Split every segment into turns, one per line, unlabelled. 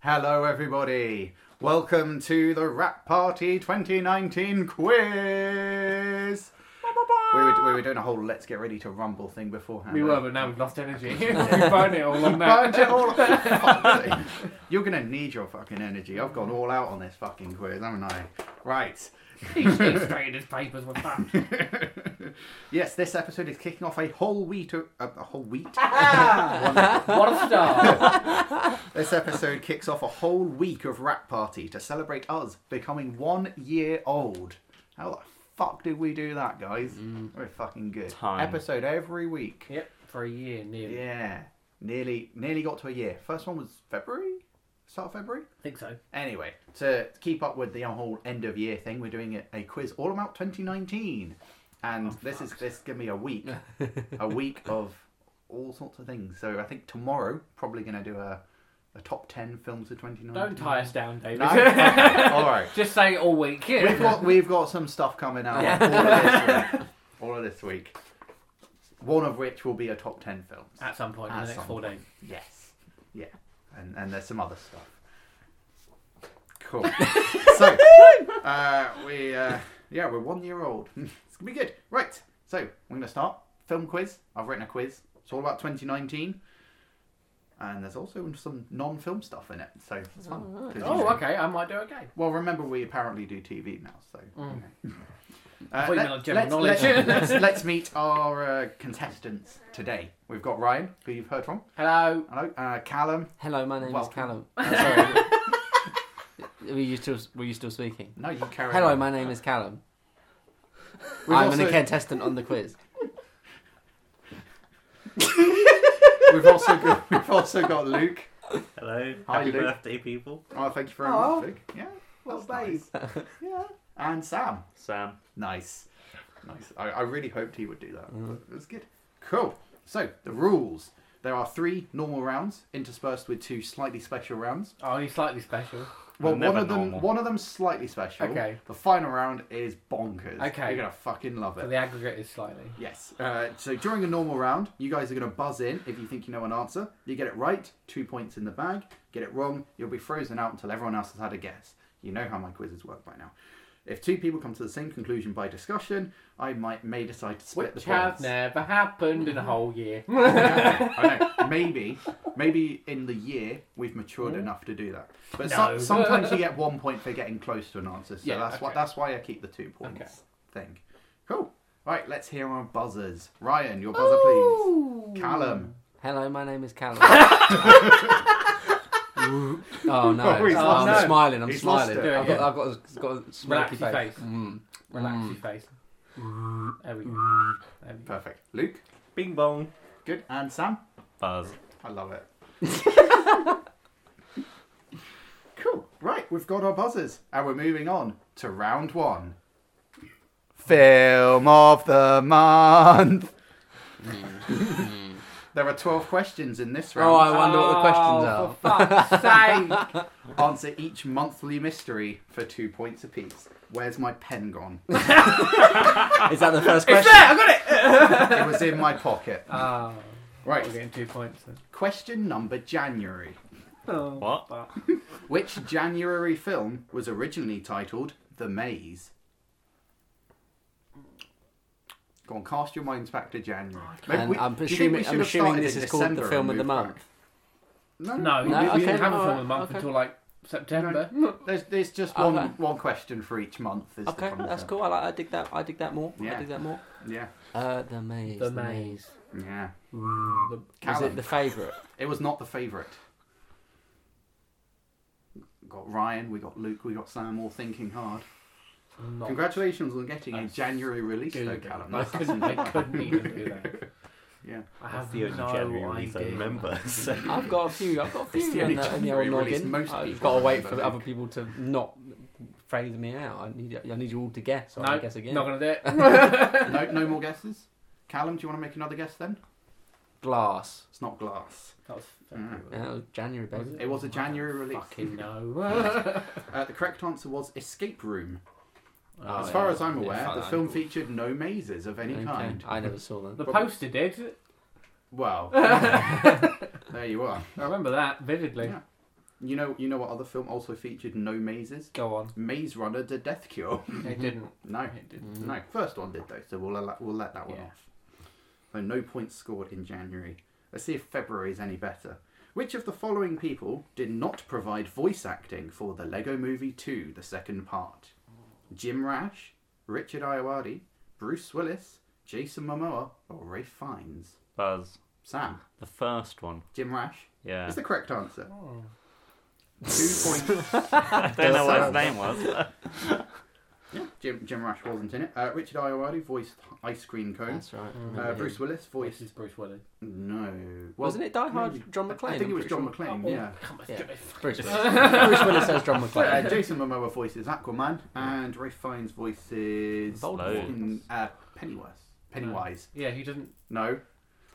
Hello, everybody. Welcome to the Rap Party 2019 quiz. We were, we were doing a whole let's get ready to rumble thing beforehand. eh?
We were,
weren't
but now we've lost energy. we burned it all on
Burned
that.
it all. Fuck's sake. You're gonna need your fucking energy. I've gone all out on this fucking quiz, haven't I? Right.
These things straight in his papers were fun.
Yes, this episode is kicking off a whole wheat. o- A, a whole wheat.
What a star!
This episode kicks off a whole week of Rap Party to celebrate us becoming one year old. How the fuck did we do that, guys? We're fucking good.
Time.
Episode every week.
yep, for a year nearly.
Yeah, nearly, nearly got to a year. First one was February, start of February.
I think so.
Anyway, to keep up with the whole end of year thing, we're doing a, a quiz all about 2019, and this is this gonna be a week, a week of all sorts of things. So I think tomorrow probably gonna do a, a top 10 films of 2019.
Don't tie us down, David.
No? Okay, all right.
Just say it all week.
We've got we've got some stuff coming out all, of this week, all of this week. One of which will be a top 10 films.
At some point in
At
the next
some
four days.
Yes. Yeah. And and there's some other stuff. Cool. so uh, we uh, yeah we're one year old. it's gonna be good. Right. So we're gonna start film quiz. I've written a quiz. It's all about 2019. And there's also some non-film stuff in it, so it's fun. 'Cause, you
Oh,
know-
okay, I might do a game.
Well, remember we apparently do TV now, so. you know. Uh,
Mm. thought you meant like general knowledge.
Let's, let's, let's meet our uh, contestants today. We've got Ryan, who you've heard from.
Hello.
Hello, uh, Callum.
Hello, my name
Well-
is Callum. I'm sorry. were you still Were you still speaking?
No, you carry
Hello,
on.
my name is Callum.
We've
I'm
also-
an contestant on the quiz.
We've also got we've also got Luke.
Hello.
Hi,
Happy
Luke.
birthday, people.
Oh, thank you very
Oh.
much, Luke. Yeah, well
played.
yeah, and Sam.
Sam.
Nice, nice. I, I really hoped he would do that.
Mm-hmm.
But it was good. Cool. So the rules: there are three normal rounds interspersed with two slightly special rounds.
Oh, you're slightly special.
Well,
never
one of them
normal.
one of them's slightly special.
Okay.
The final round is bonkers.
Okay.
You're gonna fucking love it.
So the aggregate is slightly.
Yes. Uh, so during a normal round, you guys are going to buzz in if you think you know an answer. You get it right, two points in the bag. Get it wrong, you'll be frozen out until everyone else has had a guess. You know how my quizzes work by now. If two people come to the same conclusion by discussion, I might may decide to split
Which
the
have
points.
never happened in a whole year.
I know. Maybe, maybe in the year we've matured enough to do that. But so-
Hmm? No.
sometimes you get one point for getting close to an answer. So
Yeah,
that's why
okay.
that's why I keep the two points thing. Cool. Right, let's hear our buzzers. Ryan, your buzzer, please. Callum.
Hello, my name is Callum. oh no!
Oh, he's
Oh,
lost
I'm
it.
smiling. I'm
He's lost
smiling.
it.
I've got, I've got a, got a smirky
Relax your
face.
face.
Mm.
Relax your
Mm.
face. Mm. There we go. There we go.
Perfect. Luke.
Bing bong.
Good. And Sam.
Buzz.
I love it. cool. Right, we've got our buzzers, and we're moving on to round one. Film of the month. there are twelve questions in this
Oh, I
round.
wonder what
oh,
the questions are.
For fuck's sake!
Answer each monthly mystery for two points apiece. Where's my pen gone?
Is that the first
it's
question? Ah.
there, I got it!
it was in my pocket.
Uh,
Oh,
Right.
we're getting two points then.
Question number January.
What?
Which January film was originally titled The Maze? Go on, cast your minds back to January. Maybe
And
we-
Oh, I'm
do you think
assuming-
we should
I'm
have
assuming
started
this
in
is called The
December
Film
and
of the
moved
Month.
back? No,
No,
No,
we, we
okay,
didn't have a film
alright,
of the month
okay.
until like September.
There's, there's just
Oh,
one
okay.
one question for each month. Is the
Okay, that's
concept.
cool. I, like, I dig that. I dig that more.
Yeah.
I dig that more.
Yeah,
Uh, the maze.
The maze.
yeah.
Was
Callum.
it the favourite?
It was not the favourite. Got Ryan, we got Luke, we got Sam, all thinking hard.
Not
Congratulations on getting a
That's
January release,
good.
though, Callum.
I
That's
couldn't, I couldn't even do that.
Yeah.
I
That's
have
the only
no
January
idea.
release I remember. So.
I've got a few. I've got a
It's the
few in
only
the, in the old
January release
noggin.
most
I've
people
got to wait
remember,
for other people to not phase me out. I need. I need you all to guess.
No,
I guess again.
not gonna do it.
no, no more guesses. Callum, do you want to make another guess then?
Glass.
It's not glass.
That was
Yeah, that was January, baby.
It was a January release.
fucking no. Oh,
Uh, the correct answer was Escape Room.
Oh,
as far
yeah.
as I'm
Yeah,
aware,
fuck
the
that.
film featured no mazes of any
Okay,
kind.
I never saw that.
the poster did.
Well, there you are.
I remember that vividly.
Yeah. You know, you know what other film also featured no mazes?
Go on.
Maze Runner: The Death Cure.
It didn't.
No,
It didn't.
Mm.
no. First one did though, so we'll allow, we'll let that one
Yeah.
off. So no points scored in January. Let's see if February is any better. Which of the following people did not provide voice acting for the Lego Movie 2: The Second Part? Jim Rash, Richard Iowati, Bruce Willis, Jason Momoa, or Rafe Fiennes?
Buzz.
Sam,
The first one.
Jim Rash
Yeah.
is the correct answer.
Oh.
Two points.
I don't know what
Sam.
his name was.
Jim, Jim Rash wasn't in it. Uh, Richard Iowati voiced Ice Cream Cone.
That's right.
Uh, Bruce Willis voiced
Voice is Bruce Willis.
No.
Wasn't it Die Hard?
maybe-
John
I-
McClane.
I think it was John McClane,
Oh,
yeah.
Come on,
Yeah.
give me f-
Bruce Willis. Bruce Willis says John
Uh,
McClane.
Jason Momoa voices Aquaman, and Ray Fiennes voices
Voldemort.
fucking, uh, Pennyworth. Pennywise.
Yeah, he didn't.
No.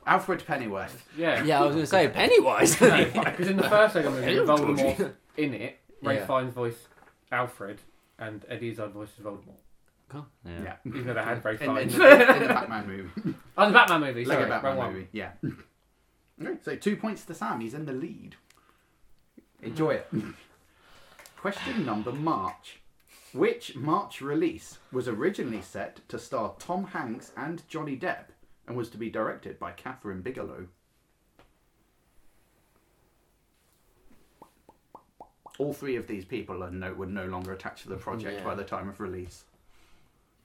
Alfred Pennyworth.
Yeah.
Yeah, I was going to say Pennywise.
Because in the first Lego movie, with
Hello, Georgie.
Voldemort in it, Ray
Yeah.
Fiennes voiced Alfred, and Eddie Izzard voices Voldemort.
Yeah.
Yeah.
Even though they had Ray
In, in,
Fiennes.
the, in the Batman movie.
Oh, the Batman movie. Sorry,
Lego Batman
wrong one.
movie, yeah. Okay, so two points to Sam. He's in the lead. Enjoy it. Question number March. Which March release was originally set to star Tom Hanks and Johnny Depp and was to be directed by Catherine Bigelow? All three of these people are no, were no longer attached to the project
Yeah.
by the time of release.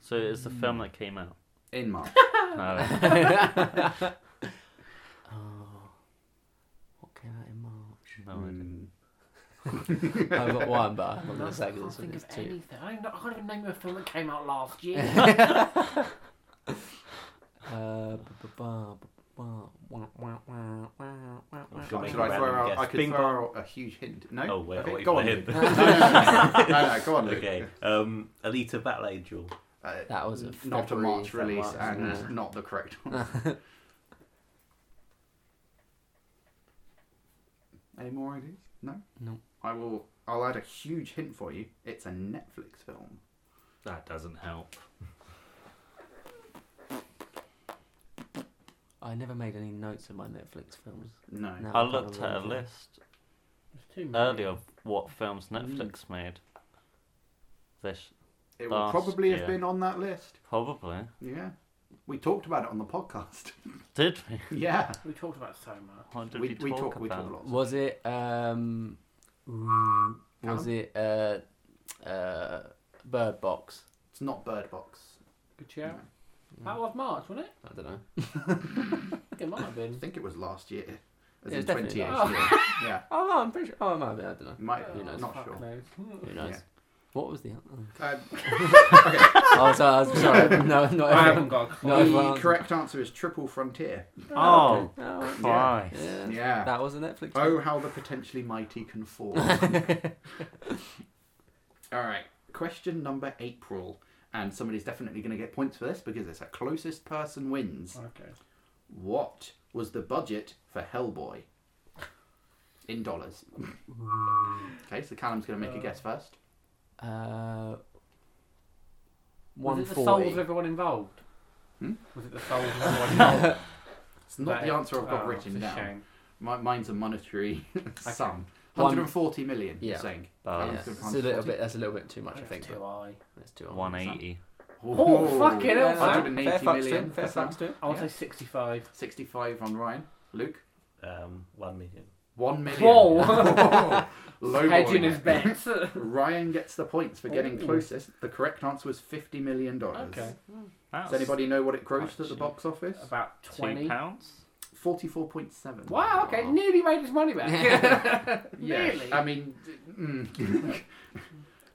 So it's the film that came out.
In March.
No.
Oh, what came out in March?
no idea.
Mm.
I've got one, but I'm not going
I
to say
can't
because it's
think of
it's two.
anything. I, don't know, I can't even name a film that came out last year.
Uh, ba- ba- ba- ba- ba- wah, wah, wah, wah, wah, wah,
Should
Should
Bing
I
wah.
bang,
throw out?
guess.
I could
Bing
throw out a huge hint. No.
Oh, wait,
Okay,
wait,
go on.
wait.
Luke. no, no, no, no, no, go on. Luke.
Okay. Um, Alita Battle Angel.
Uh,
That was a
not a
February,
March
February,
release and
wasn't it?
not the correct one. Any more ideas? No.
No.
I will. I'll add a huge hint for you. It's a Netflix film.
That doesn't help.
I never made any notes of my Netflix films.
No.
I
No. I can't
looked at a
remember.
list
There's too many.
earlier of what films Netflix made. This
It will
Last
probably have
year.
been on that list.
probably
Yeah. We talked about it on the podcast.
did we?
yeah.
We talked about so much.
What did
we, we
we, talk
we
about?
talk lots.
Was it um
Mm.
was
Callum?
it uh uh Bird Box?
It's not Bird Box.
Good shout.
No.
That was March, wasn't it?
I don't know.
It might have
I
been.
think it was last year. As
It
in
was definitely
2018. yeah.
Oh no, I'm pretty sure oh it might be, I don't know.
Might.
Oh,
Who knows?
Not
fuck
sure.
knows. Hmm.
Who knows?
Yeah.
What was the oh,
Um,
oh sorry, I was- sorry. No, no.
I haven't got a clue.
No,
the
well-
correct answer is Triple Frontier.
Oh,
Oh,
Christ.
yeah.
Yeah.
That was a Netflix.
Oh, how the potentially mighty can fall. All right. Question number April. And somebody's definitely going to get points for this because it's a closest person wins.
Okay.
What was the budget for Hellboy? In dollars. okay, so Callum's going to make a guess first.
Was
Uh one
it the souls
forty.
of everyone involved?
Hmm?
Was it the souls of everyone involved?
It's not the
That-
answer I've got
oh,
written
it's a
down.
shame.
Mi- mine's a monetary sum.
One-
140 million, you're
Yeah.
saying.
Oh,
Callum's gonna
Yeah, it's a little
140.
bit. That's a little bit too much, I
That's
think.
too
But
high.
that's too
one eighty.
Oh, fucking hell, Sam.
180
Fair fucks to
million
him. Fair
for Sam.
fucks to him.
I want
Yeah.
to say 65.
65 on Ryan. Luke?
Um, one million.
1 million.
Whoa.
Low
Hedging his bets.
Ryan gets the points for getting
Ooh.
closest. The correct answer was $50 million.
okay.
That's
Does anybody know what it grossed at the
Actually.
box office?
About
two
20.
pounds?
44.7.
Wow, okay. Nearly made his money back.
Yeah.
Nearly.
I mean, d- mm.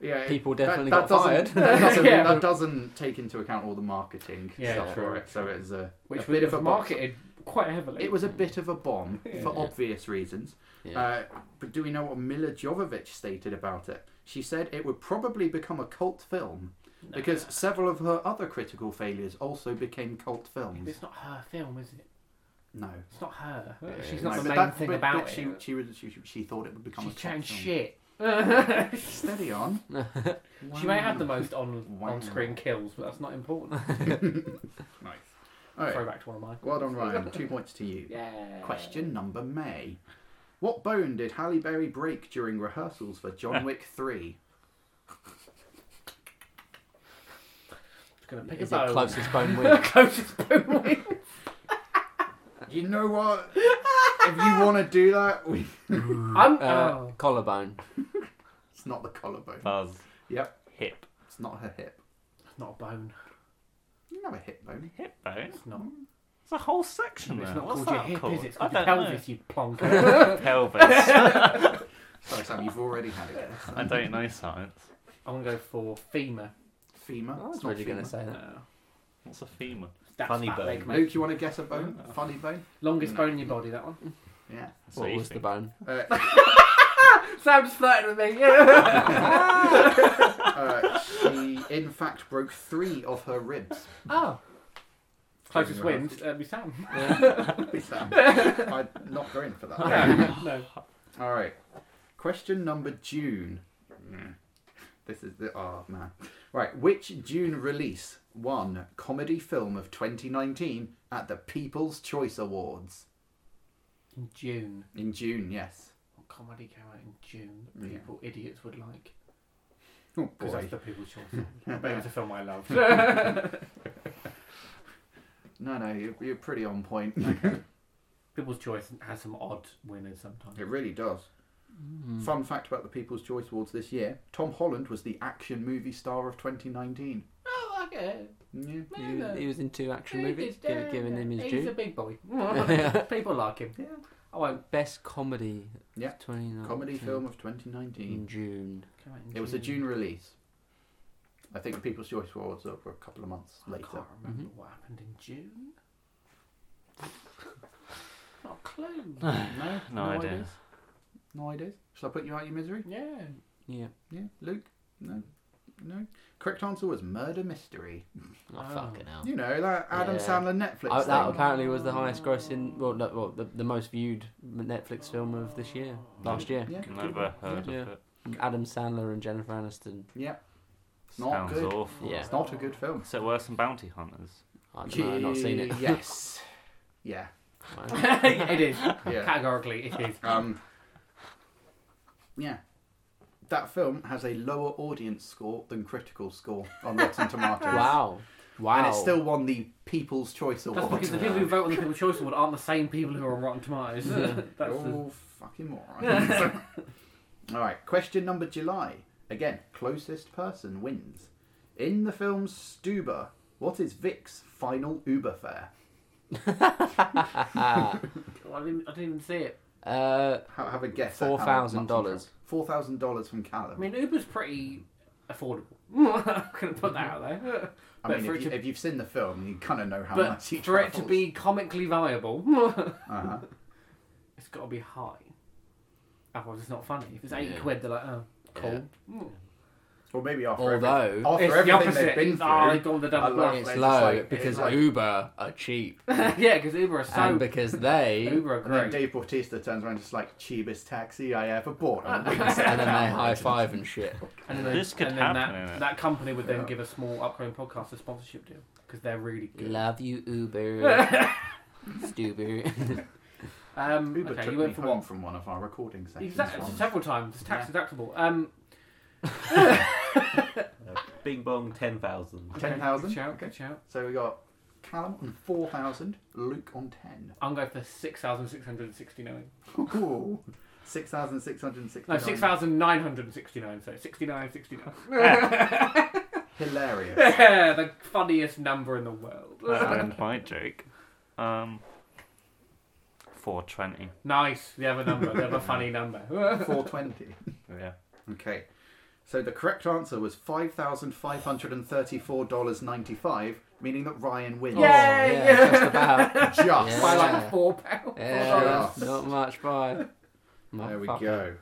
yeah. it-
People
that-
definitely
that,
got fired.
doesn't, that, doesn't,
Yeah.
that doesn't take into account all the marketing
Yeah,
stuff
true.
for it. So it's a,
Which
a bit
was
of a box-
marketed quite heavily.
It was a bit of a bomb
Yeah.
for obvious reasons.
Yeah.
Uh, but do we know what Mila Jovovich stated about it? She said it would probably become a cult film
No.
because several of her other critical failures also became cult films.
It's not her film, is it?
No.
It's not her.
Yeah,
She's
no,
not
no,
the
but
main
that-
thing
but-
about
but
it.
She, she, was, she, she thought it would become
She's
a cult
chatting
film.
shit.
Steady on. Hmm.
She may have the most on
Wow.
on screen kills, but that's not important.
Nice. All right.
Throwback to one of mine.
Well done, Ryan. Two points to you.
Yeah.
Question number May. What bone did Halle Berry break during rehearsals for John Wick 3?
It's gonna pick
Is
a
it
bone.
closest bone win?
Closest bone win.
You know what? if you want to do that, we...
I'm.
Uh,
oh.
collarbone.
it's not the collarbone.
Buzz.
Yep,
Hip.
it's not her hip.
It's not a bone.
You can have a hip bone.
Hip bone?
It's not.
It's a whole section
It's
there.
not
What's
called your
that
hip,
called?
is it? It's
I
called your
don't
pelvis, you plonker.
know. pelvis.
Sorry, Sam, you've already had it.
I don't know science.
I'm gonna go for femur.
Femur.
I was
it's not
really going to
femur.
Uh,
say that.
No.
What's a femur?
That's
Funny
fat
bone.
Leg, mate.
Luke, you want to guess a bone?
Oh.
Funny bone?
Mm.
Longest bone in your body, that one.
Yeah.
That's
What was
easy.
the bone?
Uh,
Sam's flirting with me. Yeah.
Uh, she, in fact, broke three of her ribs.
oh. Closest
Closing
win, uh, be Sam.
With that, I'd not go in for that.
no.
All right. Question number June. Mm. This is the. Oh, man. Right. Which June release won Comedy Film of 2019 at the People's Choice Awards?
In June. Oh,
In June, yes.
What comedy came out in June that
Yeah.
people, idiots, would like?
Oh,
Because
boy.
that's the people's choice. I bet it was a film I loved. That's
No, no, you're, you're pretty on point.
people's choice has some odd winners sometimes.
It really does. Fun fact about the People's Choice Awards this year Tom Holland was the action movie star of 2019.
Oh, okay.
Yeah.
He, was- he was in two action movies, gi- giving him his
He's a
due.
big boy. people like him.
Yeah.
I won't.
Best comedy.
Yeah.
29.
Comedy film of 2019.
in June.
Come out in
It was a June release. I think the People's Choice Awards are were a couple of months
I
later.
can't remember what happened in June. Not a clue.
No,
No, idea.
ideas. No ideas. Shall I put you out of your misery?
yeah.
Yeah.
Yeah, Luke. No, no. Correct answer was Murder Mystery.
Oh,
Oh.
fucking hell.
You know that Adam
Yeah.
Sandler Netflix
Oh, that
thing.
apparently was the highest grossing, well, no, well the, the most viewed Netflix film of this year, last year.
Yeah.
Never heard
Yeah.
of it.
Adam Sandler and Jennifer Aniston.
Yeah. Not
Sounds
good.
awful.
Yeah.
It's not a good film.
Is it worse than Bounty Hunters?
I don't know, I've not seen it.
Yes. yeah.
Wow.
it is.
Yeah.
Categorically, it is.
Um. Yeah. That film has a lower audience score than critical score on Rotten Tomatoes.
wow. Wow.
And it still won the People's Choice
That's
Award.
because the people who vote on the People's Choice Award aren't the same people who are on Rotten Tomatoes. That's
You're
the,
all fucking morons. all right, question number July. Again, closest person wins. In the film Stuber, what is Vic's final Uber fare?
I, didn't, I didn't even see it.
uh,
Ha- have a guess. at how
$4,000.
much- $4,000 from Callum.
I mean, Uber's pretty affordable. I'm going to put that out there.
I
but
mean,
for
if,
it
you,
to-
if you've seen the film, you kind of know how
But
much he
for it to
travels.
be comically viable,
Uh-huh.
it's got to be high. Otherwise, it's not funny. If it's 80
Yeah.
quid, they're like, oh, cool.
Yeah.
Mm.
Or maybe after,
Although-
everything, after
It's the
everything
opposite.
they've been through.
Oh, they've gone the double
I love
bluff.
it's
it's
low
like-
because
it's like-
Uber are cheap.
yeah, because Uber is so.
and because they.
Uber are
And then
great.
Dave Bautista turns around just like, cheapest taxi I ever bought. And
and then they high five and shit.
And then,
This could
and then
happen,
that,
innit?
that company would then
Yeah.
give a small upcoming podcast a sponsorship deal because they're really good.
Love you, Uber. Stuber.
Um,
Uber
okay,
took
you
me
went for
home
what?
from one of our recording sessions.
Exactly,
once.
several times. It's tax deductible. Um,
Bing bong, 10,000.
okay,
10,000?
Good shout,
Okay. Hmm.
good shout.
So we got Callum on 4,000, Luke on 10.
I'm going for 6,669.
Ooh. 6,669.
No, 6,969, so 69, 69.
Hilarious.
the funniest number in the world.
and my joke. Um, 420.
nice, the other number, the other funny number.
420.
Yeah.
Okay. So the correct answer was $5,534.95, meaning that Ryan wins.
Yay!
Oh, yeah, just about.
Just.
By
Yeah.
like four pounds.
Yeah, not much, bye.
There we
Motherfucker.
go.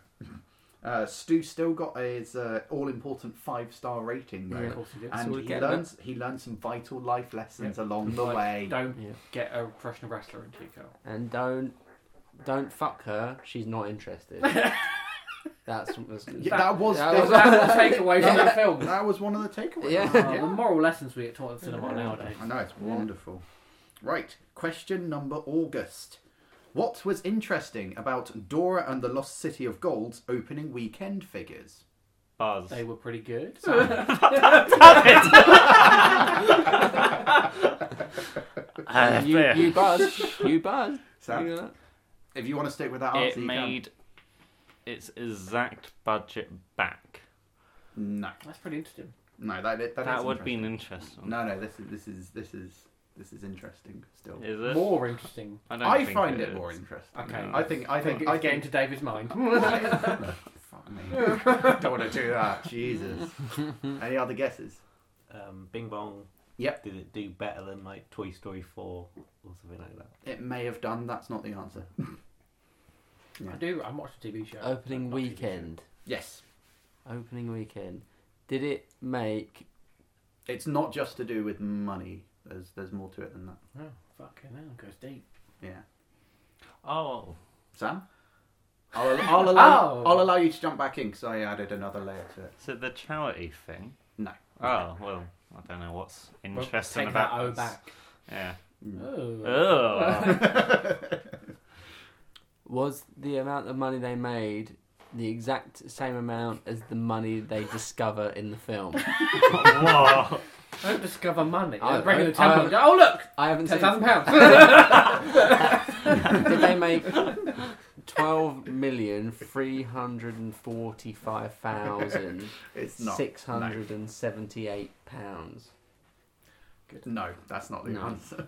Uh, Stu still got his uh, all-important five-star rating though,
Of course you did.
That's all
and
we
he
get,
learns he learns some vital life lessons along the
Like,
way.
Don't
Yeah.
get a professional wrestler into your car.
And don't don't fuck her. She's not interested. That's was,
Yeah, that was
That
that was,
Is that the takeaway from that film?
that was one of the takeaways.
Yeah.
Oh, The moral lessons we get taught in cinema nowadays.
I know it's wonderful. Right, question number August. What was interesting about Dora and the Lost City of Gold's opening weekend figures?
Buzz.
They were pretty good.
Ah,
you,
fair.
you buzz. You buzz.
Sam,
You know that?
if you want to stick with that
it
answer, you
made its exact budget back.
can. No,
That's pretty interesting.
no, that that,
that
is
would be
interesting.
interesting.
No, no, this is this is this is this is interesting still.
Is it?
More interesting.
I, don't
I
think
find it
is.
more interesting.
Okay.
I think I
I think
think
it's
I
getting
think
to David's mind.
Fuck me. Don't want to do that. Jesus. Any other guesses?
Um, Bing Bong.
Yep.
Did it do better than like Toy Story 4 or something like that?
It may have done. That's not the answer.
I do. I watched a TV show.
Opening
Not a TV show.
weekend.
Yes.
Opening weekend. Did it make?
It's not just to do with money. There's there's more to it than that.
Oh, fucking hell, it goes deep.
Yeah.
Oh,
Sam. I'll, I'll allow
Oh.
I'll allow you to jump back in because I added another layer to it.
is it the charity thing?
No.
Oh well, I don't know what's
Well,
interesting
take
about
that O
this.
back.
Yeah.
Uh?
Oh.
Oh.
Was the amount of money they made the exact same amount as the money they discover in the film?
Whoa.
Don't discover money.
I-
They're breaking
I-
the temple.
I-
and go, oh look,
I haven't
ten
seen.
thousand pounds.
Did they make twelve million three hundred and forty-five thousand
It's not.
six hundred and seventy-eight pounds?
No, that's not the
No.
answer.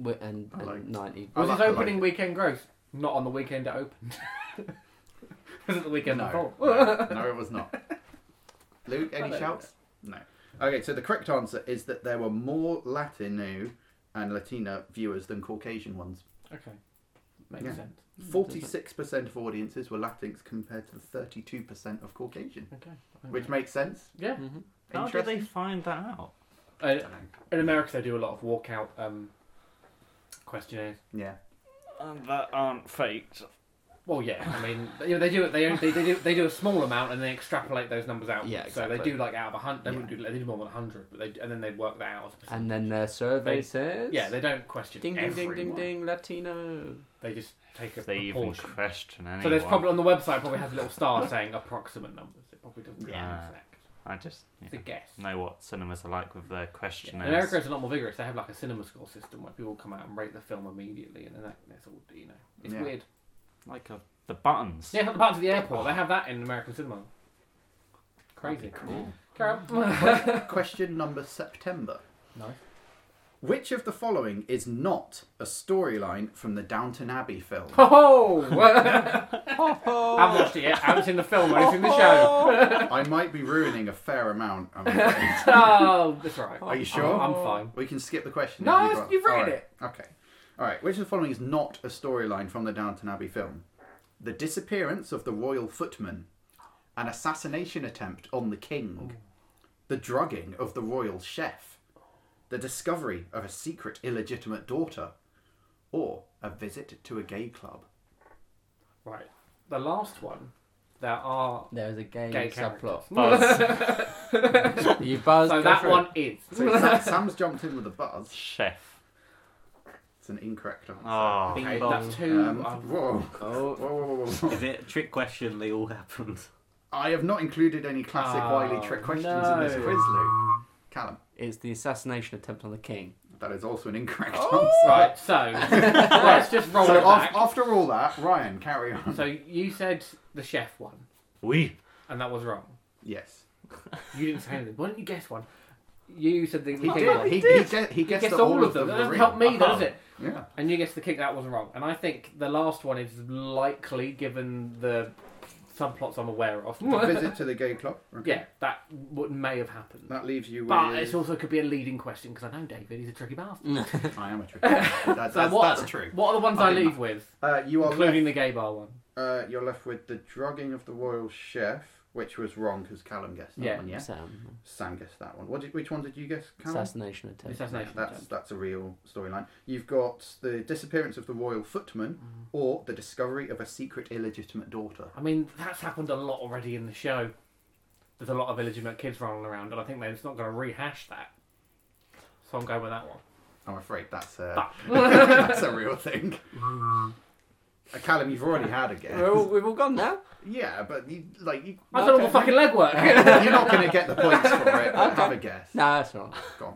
Wi- And,
I
and
liked-
ninety.
I
Was
like-
its
I like
opening
it.
weekend gross? Not on the weekend it opened. was it the weekend
No.
before?
no, no, it was not. Luke, any
Hello.
shouts? No. Okay, so the correct answer is that there were more Latino and Latina viewers than Caucasian ones.
Okay, makes
Yeah.
sense.
Forty-six percent of audiences were Latinx compared to the thirty-two percent of Caucasian,
Okay.
which makes sense.
Yeah.
Mhm.
How did they
Interesting.
find that out?
Uh,
Dunno.
in America, they do a lot of walkout um, questionnaires.
Yeah.
Um, that aren't faked.
Well, yeah. I mean, you know, they do they, they, they do they do a small amount and they extrapolate those numbers out.
Yeah,
So they
exactly.
do like out of a hundred. They
Yeah.
wouldn't do they do more than hundred, but they and then they work that out. as a
And then their survey
They-
says.
percentage. yeah, they don't question
Ding ding ding ding
everyone.
ding Latino.
They just take a
If they even
proportion.
question anyone.
So there's probably on the website probably has a little star saying approximate numbers. It probably doesn't really
Yeah.
exact.
I just you
It's a
know,
guess.
know what cinemas are like with their
Yeah.
questionnaires.
In America, it's a lot more vigorous. They have like a cinema score system where people come out and rate the film immediately, and then that, that's all. You know, it's
Yeah.
weird.
like a, the buttons.
Yeah, the parts of the airport. They have that in American cinema.
That'd
Crazy.
be Cool.
Carol.
Question number September.
Nice.
Which of the following is not a storyline from the Downton Abbey film?
Oh! I've watched it yet. I haven't seen the film. I've seen the show.
I might be ruining a fair amount. I'm afraid.
oh, that's right.
Are you sure?
I'm, I'm fine.
We can skip the question.
No,
if
you've read
Alright,
it.
Okay. All right. Which of the following is not a storyline from the Downton Abbey film? The disappearance of the royal footman, an assassination attempt on the king, the drugging of the royal chef, the discovery of a secret illegitimate daughter, or a visit to a gay club.
Right. The last one. There are.
There is a gay,
Gay
subplot.
Buzz.
You buzzed.
So
go
that
for it.
one is.
So Sam, Sam's jumped in with a buzz.
Chef.
It's an incorrect answer.
Oh.
Bing
Okay,
Bong.
That's two.
Um,
I've-
whoa. Whoa,
Oh,
whoa, whoa, whoa.
Is it a trick question? They all happened.
I have not included any classic
Oh,
Wiley trick questions in this
no.
quiz, Luke. Callum,
it's the assassination attempt on the king.
that is also an incorrect answer.
Oh. Right, so let's just roll
So
it
af-
back.
after all that, Ryan, carry on.
So you said the chef one,
We.
and that was wrong.
yes.
You didn't say anything. Why didn't you guess one? You said the,
He
the king
did.
one.
He, he,
You
guessed, he guessed
guessed
that all of them.
That
were
doesn't
real.
help me, though, does it?
Yeah.
And you guessed the kick that was wrong. And I think the last one is likely, given the subplots I'm aware of.
A visit to the gay club. Okay.
yeah, that would, may have happened.
That leaves you with.
but it also could be a leading question because I know David, he's a tricky bastard.
I am a trick. That's,
So
Mm, that's,
what,
that's true.
What are the ones
I
I,
didn't-
leave with,
Uh, you are left,
including the gay bar one?
uh, you're left with the drugging of the royal chef, which was wrong because Callum guessed that
Yeah.
one. Yeah.
Sam.
Sam guessed that one. What did, which one did you guess, Callum?
um, Assassination attempt.
Assassination
That's
attempt.
that's a real storyline. You've got the disappearance of the royal footman, or the discovery of a secret illegitimate daughter.
I mean, that's happened a lot already in the show. There's a lot of illegitimate kids running around, and I think they're just not going to rehash that. So I'm going with that one.
I'm afraid that's a
Fuck.
that's a real thing. Uh, Callum, you've already had a
We're
guess.
all, we've all gone now.
yeah, but you, like you,
I've done all the fucking legwork.
you're not going to get the points for it. But Have a guess.
No, that's all. right.
Go on.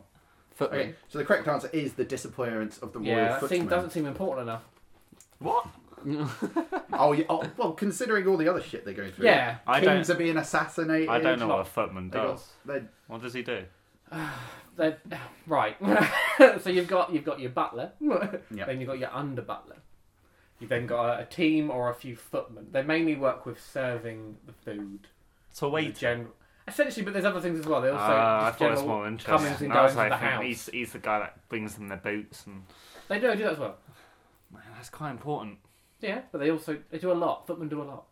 Footman.
Okay, so the correct answer is the disappearance of the
yeah,
royal
that seem,
footman.
doesn't seem important enough.
What?
Oh, yeah, oh, well, considering all the other shit they go through.
Yeah.
I
kings
don't-
are being assassinated.
I don't know what a footman
They got,
does.
they
What does he do?
They're, right. so you've got you've got your butler. Then you've got your under butler. You've then got a, a team or a few footmen. They mainly work with serving the food.
So
The
wait.
gen- Essentially, but there's other things as well. They also
Ah, I
just
thought it was
general
more
comings
interesting.
and
I
goings
was
of the
like,
house.
he's, he's the guy that brings them their boots, and
They do do that as well.
man, that's quite important.
Yeah, but they also they do a lot. Footmen do a lot.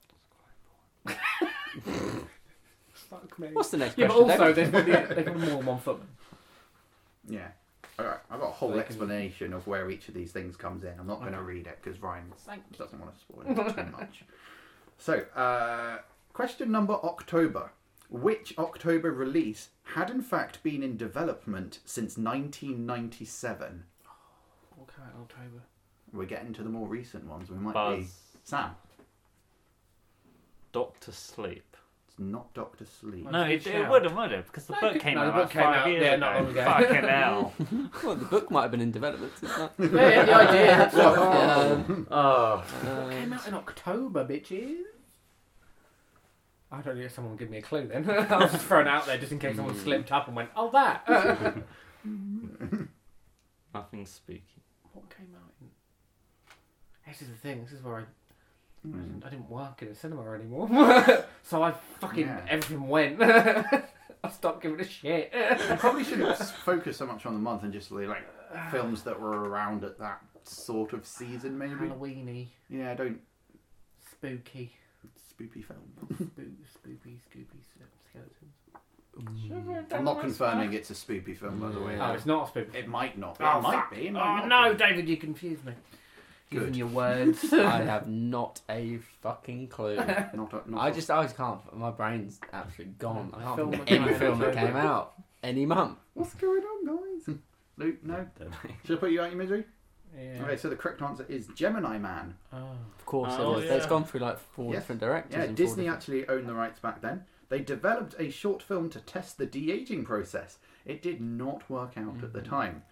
Fuck me.
What's the next
yeah, but
question?
also
David?
they've got, the, they've got more than one footman.
Yeah. All right. I've got a whole
They can-
explanation of where each of these things comes in. I'm not going to read it because Ryan
Thank you.
doesn't want to spoil it too much. So, uh, question number October. Which October release had in fact been in development since 1997?
What came out in October?
We're getting to the more recent ones. We might be.
Buzz,
Sam,
Doctor Sleep.
it's not Doctor Sleep.
Well,
No,
it's
it,
a
it
shout.
would have, would have, because the
No, it
book
could-
came
no,
out
the
about
book came
five
out,
years
yeah,
ago.
not long ago.
Fucking hell.
Well, the book might have been in development. It's not.
yeah, yeah, the idea.
Um,
Oh,
Came
uh,
out in October, bitches. I don't know if someone would give me a clue then. I was just thrown out there just in case someone slipped up and went, oh, that.
Nothing spooky.
what came out in. This is the thing, this is where I.
Mm.
I didn't work in a cinema anymore. so I fucking.
Yeah.
Everything went. I stopped giving a shit.
You probably shouldn't s- focus so much on the month and just like films that were around at that sort of season,
Uh,
maybe.
Halloweeny.
Yeah, don't
Spooky.
spoopy film.
Spook, spoopy, scoopy skeletons.
Mm. I'm not confirming it's a spoopy film, by the way.
Oh, it's not a spoopy.
It might not be.
Oh,
it might
fuck.
be. It might
Oh
not
no,
be.
David, you confused me.
Good.
Given your words.
I have not a fucking clue.
Not, a- not
I
a-
just, I just can't. My brain's absolutely gone. I can't
Film
think of
that
any
came out
film that
in
came
October.
out any month.
What's going on, guys? Luke, no.
don't know.
Should I put you out of your misery?
yeah.
Okay, so the correct answer is Gemini Man.
Oh.
Of course,
Oh,
it is. It's
yeah.
gone through like four
Yes.
different directors.
Yeah,
and four
Disney
different-
actually owned the rights back then. They developed a short film to test the de aging process. It did not work out at
Mm-hmm.
the time.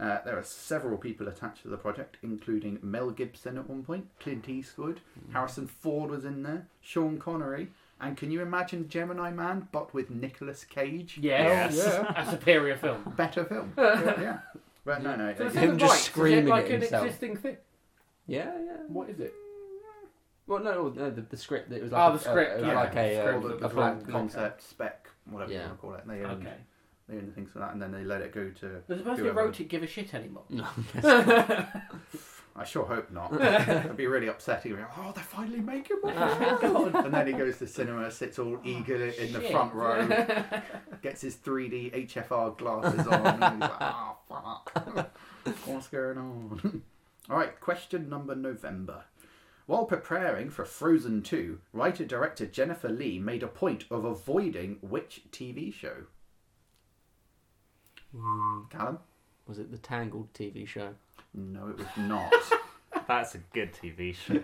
Uh, there are several people attached to the project, including Mel Gibson at one point, Clint Eastwood,
Mm-hmm.
Harrison Ford was in there, Sean Connery, and can you imagine Gemini Man but with Nicolas Cage?
Yes.
yeah.
a superior film.
better film. yeah. But no, no.
So
it-
this isn't
just
right. Is it
screaming
like
at
an
himself.
existing thing.
Yeah, yeah.
What is it?
Well, no, oh, no the, the script. It was
Oh,
like
the script,
A, it was
yeah.
like a,
it's
uh,
called
script
the,
that
the
a
was
flat
black
wrong.
concept spec, whatever
Yeah.
you want to call it. They own,
Okay.
they own things for that, and then they let it go to.
Does the person who
Mm. whoever.
wrote it give a shit anymore?
I sure hope not. It'd be really upsetting. You're like, Oh, they're finally making one. and then he goes to cinema, sits all eager in the
shit.
front row, gets his 3D HFR glasses on, and he's like, "Ah, fuck, what's going on?" all right, question number November. While preparing for Frozen 2, writer director Jennifer Lee made a point of avoiding which TV show? Callum?
Was it the Tangled TV show?
No, it was not.
That's a good TV show.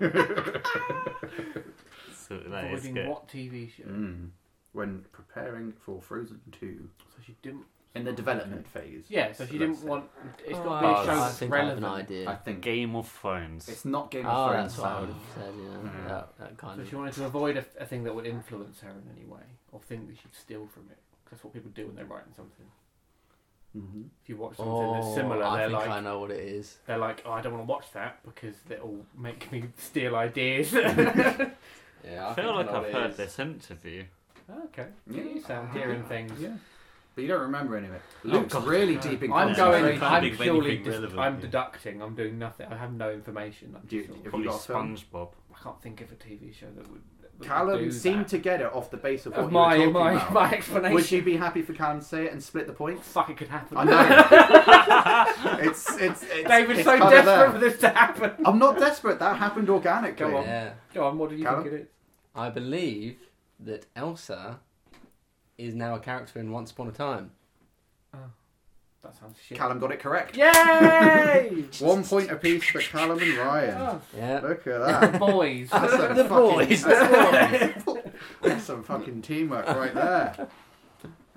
so that is
Avoiding
good.
what TV show?
Mm. When preparing for Frozen 2.
So she didn't.
In the development phase.
Yeah, so she didn't
Let's say.
want. It's
Oh,
got
I-
to be a
Buzz.
show
I
that's
think
relevant.
I have an idea.
I think
Game of Thrones.
it's not Game
oh,
Ah,
of
that's
Thrones.
what I would
so-
have said. Yeah,
Yeah.
That, that kind
Hmm. So
of.
she wanted to avoid a, a thing that would influence her in any way, or think that she'd steal from it. 'Cause That's what people do when they're writing something.
Mhm.
If you watch something
Oh,
that's similar,
I
they're
think
like,
I know what it is.
they're like, oh, I don't want to watch that because it'll make me steal ideas.
Yeah,
I feel like I've heard this interview.
okay,
Yeah.
you sound hearing things.
Yeah. But you don't remember any of it.
Oh,
Luke's
God.
really deep in
I'm
Yeah.
going.
Can't
concentration.
I'm
think of
purely.
anything
Dis-
relevant,
I'm
yeah.
deducting. I'm doing nothing. I have no information. I'm
Do you-
just sort
Have
of-
you
Probably
got a film?
SpongeBob.
I can't think of a TV show that would. that would do
Callum seemed
that.
to get it off the base of what
Of
you were
my
talking
my
about.
my explanation.
Would you be happy for Callum to say it and split the points?
Fuck, it could happen.
I know. it's, it's, it's,
David's
it's
so
kinda
desperate
there.
for this to happen.
I'm not desperate. That happened organically.
Go on.
Yeah,
Go on. What do you
Callum?
think it is?
I believe that Elsa is now a character in Once Upon a Time.
That sounds shit.
Callum got it correct.
Yay!
One point apiece for Callum and Ryan.
Oh,
Yeah.
Look at that.
boys.
That's a
The
fucking-
boys.
That's, some- that's some fucking teamwork right there.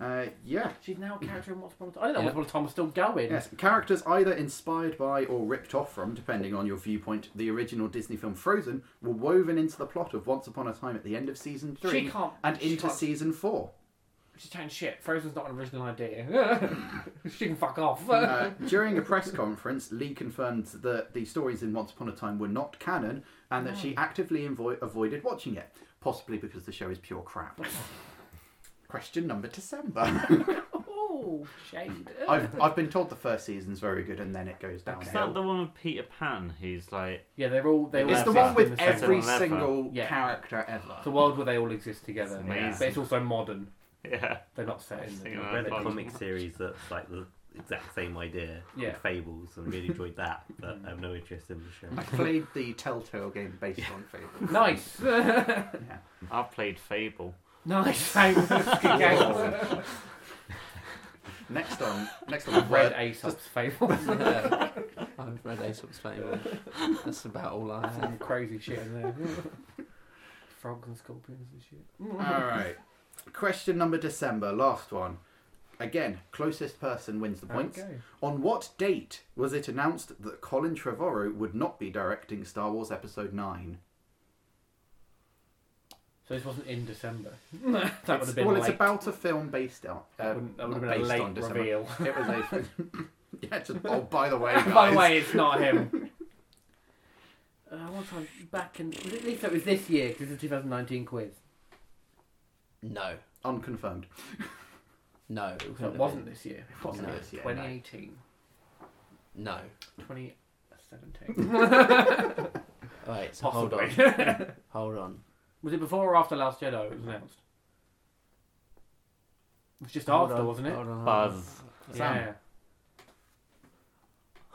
Uh, yeah.
She's now a character in Once Upon a Time. I don't know
Yeah.
Once Upon a Time was still going.
Yes, characters either inspired by or ripped off from, depending on your viewpoint, the original Disney film Frozen were woven into the plot of Once Upon a Time at the end of season three
She can't.
and
she
into
can't-
season four.
She's chatting shit. Frozen's not an original idea. she can fuck off.
Uh, during a press conference, Lee confirmed that the stories in Once Upon a Time were not canon and that she actively invo- avoided watching it, possibly because the show is pure crap. Question number December.
oh, shade.
I've, I've been told the first season's very good and then it goes
Is that
downhill.
the one with Peter Pan who's like.
yeah, they're all. They all
It's the
exist
one
in
with
the same
every
world.
Never.
single
Yeah.
character ever.
The world where they all exist together.
It's
Yeah.
amazing.
But it's also modern.
Yeah.
They're not set in the.
Yeah.
I read a
Fun.
comic series that's like the exact same idea.
Yeah.
called Fables, and really enjoyed that, but I have no interest in the
I
show.
played the Telltale game based on Fable.
Nice.
I've played Fable.
nice. Thanks. Good game.
Whoa. Next on, next on,
Red
word,
Aesop's fable.
yeah. I've read Aesop's Fable. That's about all I have.
Some crazy shit in there. Frogs and scorpions and shit.
All right. Question number December, last one. Again, closest person wins the points.
Okay.
On what date was it announced that Colin Trevorrow would not be directing Star Wars Episode 9?
So this wasn't in December. that would have been
well,
late.
it's about a film based on.
that
Uh,
wouldn't- that
not
would have been a
based
late
on December.
reveal.
It was a. yeah, just. Oh, by the way. Guys,
By the way, it's not him. Uh, I want to try and back in. Was it, at least it was this year because it's a 2019 quiz.
No.
Unconfirmed.
No.
So it
couldn't
wasn't
have
this year. It
wasn't
wasn't
this year, no.
2018.
been. No.
2017.
Wait, so hold
Possibly.
on. Hold on.
was it before or after Last Jedi it was announced? It was just
Hold
after,
on,
wasn't it?
hold on, hold on.
Buzz
Yeah.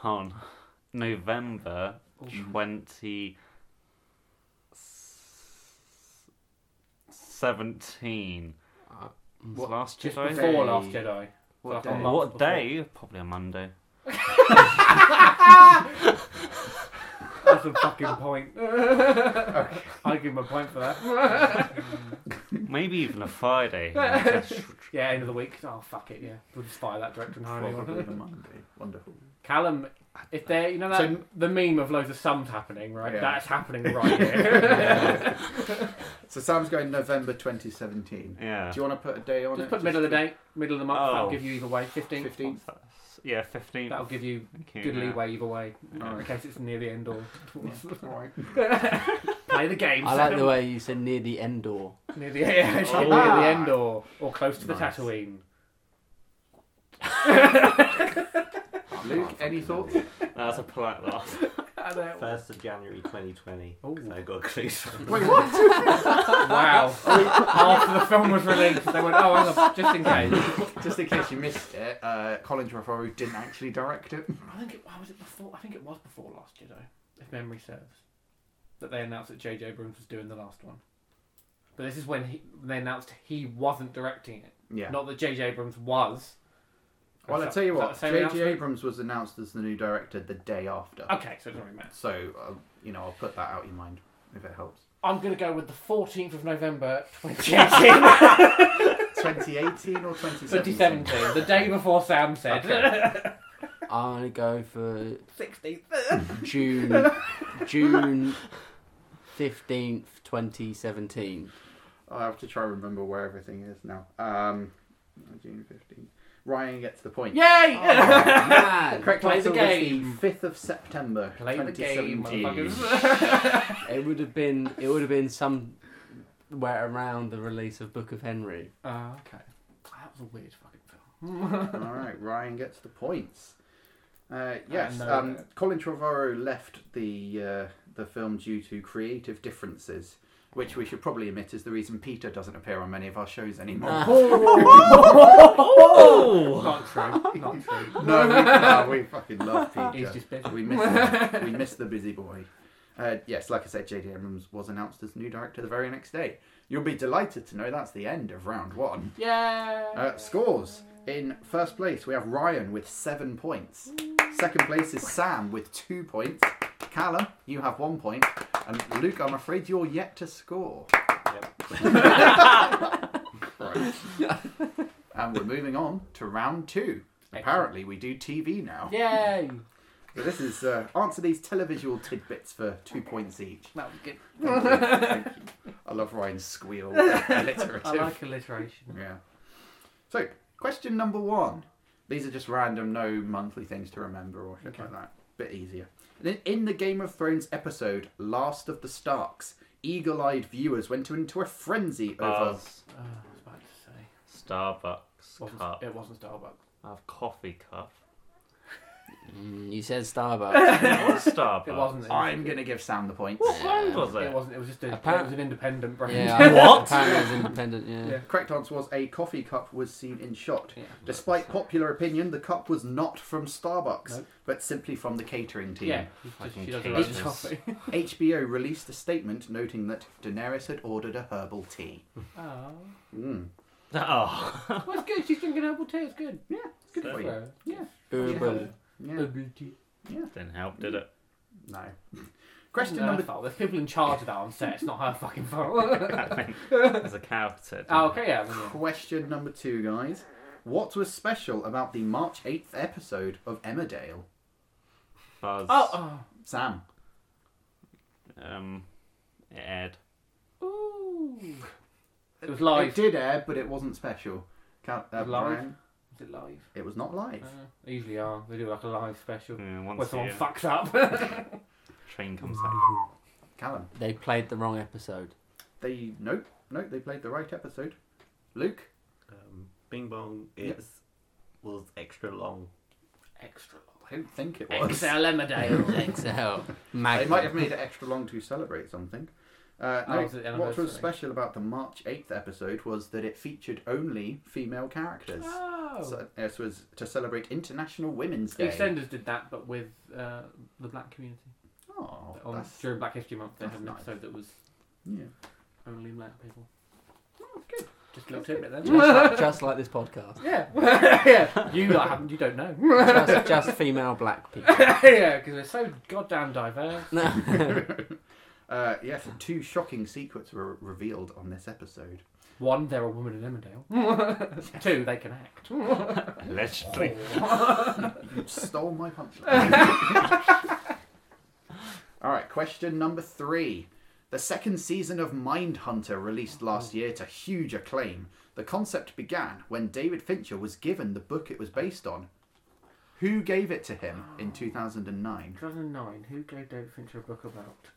on November 20. 17.
Uh,
Was last
Just
Jedi?
before
Day.
Last Jedi.
What
Like a
day?
month
What
before.
day? Probably a Monday.
That's a fucking point. I give him a point for that.
Maybe even a Friday. Just-
yeah, end of the week. Oh fuck it. Yeah, we'll just fire that director and hire
Probably
anyone.
the Monday. Wonderful.
Callum, if they, you know that
So-
the meme of loads of sums happening, right?
Yeah.
That's happening right here.
So Sam's going November 2017.
yeah.
Do you want to put a day on it?
just put middle of the day, middle of the month. That'll
Oh.
give you either way. 15th.
15th.
Yeah, 15.
That'll give you
Thank you,
good
yeah.
leeway either way,
Yeah.
in case it's near the end or
Alright.
play the game.
I like
Sam.
the way you said near the end door.
near the, yeah, actually, near
Ah.
the end or or close to
Nice.
the Tatooine.
Luke, any thoughts?
That's a polite laugh.
I don't-
First of January 2020.
Ooh.
So I got a clue. from-
Wait, what?
Wow. After the film was released, they went, oh, hang on, just in case.
Just in case you missed it, uh, Colin Trevorrow didn't actually direct it.
I think it was it before. I think it was before Last Jedi, if memory serves, that they announced that J.J. Abrams was doing the last one. But this is when he, when they announced he wasn't directing it.
Yeah.
Not that J.J. Abrams was.
well,
Is
I
that-
tell you
is that
what,
the same
J.J.
announcement?
Abrams was announced as the new director the day after.
Okay, so it doesn't really matter.
So, uh, you know, I'll put that out your mind if it helps.
I'm gonna go with the 14th of November 2018,
2018 or 2017?
2017, the day before Sam said.
I'm gonna go for
16th.
June, June fifteenth, twenty seventeen.
I have to try and remember where everything is now. Um, June 15th. Ryan gets the point.
Yay!
man,
Correct
Play the
answer was
game.
the 5th of September.
Play the game,
2017.
motherfuckers.
it would have been it would have been somewhere around the release of Book of Henry.
Uh, okay. That was a weird fucking film.
All right, Ryan gets the points. Uh, yes,
know
um,
that.
Colin Trevorrow left the uh, the film due to creative differences, which we should probably admit is the reason Peter doesn't appear on many of our shows anymore.
Not true. Not true.
no, we, no, we fucking love Peter.
He's just busy.
We miss him. we miss the busy boy. Uh, yes, like I said, J.D. Abrams was announced as new director the very next day. You'll be delighted to know that's the end of round one.
Yeah.
Uh, scores. In first place, we have Ryan with seven points. Second place is Sam with two points. Callum, you have one point. And Luke, I'm afraid you're yet to score. Right. and we're moving on to round two. Apparently, we do TV now.
Yay!
So this is uh, answer these televisual tidbits for two points each.
That was good.
Thank you, thank you. I love Ryan's squeal. Alliterative.
I like alliteration.
Yeah. So, question number one. These are just random, no monthly things to remember or shit like that. Bit easier. In, in the Game of Thrones episode Last of the Starks, eagle-eyed viewers went into a frenzy over.
Buzz.
Oh, I was about to say.
Starbucks cup.
Wasn't, it wasn't Starbucks.
I have coffee cup.
Mm, you said Starbucks.
It was Starbucks.
It wasn't.
I'm gonna give Sam the points.
What brand was
It
it?
wasn't. It was just a,
Apparent-
it was an independent brand.
yeah, I-
What?
Apparently, it was independent. Yeah.
Yeah.
Correct answer was a coffee cup was seen in shot.
Yeah.
Despite popular opinion, the cup was not from Starbucks,
Nope.
but simply from the catering team.
Yeah,
Fucking
she doesn't
kings.
like coffee.
HBO released a statement noting that Daenerys had ordered a herbal tea.
Oh,
Mm.
Oh.
well, it's good. She's drinking herbal tea. It's good.
Yeah, it's good
Good
for
for
you.
her.
Yeah.
Herbal.
Yeah.
Herbal tea.
Didn't help, did it?
No. Question
No,
number.
it's fault. There's people in charge of that on set. It's not her fucking fault.
I think there's a character.
oh, okay, yeah. then, yeah.
Question number two, guys. What was special about the March 8th episode of Emmerdale?
Buzz.
Oh, oh.
Sam.
Um, it aired.
oh.
Ooh. It was live.
It did air, but it wasn't special. Cal- uh,
Live?
Brian,
Was it live?
It was not live.
Uh, they usually are. They do like a live special
Yeah,
where
Mm, once a
someone
year,
fucks up.
train comes out.
Callum.
They played the wrong episode.
They. Nope. Nope. They played the right episode. Luke.
Um, Bing Bong
Yep.
is was extra long.
Extra long.
I don't think it was.
Excel Emmerdale.
Excel.
They
Magnum.
might have made it extra long to celebrate something. Uh,
Oh,
no,
was it the
what was
anniversary?
special about the March 8th episode was that it featured only female characters.
oh.
So, this was to celebrate International Women's
The
Day.
EastEnders did that, but with uh, the black community.
oh,
On,
that's,
during Black History Month, they had
that's
an
nice.
episode that was
yeah.
only black people.
Oh, good.
Just a little tidbit
just,
there.
like, just like this podcast.
yeah. yeah. You lot haven't, you don't know.
Just, just female black people.
yeah, because they're so goddamn diverse.
No.
Uh, yes, two shocking secrets were revealed on this episode.
One, they're a woman in Emmerdale. Two, they can act.
Allegedly.
You stole my punchline. All right, question number three. The second season of Mindhunter released
Oh.
last year to huge acclaim. The concept began when David Fincher was given the book it was based on. Who gave it to him in
Ah.
2009?
2009, who gave David Fincher a book about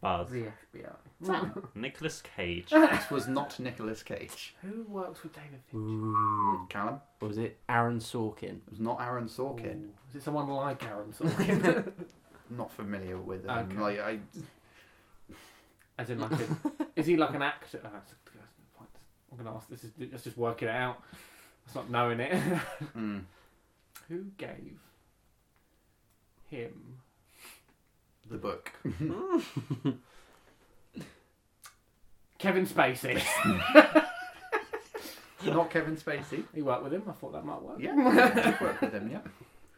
Buzz.
the FBI?
Nicholas Cage.
This was not Nicolas Cage.
Who works with David Fincher?
Ooh.
Callum?
What was it Aaron Sorkin?
It was not Aaron Sorkin.
Ooh, Oh, Is it someone like Aaron Sorkin?
Not familiar with him.
Okay.
Like, I,
As in, like, a, is he like an actor? Oh, that's- that's no point. I'm gonna ask. This is that's just working it out. That's not knowing it.
mm,
Who gave him?
the book.
Kevin Spacey.
not Kevin Spacey.
he worked with him. I thought that might work.
Yeah, you work with him, yeah.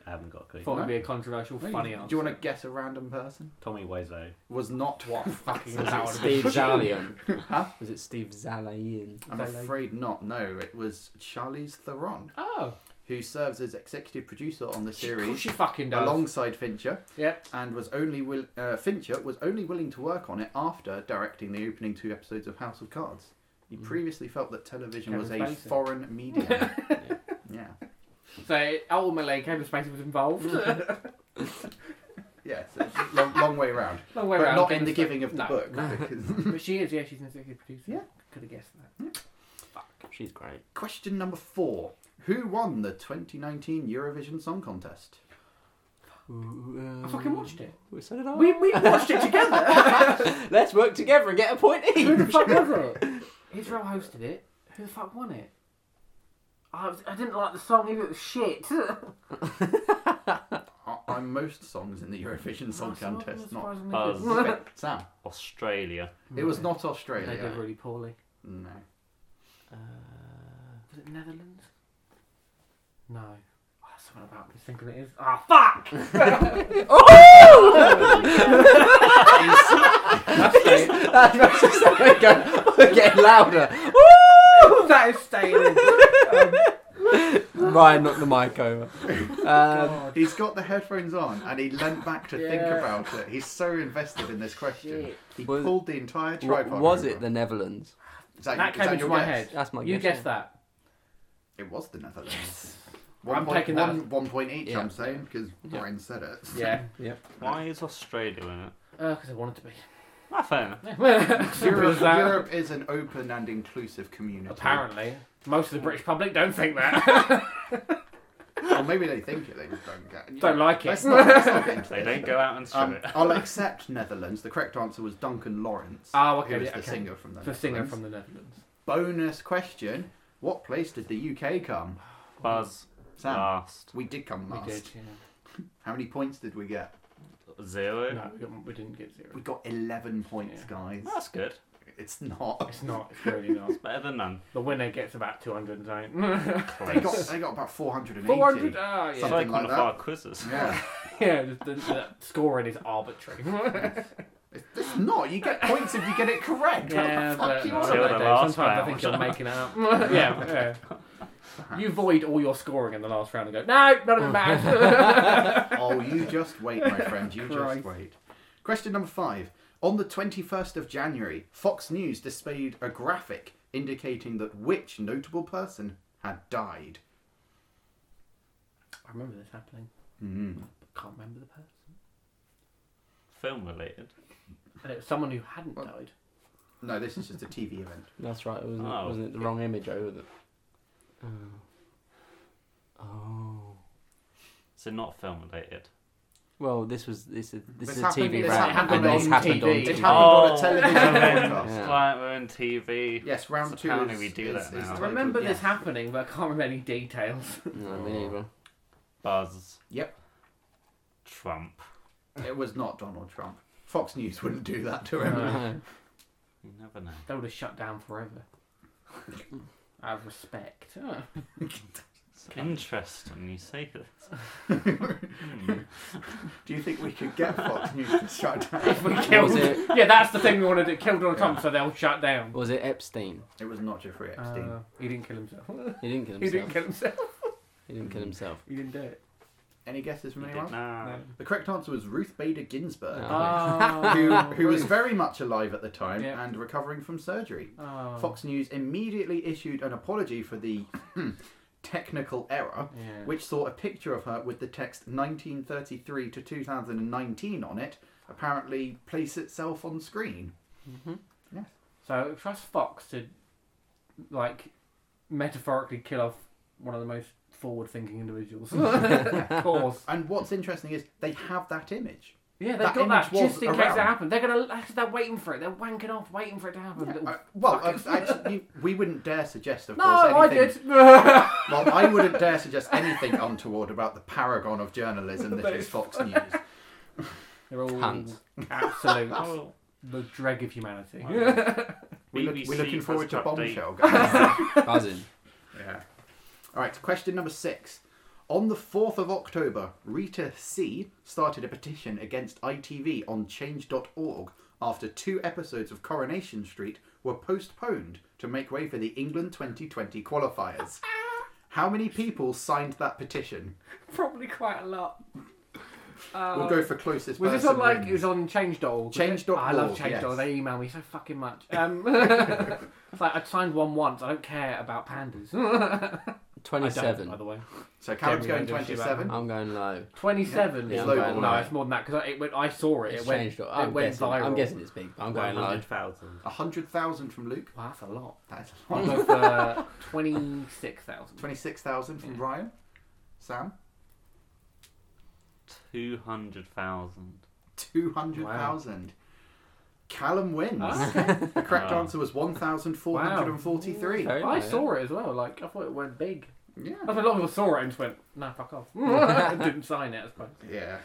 I haven't got a clue.
Thought it'd be a controversial, funny answer.
Do you want to guess a random person?
Tommy Wiseau.
Was not
What fucking
Was it
loud.
Steve Zalian?
Huh?
Was it Steve Zalian?
I'm
Zalo.
afraid not. No, it was Charlize Theron,
Oh,
who serves as executive producer on the
she, of course
series
she fucking does.
alongside Fincher,
Yep.
and was only will- uh, Fincher was only willing to work on it after directing the opening two episodes of House of Cards. He previously felt that television
Mm. Kevin
was a
Spacey.
foreign medium. yeah,
So it- ultimately, Kevin Spacey was involved.
yeah, so it's a long, long way round,
No way
but
around,
not
Kevin
in the
Spa-
giving of the
No.
book. because-
But she is. Yeah, she's an executive producer.
Yeah.
Could have guessed that.
She's great.
Question number four: Who won the 2019 Eurovision Song Contest?
Ooh,
I fucking
um,
watched it.
So did I.
We, we watched it together.
Let's work together and get a point
Who the
each.
fuck was it? Israel hosted it. Who the fuck won it? I, was, I didn't like the song either. It was shit.
I- I'm most songs in the Eurovision Song Contest, not
Buzz.
They
Sam.
Australia.
It was not Australia.
Uh,
did really poorly.
No.
Was it Netherlands? No. Oh, that's something about I'm thinking it is. Ah, fuck!
That's not just like going, we're getting louder.
that is staying in.
Ryan knocked the mic over. Um,
God.
He's got the headphones on and he leant back to think
Yeah.
about it. He's so invested in this question.
Shit.
He
Was-
pulled the entire
w-
tripod.
was
over.
it the Netherlands?
Is that,
That
is
came
that
into
your
my
guess?
head.
That's my
You
guess.
guessed that.
It was the Netherlands.
I'm
point-
taking that
one, one point each,
Yeah.
I'm saying, because
Yeah.
Brian said it.
Yeah.
Why is Australia in it?
Because I wanted to be.
Ah, fair enough.
Simple
Europe,
as that.
Europe is an open and inclusive community.
Apparently, most of the British public don't think that.
Or maybe they think it, they just don't get it.
don't like it.
Let's not- let's not get into
They
it.
don't go out and
Um,
shoot
I'll accept Netherlands. The correct answer was Duncan Lawrence.
Oh, okay,
who is
yeah,
the
okay.
singer from the
the singer
Netherlands.
from the Netherlands.
Bonus question. What place did the UK come?
it. Buzz
Sam,
last.
we did come last.
We did, yeah.
How many points did we get?
Zero.
No, we got- we didn't get
We
zero.
got 11 points,
Yeah. Ah.
guys.
That's good.
It's not.
It's not. It's really not.
Better than none.
The winner gets about 209.
They got, they got about 480.
400? Ah,
It's
yeah.
Something
like one
like
of
that.
our quizzes.
Yeah.
yeah the, the, the scoring is arbitrary.
It's, it's not. You get points if you get it correct. How
yeah,
the fuck
but
you
no,
want
Till
no,
the
it?
no,
last
sometimes I
round.
think you're making it up. yeah, yeah. You void all your scoring in the last round and go, no, none of it matters.
Oh, you just wait, my friend. You
Christ.
just wait. Question number five. On the 21st of January, Fox News displayed a graphic indicating that which notable person had died.
I remember this happening.
Mm.
but Can't remember the person.
Film related.
And it was someone who hadn't died.
No, this is just a TV event.
That's right. Wasn't, it,
Oh.
wasn't it the wrong image over the? Oh.
So not film related.
Well, this was this is this,
This
is a
happened-
TV
this
round,
happened
and this
on TV.
happened on
It
TV.
happened
Oh.
on a television broadcast.
Yeah.
Client we're on TV.
Yes, round
So
two.
apparently
is,
we do
is-
that
is
now.
I
titled-
remember
yeah.
this happening, but I can't remember any details.
Oh. No, me neither.
Buzz.
Yep.
Trump.
It was not Donald Trump. Fox News wouldn't do that to him.
No.
You never know.
They would have shut down forever. Out of respect. Oh.
It's interesting you say this.
Uh.
Hmm.
Do you think we could get Fox News to shut down?
If we
was
killed,
it?
yeah, that's the thing we want to do. Kill Donald
Yeah.
Trump so they'll shut down.
Was it Epstein?
It was not Jeffrey Epstein.
Uh, he didn't kill himself.
He didn't kill
he
himself.
didn't kill himself.
kill himself.
He didn't do it.
Any guesses from
You did
anyone?
not.
The correct answer was Ruth Bader Ginsburg,
No.
Oh,
who, who was very much alive at the time
Yeah.
and recovering from surgery.
Oh.
Fox News immediately issued an apology for the technical error,
Yeah.
which saw a picture of her with the text 1933 to 2019 on it apparently place itself on screen.
So trust Fox to, like, metaphorically kill off one of the most forward-thinking individuals. of course.
And what's interesting is they have that image.
Yeah, they've
That
got that
image was
just in case it
around.
happened. They're gonna, actually, they're waiting for it. They're wanking off, waiting for it to happen. Little
Uh, well, uh,
fuckers.
actually, you- we wouldn't dare suggest, of
no,
course,
I
anything.
did. that
Well, I wouldn't dare suggest anything untoward about the paragon of journalism that
That
is
is
Fox News.
They're all
Cunts.
absolute,
Oh,
the dreg of humanity.
We look,
BBC
we're looking forward
has
to
got the-
Bombshell, guys.
Buzzing.
yeah. All right, question number six. On the 4th of October, Rita C started a petition against ITV on change.org after two episodes of Coronation Street were postponed to make way for the England 2020 qualifiers. How many people signed that petition?
Probably quite a lot.
We'll go for closest
Was this
person.
on like it
wins.
was on Change.org? was it?
Change.org,
I love Change.org.
yes.
They email me so fucking much. Um, it's like I signed one once. I don't care about pandas. I don't, by
Twenty-seven.
the way.
So Karen's
Jeremy,
going
I don't give a shit about
27.
I'm going low.
Twenty-seven.
Yeah,
is
I'm
low.
going
no,
low.
it's more than that because it went. I saw it.
It's
it went.
changed.
It
I'm,
went
guessing,
viral.
I'm guessing it's big. but I'm going low.
100,000.
100,000 from Luke.
Wow, that's a lot.
That is a
I'll
lot.
go for twenty-six thousand.
26,000 from Ryan. Sam.
200,000.
200,000. Callum wins. The correct
Wow.
answer was 1,443.
Wow.
I
Yeah.
saw it as well. Like I thought it went big.
Yeah.
I think a lot of people saw it and just went, "Nah, fuck off." and didn't sign it. I suppose.
Yeah.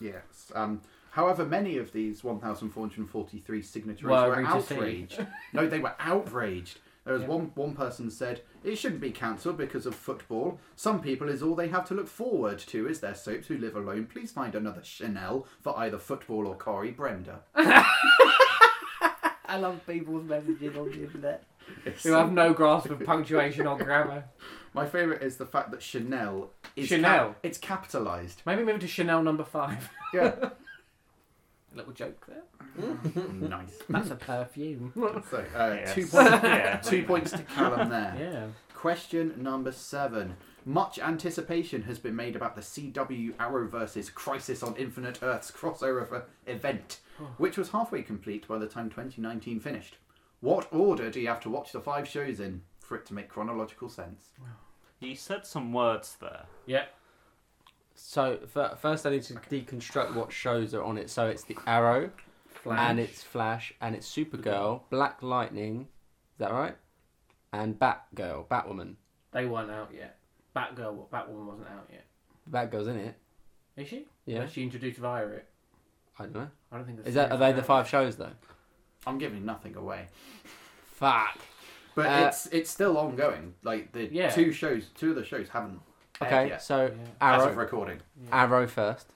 Yes. Um, however, many of these 1,443 signatories
Were
were
Rita C.
outraged. no, they were outraged. There was
Yeah.
one one person said it shouldn't be cancelled because of football. Some people is all they have to look forward to is their soaps who live alone. Please find another Chanel for either football or Corey Brenda.
I love people's messages on the internet.
who have no grasp of punctuation or grammar.
My favourite is the fact that Chanel is
Chanel.
cap- it's capitalised.
Maybe move to Chanel number five.
Yeah,
A little joke there.
nice.
That's a perfume.
So uh,
Yes.
two points.
Yeah.
Two points to Callum there.
yeah.
Question number seven. Much anticipation has been made about the CW Arrow versus Crisis on Infinite Earths crossover f- event, which was halfway complete by the time 2019 finished. What order do you have to watch the five shows in for it to make chronological sense?
You said some words there.
Yeah.
So f- first, I need to deconstruct what shows are on it. So it's the Arrow,
Flash.
and it's Flash, and it's Supergirl, Black Lightning. Is that right? And Batgirl, Batwoman.
They weren't out yet. Batgirl, Batwoman wasn't out yet.
Batgirl's in it.
Is she?
Yeah.
Was she introduced via it?
I don't know.
I don't think. the
Is that are
series
they
was
the
out.
five shows though?
I'm giving nothing away,
Fuck.
but
Uh,
it's it's still ongoing. Like the
Yeah.
two shows, two of the shows haven't aired
Okay,
yet
Yeah.
so
as of
Arrow,
recording.
Arrow first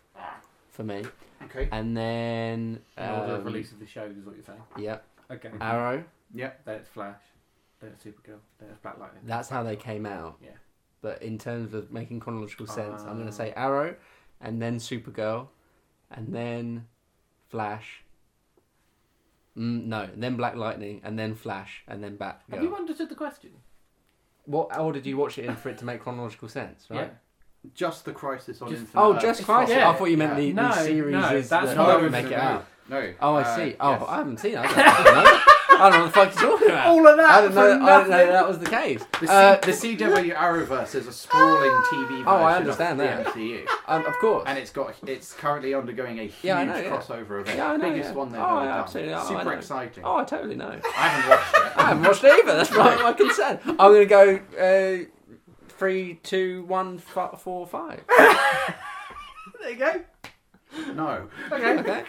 for me,
Okay.
and then
In order
um,
of release of the shows is what you're saying.
Yep,
Okay.
Arrow.
then it's Flash. Then it's Supergirl. Then it's Black Lightning.
That's how they came out.
Yeah.
But in terms of making chronological sense, I'm going
Ah.
to say Arrow, and then Supergirl, and then Flash. Mm, no, and then Black Lightning, and then Flash, and then
Have you
Batgirl.
understood the question?
What order did you watch it in for it to make chronological sense? Right.
Just the Crisis on
Just-
Infinite
Oh,
Earths
just
crossover.
Crisis.
Yeah.
I thought you meant the,
No,
the series
no, that's
is that
what I
don't
was
make it
gonna
out.
No.
Oh, I
uh,
see. Oh,
yes.
I haven't seen it. I don't, know. I don't know what the fuck you're talking about.
All of that
I didn't
for
know. I didn't know
nothing.
that was the case.
The, C-
Uh,
the CW Arrowverse is a sprawling TV version
Oh, I understand
of the
that.
MCU,
um, of course.
and it's got it's currently undergoing a huge
Yeah, I know, yeah.
crossover event,
Yeah, I know,
biggest
yeah.
one they've
Oh,
ever
yeah,
done.
absolutely, oh, I
Super
know.
exciting.
Oh, I totally know.
I haven't watched
I haven't watched it either. That's my, my concern. I'm going to go uh, three, two, one, f- four, five.
There you go.
it. No.
Okay.
Okay.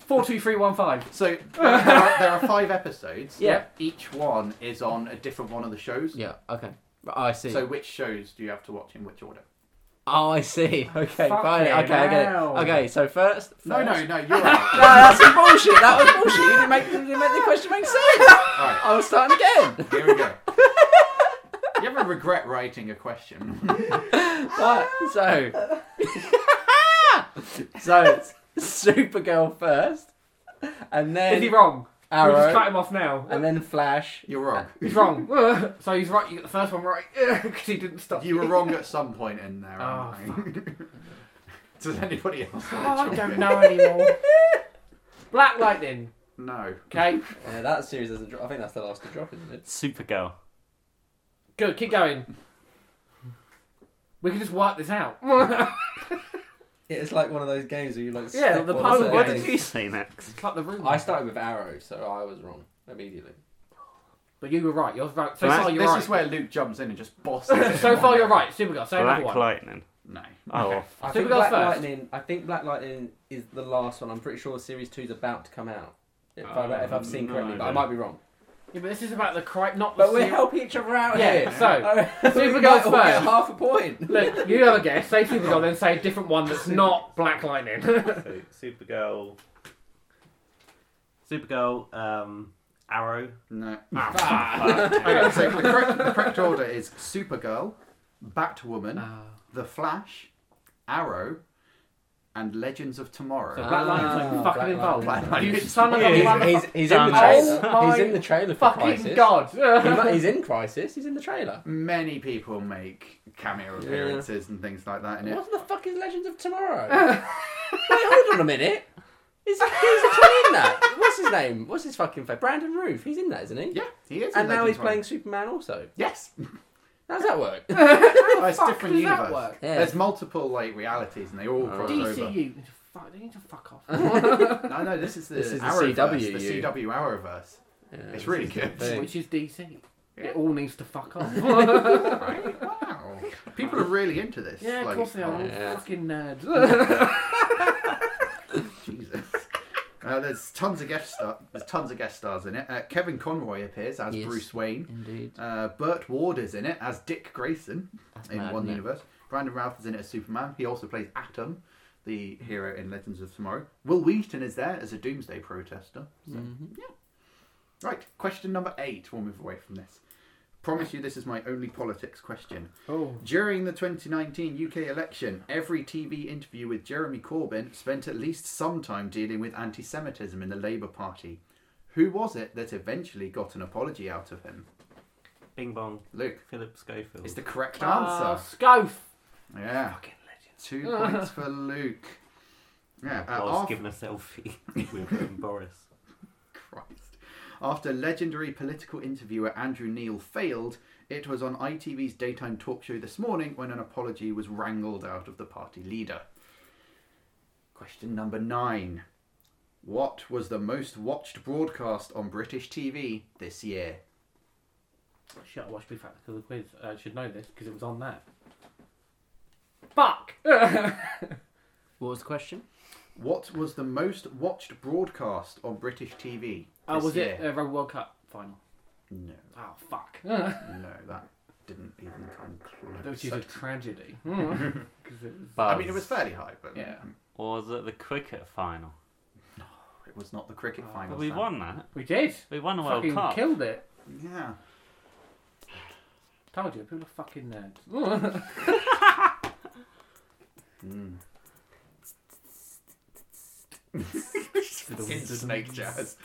Four two three one five.
So there are, there are five episodes.
Yeah.
Each one is on a different one of the shows.
Yeah. Okay. Oh, I see.
So which shows do you have to watch in which order?
oh, I see.
Fucking
Okay. Fine. Okay, I get it.
hell.
Okay. So first. first.
No, no,
No,
no. You're out.
that's some bullshit. That was bullshit. You didn't make, you didn't make the question make sense.
All right.
I was starting again.
Here we go. You ever regret writing a question?
Right. So. so it's Supergirl first, and
Is he
then
wrong? We'll just cut
Arrow,
him off now.
and then Flash.
You're wrong.
He's wrong. so he's right. You got the first one right because he didn't stop.
You were wrong at some point in there. aren't
Oh,
you? Does anybody else?
Oh, I don't know anymore. Black Lightning.
No.
Okay.
Yeah, that series doesn't drop. I think that's the last to drop, isn't it?
Supergirl.
Good. Keep going. We can just work this out.
It's like one of those games where you like.
Yeah,
step
the
on a
puzzle
certain
game.
what did
thing.
you say next?
Cut the room.
I started with arrow, so I was wrong immediately.
But you were right. You're right. So
Black-
far, you're
this
right.
is where Luke jumps in and just bosses. it
so
in
far,
one
you're
go.
right. Supergirl. Say another
Black
one.
Lightning.
No.
Oh,
Okay.
well.
I
So
think
we go
Black
first.
Lightning. I think Black Lightning is the last one. I'm pretty sure Series Two is about to come out. If, I,
Oh,
if I've
Um,
seen
no
correctly, but I
idea.
might be wrong.
Yeah, but this is about the cri- not the.
But we're
ser-
helping each other out
Yeah,
here.
so,
we
Supergirl
might all get
first.
half a point.
Look, you have a guess. Say Supergirl, then say a different one that's not Black Lightning.
So Supergirl, Supergirl, um, Arrow.
No.
Ah,
Fuck.
Ah, Okay, so the correct, the correct order is Supergirl, Batwoman,
Uh,
The Flash, Arrow, and Legends of
So
Tomorrow.
Black Lightning's not even
Ah,
fucking
Black
involved.
Lightning. Black
You
Lightning.
son of a
He's-
mother-
He's, he's in the
Oh
trailer.
my
he's in the trailer for
fucking
Crisis.
god.
He mu- He's in Crisis. He's in the trailer.
Many people make cameo appearances and things like that in it.
What the fuck is Legends of Tomorrow? Wait, hold on a minute. Is he's actually in that? What's his name? What's his fucking face? Brandon Roof. He's in that, isn't he?
Yeah, he is. in
And now
Legends
he's
of
playing Superman also.
Tomorrow. Yes.
How does that work?
Oh, it's
fuck
different
does that
universe.
work?
Yeah.
There's multiple like realities, and they all cross over.
DCU. Need to fuck- They need to fuck off.
No, no, this is the
This is the
Arrowverse,
CW.
the CW Arrowverse. it's really good.
Which is DC. It all needs to fuck off.
Right? Wow, people are really into this.
yeah, of
like, oh,
course they are.
yeah.
All fucking nerds.
Jesus. Uh, there's tons of guest star. There's tons of guest stars in it. Uh, Kevin Conroy appears as
Yes.
Bruce Wayne.
Indeed.
Uh, Burt Ward is in it as Dick Grayson
That's
in
mad,
one
isn't it?
universe. Brandon Routh is in it as Superman. He also plays Atom, the hero in Legends of Tomorrow. Will Wheaton is there as a Doomsday protester. So,
Mhm.
Right, question number eight. We'll move away from this. Promise you, this is my only politics question.
Oh.
During the 2019 UK election, every TV interview with Jeremy Corbyn spent at least some time dealing with anti Semitism in the Labour Party. Who was it that eventually got an apology out of him?
Bing bong.
Luke,
Philip Schofield.
it's the correct
Ah,
answer.
Scoff.
Yeah.
fucking legend.
Two points for Luke. Yeah,
I
uh,
was
af-
Oh, given a selfie with um, Boris.
Christ. After legendary political interviewer Andrew Neil failed, it was on ITV's daytime talk show this morning when an apology was wrangled out of the party leader. Question number nine. What was the most watched broadcast on British TV this year?
Shit, I watched Big Fat because of the quiz. I should know this because it was on there. Fuck. oh,
What was the question?
What was the most watched broadcast on British TV? this
was
year?
it uh, Rugby World Cup final?
No,
Oh fuck.
no, that didn't even come close.
Which is a tragedy. 'Cause it was-
I mean, it was fairly high, but
Yeah.
Or was it the cricket final?
it was not the cricket
Oh,
final.
But we
Sam.
won that.
We did.
We won the World
fucking
Cup.
killed it.
Yeah.
Told you, people are fucking nerds.
Mm.
It's
snake jazz.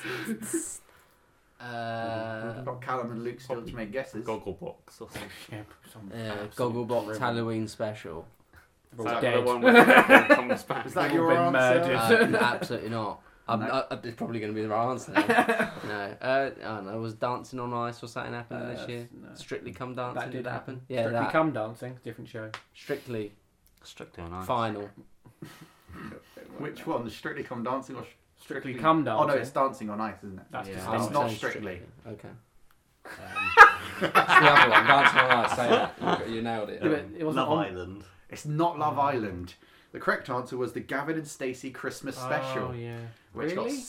Uh,
Got Callum and Luke still to make guesses.
Gogglebox or something.
yeah, some
uh,
absolute
Gogglebox
drivel.
Halloween special.
Is
all
that
dead.
the one where everyone comes back?
Is that
We've
your
all been
answer?
murdered.
Uh, no, absolutely not. I'm,
No.
I, I- it's probably going to be the right answer. Now. no, uh, I don't know. Was Dancing on Ice or something happening
Uh,
this year?
no.
Strictly Come Dancing
That did happen.
Yeah,
Strictly
that.
Come Dancing, different show.
Strictly
Strictly on ice.
final.
Uh, Which one? The Strictly Come Dancing or
Strictly Come
Oh no,
Dancing.
it's Dancing on Ice, isn't it?
That's
Yeah.
just
Oh,
I'm
It's
dancing.
not
saying
Strictly.
Okay.
Um,
It's the other one. Dancing on Ice. Say that. You, you nailed it.
Yeah, but
um,
it wasn't
Love
on-
Island.
It's not Love
Mm.
Island. The correct answer was the Gavin and Stacey Christmas
Oh,
special,
yeah.
which got
really?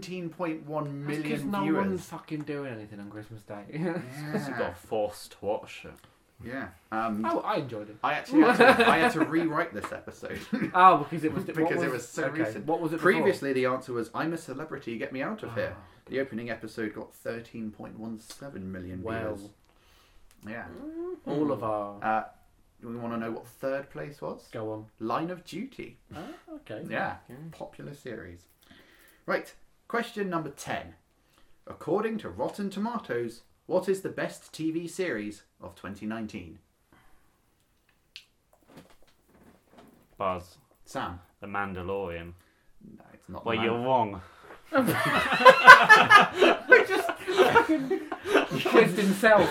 17.1
Because
million
no one's
viewers.
fucking doing anything on Christmas Day.
Because you
Yeah.
got forced to watch it.
yeah. Um,
oh, I enjoyed it.
I actually had to, I had to rewrite this episode.
Oh, because it was what
Because it was so
okay,
recent.
What was it before? Ah.
Previously, the answer was "I'm a celebrity, get me out of here." The opening episode got 13.17 million
Well, Hmm.
viewers. Yeah.
all of our
Uh, we want to know what third place was?
go on.
Line of Duty.
Oh, okay.
Yeah. Popular series. Right. Question number 10. According to Rotten Tomatoes, what is the best TV series of 2019?
Buzz.
Sam.
The Mandalorian.
No, it's not. the
Well,
man.
you're wrong.
Quizzed himself.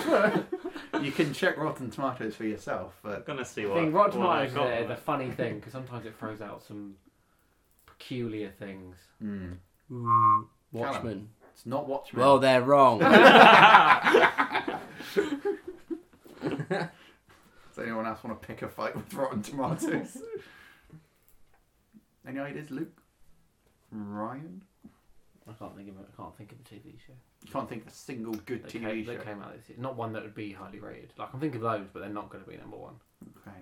You can check Rotten Tomatoes for yourself, but
gonna see
I
what.
think Rotten
what I
Tomatoes
got.
is a funny thing because sometimes it throws out some peculiar things.
hmm,
Watchmen.
it's not Watchmen.
Well, they're wrong.
Does anyone else want to pick a fight with Rotten Tomatoes? Any ideas, Luke? Ryan?
I can't think of it. I can't think of a TV show.
You can't think of a single good
That,
TV
came,
show.
that came out this year. Not one that would be highly rated. Like I'm thinking of those, but they're not going to be number one.
Okay.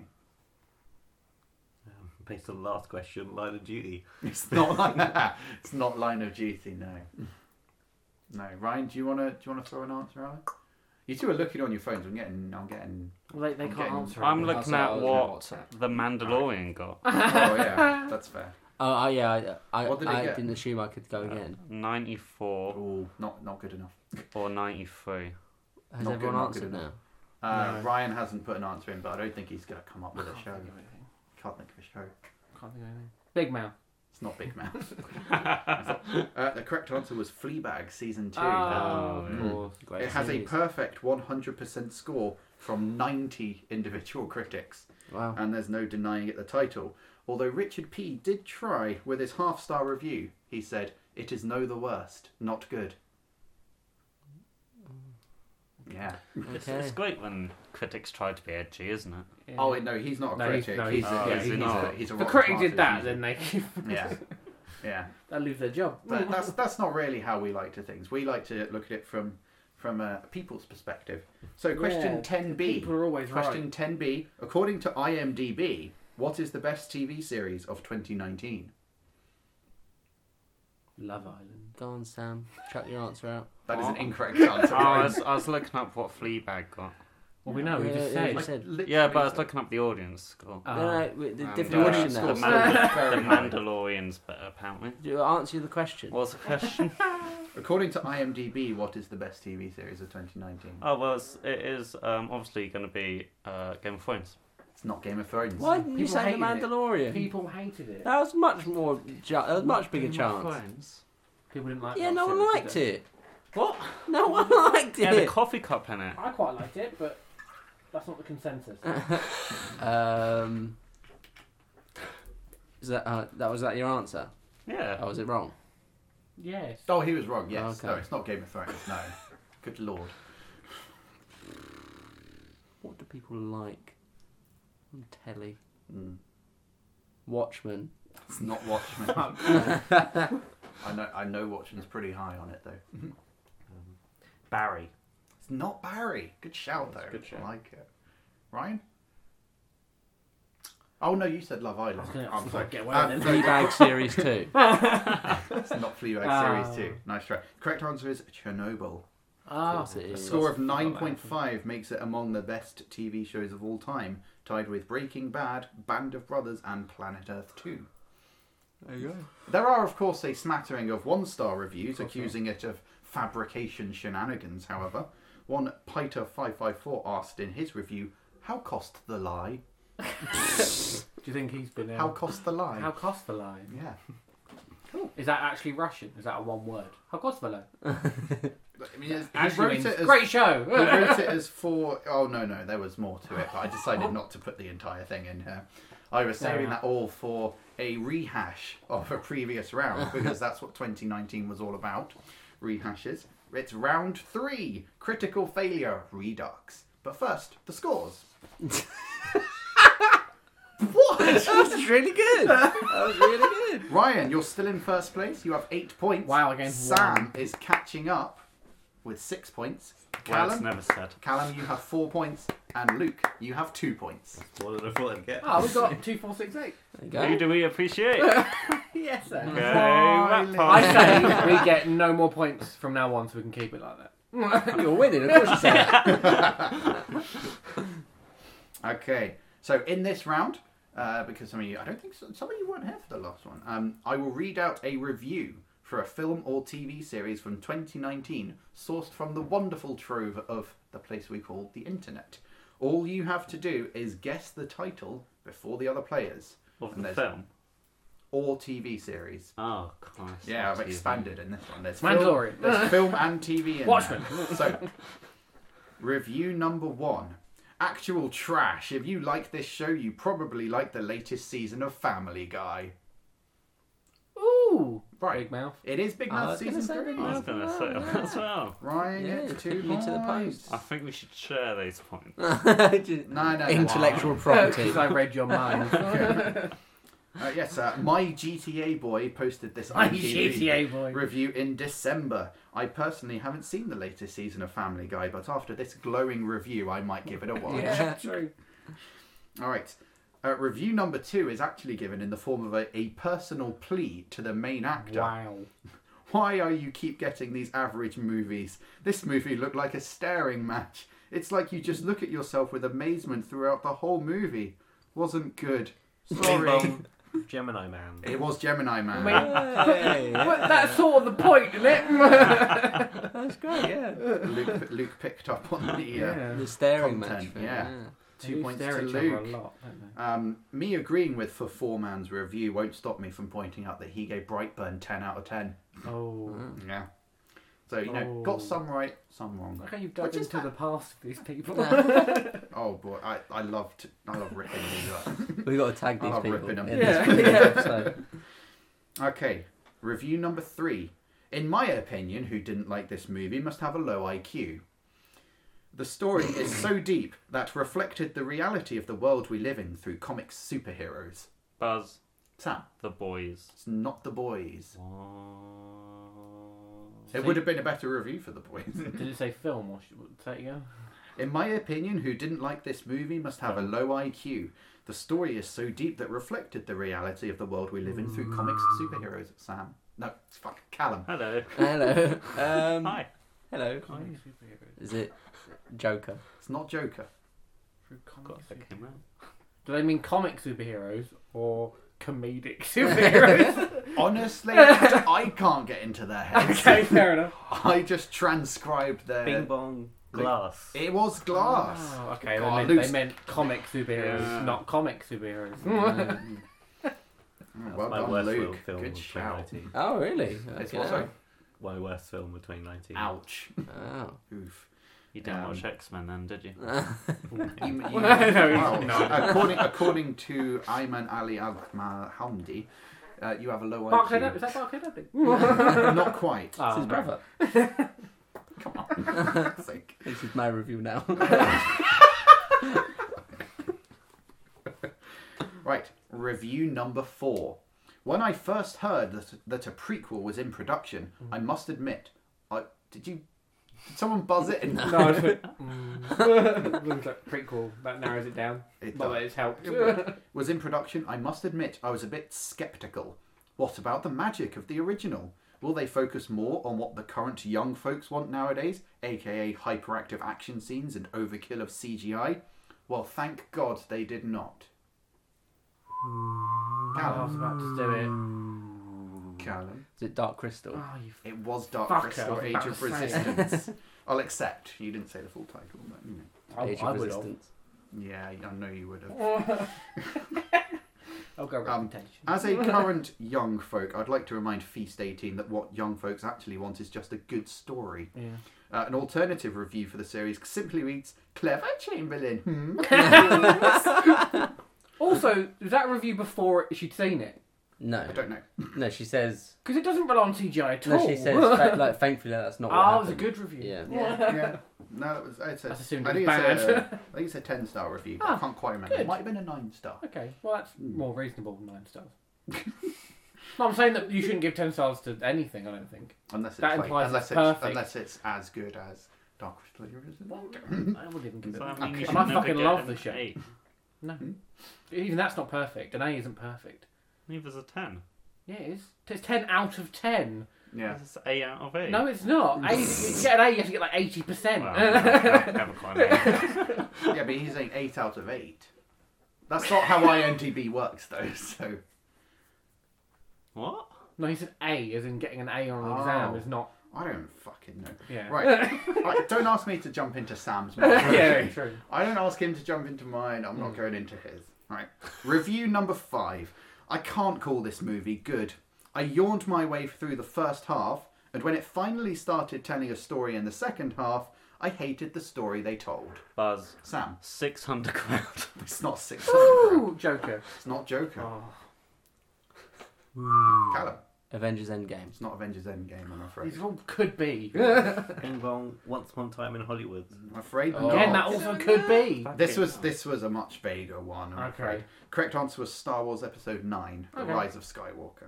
Um, based on the last question, Line of Duty.
It's not like that. It's not Line of Duty, no. No, Ryan, do you wanna do you wanna throw an answer out? You two are looking on your phones. I'm getting, I'm getting.
Well, they, they
I'm
can't
getting-
answer.
I'm
it.
That's
looking at
all
what
on WhatsApp.
the Mandalorian got.
Oh yeah, that's fair.
Oh, I- yeah. I, I,
What did it
I
get?
didn't assume I could go again.
94
Oh, not not good enough.
or 93.
Has
Not good,
everyone
not
answered
good
now?
Uh,
No.
Ryan hasn't put an answer in, but I don't think he's gonna come up
I
with a
can't
show.
think of anything.
Can't think of a show.
Can't think of anything. Big Mouth.
It's not Big Mouth. uh, the correct answer was Fleabag season two. Um,
Oh,
Mm.
of course.
Great
It has a
series.
perfect 100% score from 90 individual critics,
wow.
and there's no denying it the title. Although Richard P. did try with his half star review, he said, It is no the worst, not good. Yeah.
It's,
Okay.
it's great when critics try to be edgy, isn't it?
Yeah.
Oh, wait, no, he's not a
No, he's-
critic.
no,
He's,
he's-
a-
oh,
yeah,
is
he's,
he
a-
not?
he's a
the
Rotten
critic did
Tomatoes
that, then
user.
they.
Yeah. Yeah.
They'll lose their job.
But that's that's not really how we like to things. We like to look at it from from a people's perspective. So question
Yeah,
10b.
People are always
Question
right.
10b. According to IMDb, what is the best TV series of 2019?
Love Island.
Go on, Sam. Chuck your answer out.
That is an
Oh.
incorrect answer.
Oh, I, was, I was looking up what Fleabag got.
Well, we know. We
Yeah,
just
yeah,
said.
you
Like,
said.
literally
Yeah, but I was
so.
looking up the audience score.
Oh.
Ah.
no, no, wait, the
And,
different
uh,
question
score
now.
Um, The,
Very
Mandal- the
high.
Mandalorian's, but apparently.
Do you answer the question?
What was the question?
According to IMDb, what is the best TV series of 2019?
oh, well, it's, it is um, obviously going to be uh, Game of Thrones.
It's not Game of Thrones.
Why didn't you
People
say the
hated it.
Mandalorian?
People hated it.
That was much more. Ju- that was much bigger chance.
People didn't like.
Yeah,
that
no
shit,
one
did
liked
they?
it.
What?
No one liked
Yeah, the
it.
coffee cup in it.
I quite liked it, but that's not the consensus.
Um. Is that uh, that was that your answer?
Yeah.
Or was it wrong?
yes.
Oh, he was wrong. Yes.
Okay.
No, it's not Game of Thrones. No. Good lord.
What do people like on telly?
Hmm.
Mm.
Watchmen.
It's not Watchmen.
Ah.
I know. I know Watchmen's pretty high on it though.
Barry.
It's not Barry. Good shout though.
good shout.
I like it. Ryan. Oh no, you said Love Island.
was gonna- I
I'm
was
sorry.
gonna get away
Uh,
with it.
sorry.
Fleabag series two.
It's not Fleabag
Ah.
series two. Nice try. Correct answer is Chernobyl.
Ah,
course it
A
is.
score of
that's not bad.
9.5 makes it among the best TV shows of all time, tied with Breaking Bad, Band of Brothers, and Planet Earth 2.
There you go.
There are, of course, a smattering of one star reviews
course
accusing it of fabrication shenanigans, however. One Piter554 asked in his review, How cost the lie?
do you think he's been? Um,
How cost the lie?
how cost the line?
Yeah.
Is that actually Russian? Is that a one word? How cost the line?
I mean, it's- he
Actually,
wrote
means,
it as.
great
He
show.
wrote it as four oh no, no, there was more to it, but I decided not to put the entire thing in here. I was saving that all for a rehash of a previous round because that's what 2019 was all about rehashes. It's round three critical failure redux. But first, the scores. what?
That was really good. That was really good.
Ryan, you're still in first place. You have eight points.
Wow, against
Sam is catching up with six points.
Well, it's
Callum?
never said.
Callum, you have four points, and Luke, you have two points.
What did I thought I'd get?
Ah, we got two, four, six, eight.
There you
Who
go.
do we appreciate? okay,
Yes, sir.
that
Smiley.
I
part.
say we get no more points from now on, so we can keep it like that.
You're winning, of course you said.
Okay, so in this round, uh, because some of you, I don't think so, some of you weren't here for the last one, um, I will read out a review for a film or TV series from 2019, sourced from the wonderful trove of the place we call the internet. All you have to do is guess the title before the other players.
Of
And
the
there's-
film.
Or TV series.
Oh, Christ.
Yeah, I've
that's easy.
expanded in this one. There's
Mandalorian.
Film, there's film and TV in
Watchmen.
there. So, review number one. Actual trash. If you like this show, you probably like the latest season of Family Guy.
Ooh,
Right.
big mouth.
It is Big
I
Mouth
was
season
gonna say Big
three.
I was
Mouth.
going to say that as well.
Ryan,
Yeah,
it's two
you to the
points.
I think we should share these points.
Just-
No, no,
Intellectual property.
Because I read your mind.
Uh, yes, uh, my GTA boy posted this
My
IMDb
GTA boy.
review in December. I personally haven't seen the latest season of Family Guy, but after this glowing review, I might give it a watch.
Yeah.
True.
All right. Uh, review number two is actually given in the form of a, a personal plea to the main actor.
Wow.
Why are you keep getting these average movies? This movie looked like a staring match. It's like you just look at yourself with amazement throughout the whole movie. Wasn't good. Sorry.
Bing Bong, Gemini Man.
it was Gemini Man.
Mate.
Hey,
Well, that's sort of the point, isn't it?
That's great, yeah.
Luke, Luke picked up on the uh,
The staring match.
Content,
thing,
yeah. two points to
They do stare at each other
Luke.
a lot, don't they?
Um, me agreeing with for Four Man's review won't stop me from pointing out that he gave Brightburn 10 out of 10.
Oh.
Yeah. So, you know,
Oh.
got some right, some wrong.
Look how you've dug
Which is
into the past of these people.
Oh boy, I, I love to, I love ripping these up.
We've got to tag these
I'll rip
people
it
in
up.
this
Yeah.
episode.
Okay, review number three. In my opinion, who didn't like this movie must have a low IQ. The story is so deep that reflected the reality of the world we live in through comic superheroes.
Buzz.
Sam,
The Boys.
it's not the boys.
What?
It would have been a better review for the boys.
Did it say film or sh- say it again?
In my opinion, who didn't like this movie must have a low IQ. The story is so deep that reflected the reality of the world we live in through comics and
Mm.
superheroes. Sam. No, fuck, Callum.
Hello.
Hello. Um,
Hi.
Hello.
Oh,
Hi.
Is it Joker?
It's not Joker.
God, that came out.
Do they mean comic superheroes or comedic superheroes?
Honestly, I can't get into their heads.
okay, fair enough.
I just transcribed their.
Bing bong glass.
It was glass.
Oh, okay,
God,
they, meant,
Luke's-
they meant comic superheroes,
Yeah.
not comic superheroes.
Oh,
Mm,
That's
well
my
done,
worst
Luke.
film
Good
of
shout.
2019.
Oh, really?
It's
Okay.
what, sorry?
My worst film of 2019.
Ouch.
Oh.
Oof.
You didn't
Um,
watch X Men then, did you?
uh,
You- you-
No, he's
well,
not.
according, according to Ayman Ali Al Hamdi, uh, you have a low
Barclay
IQ.
Dudley, is that Barclay Dudley?
Not quite.
Oh,
It's his
Ah, no.
brother.
Come on. For fuck's sake.
This is my review now.
Right, review number four. When I first heard that, that a prequel was in production, I must admit, I did you? Did someone buzz it? in?
No, it's like, mm. Looks like prequel that narrows it down.
It
Not
does.
that it's helped.
was in production, I must admit I was a bit skeptical. What about the magic of the original? Will they focus more on what the current young folks want nowadays, aka hyperactive action scenes and overkill of CGI? Well, thank God they did not.
I was
Callum.
about to do
Mm.
it.
Callum.
Is it Dark Crystal?
Oh, you
It was Dark
Fucker,
Crystal
I was
Age
about
of
to say it.
Resistance. I'll accept. You didn't say the full title, but you know.
I,
Age
I
of
would
Resistance.
Yeah, I know you would have.
have. I'll go
Um,
reputation.
As a current young folk, I'd like to remind Feast 18 that what young folks actually want is just a good story.
yeah.
Uh, an alternative review for the series simply reads Clever Chamberlain. Hmm.
Also, was that review before she'd seen it?
I
No.
don't know.
No, she says.
Because it doesn't rely on CGI at all.
No, she says. fa- like, thankfully, that's not. what
Ah, it was a
happened.
good review.
Yeah.
Yeah, yeah. No, that was. It's a,
That's assumed
I
it
think
was
it's
bad.
a- I think it's a 10 star review. I
Ah,
can't quite remember.
good.
It might have been a 9 star.
Okay, well that's more reasonable than nine stars. no, I'm saying that you shouldn't give ten stars to anything. I don't think.
Unless it's,
That
like,
implies
unless,
it's
it's
perfect.
unless it's as good as Dark Crystal Age of Resistance.
I would even give it.
So, I mean, you
Okay.
should
I
never
fucking
get
love
an
the show.
eight.
No, even that's not perfect. An A isn't perfect.
Neither's a ten.
Yeah, it is. It's ten out of ten.
Yeah.
It's A out of eight.
No, it's not. A, you get an A, you have to get like eighty percent.
Well, I don't have a client.
yeah, but he's saying 8 out of 8. That's not how IMDb works, though, so.
What?
no, he said A, as in getting an A on an
Oh.
exam is not.
I don't fucking know.
Yeah.
Right. Right, Don't ask me to jump into Sam's mind.
yeah, true. Mm.
I don't ask him to jump into mine. I'm not going into his. Right. Review number five. I can't call this movie good. I yawned my way through the first half, and when it finally started telling a story in the second half, I hated the story they told.
Buzz.
Sam,
Six underground.
it's not six.
Ooh, Joker.
It's not Joker.
Oh,
Callum,
Avengers Endgame.
it's not Avengers Endgame. I'm afraid.
these all could be.
Bing bong. Once upon a time in Hollywood.
I'm afraid
Oh.
Again, that
not.
also could be.
This was this was a much vaguer one. I'm
Okay.
afraid. Correct answer was Star Wars Episode Nine: The
Okay.
Rise of Skywalker.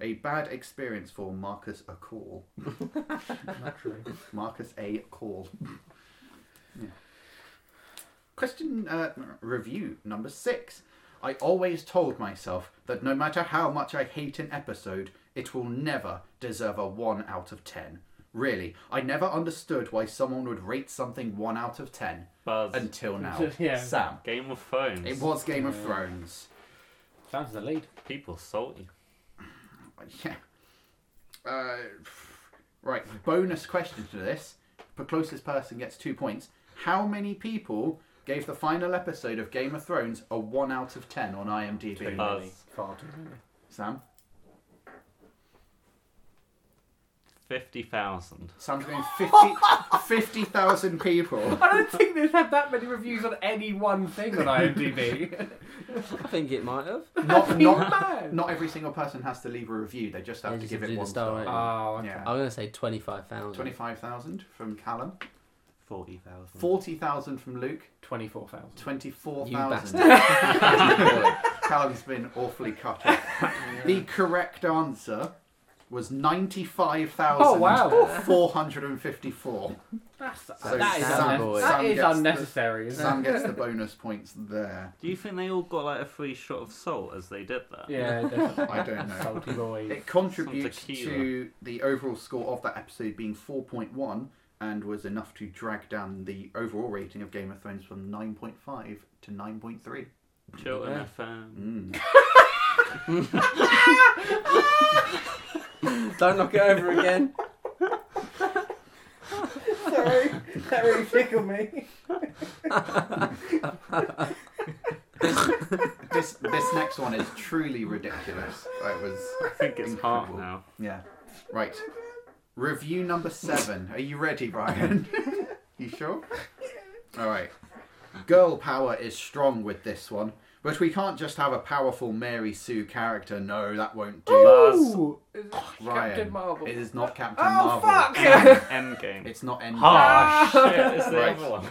A bad experience for Marcus A. Call.
Naturally.
Marcus A. Call. Yeah. Question uh, review number six. I always told myself that no matter how much I hate an episode, it will never deserve a 1 out of 10. Really, I never understood why someone would rate something 1 out of 10
Buzz.
until now.
Yeah.
Sam.
Game of Phones.
It was Game of Thrones.
Sounds the lead.
People salty.
Yeah. Uh, right. Bonus question to this: the closest person gets two points. How many people gave the final episode of Game of Thrones a one out of ten on IMDb?
Uh,
Buzz. Far too many.
Sam.
Fifty thousand.
Sam's going 50 50,000 people.
I don't think they've had that many reviews on any one thing on IMDb.
I think it might have.
Not not
Man.
not every single person has to leave a review. They just have
They
to
just
give
have to
it
do the
one star.
star rating.
Oh, okay.
Yeah.
I'm gonna say twenty-five thousand.
Twenty-five thousand from Callum,
40,000.
forty thousand from Luke,
24,000.
twenty-four
You
thousand. Callum's been awfully cut off. The correct answer was
Oh, wow.
95,454.
That's,
So
that is,
Sam
unne-
boys.
that
Sam
is
gets the-
unnecessary, isn't
Sam
it?
gets the bonus points there.
Do you think they all got like a free shot of salt as they did that?
Yeah, definitely.
I don't know.
Salty boy.
It contributes
tequila.
to the overall score of that episode being 4.1 and was enough to drag down the overall rating of Game of Thrones from 9.5 to 9.3.
Chilton
Yeah.
Hmm.
FM.
Mm.
Don't knock it over again.
Sorry, that really tickled me.
this this next one is truly ridiculous. That was
I think it's hot
Incredible.
now.
yeah. Right. Review number seven. Are you ready, Brian? you sure? All right. Girl power is strong with this one, but we can't just have a powerful Mary Sue character. No, that won't do.
Ooh, is it
Ryan,
Captain Marvel.
It is not Captain
oh
Marvel.
fuck!
Endgame.
It's not Endgame.
Ah, shit, it's the
Right.
other one.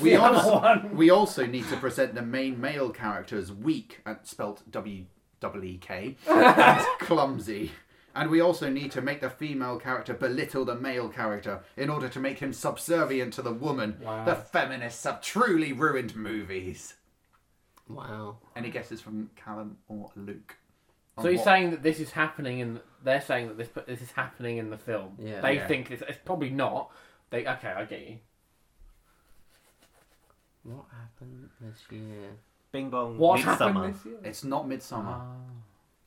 We
The other
also,
one.
we also need to present the main male character as weak, and spelt W double E K, and clumsy. And we also need to make the female character belittle the male character in order to make him subservient to the woman.
Wow.
The feminists have truly ruined movies.
Wow.
Any guesses from Callum or Luke? on
So he's
what-
saying that this is happening, and they're saying that this, but this is happening in the film.
Yeah.
They
Yeah.
think it's, it's probably not. They okay, I get you.
What happened this year?
Bing bong.
What
Midsummer.
happened this year?
it's not Midsummer.
Ah,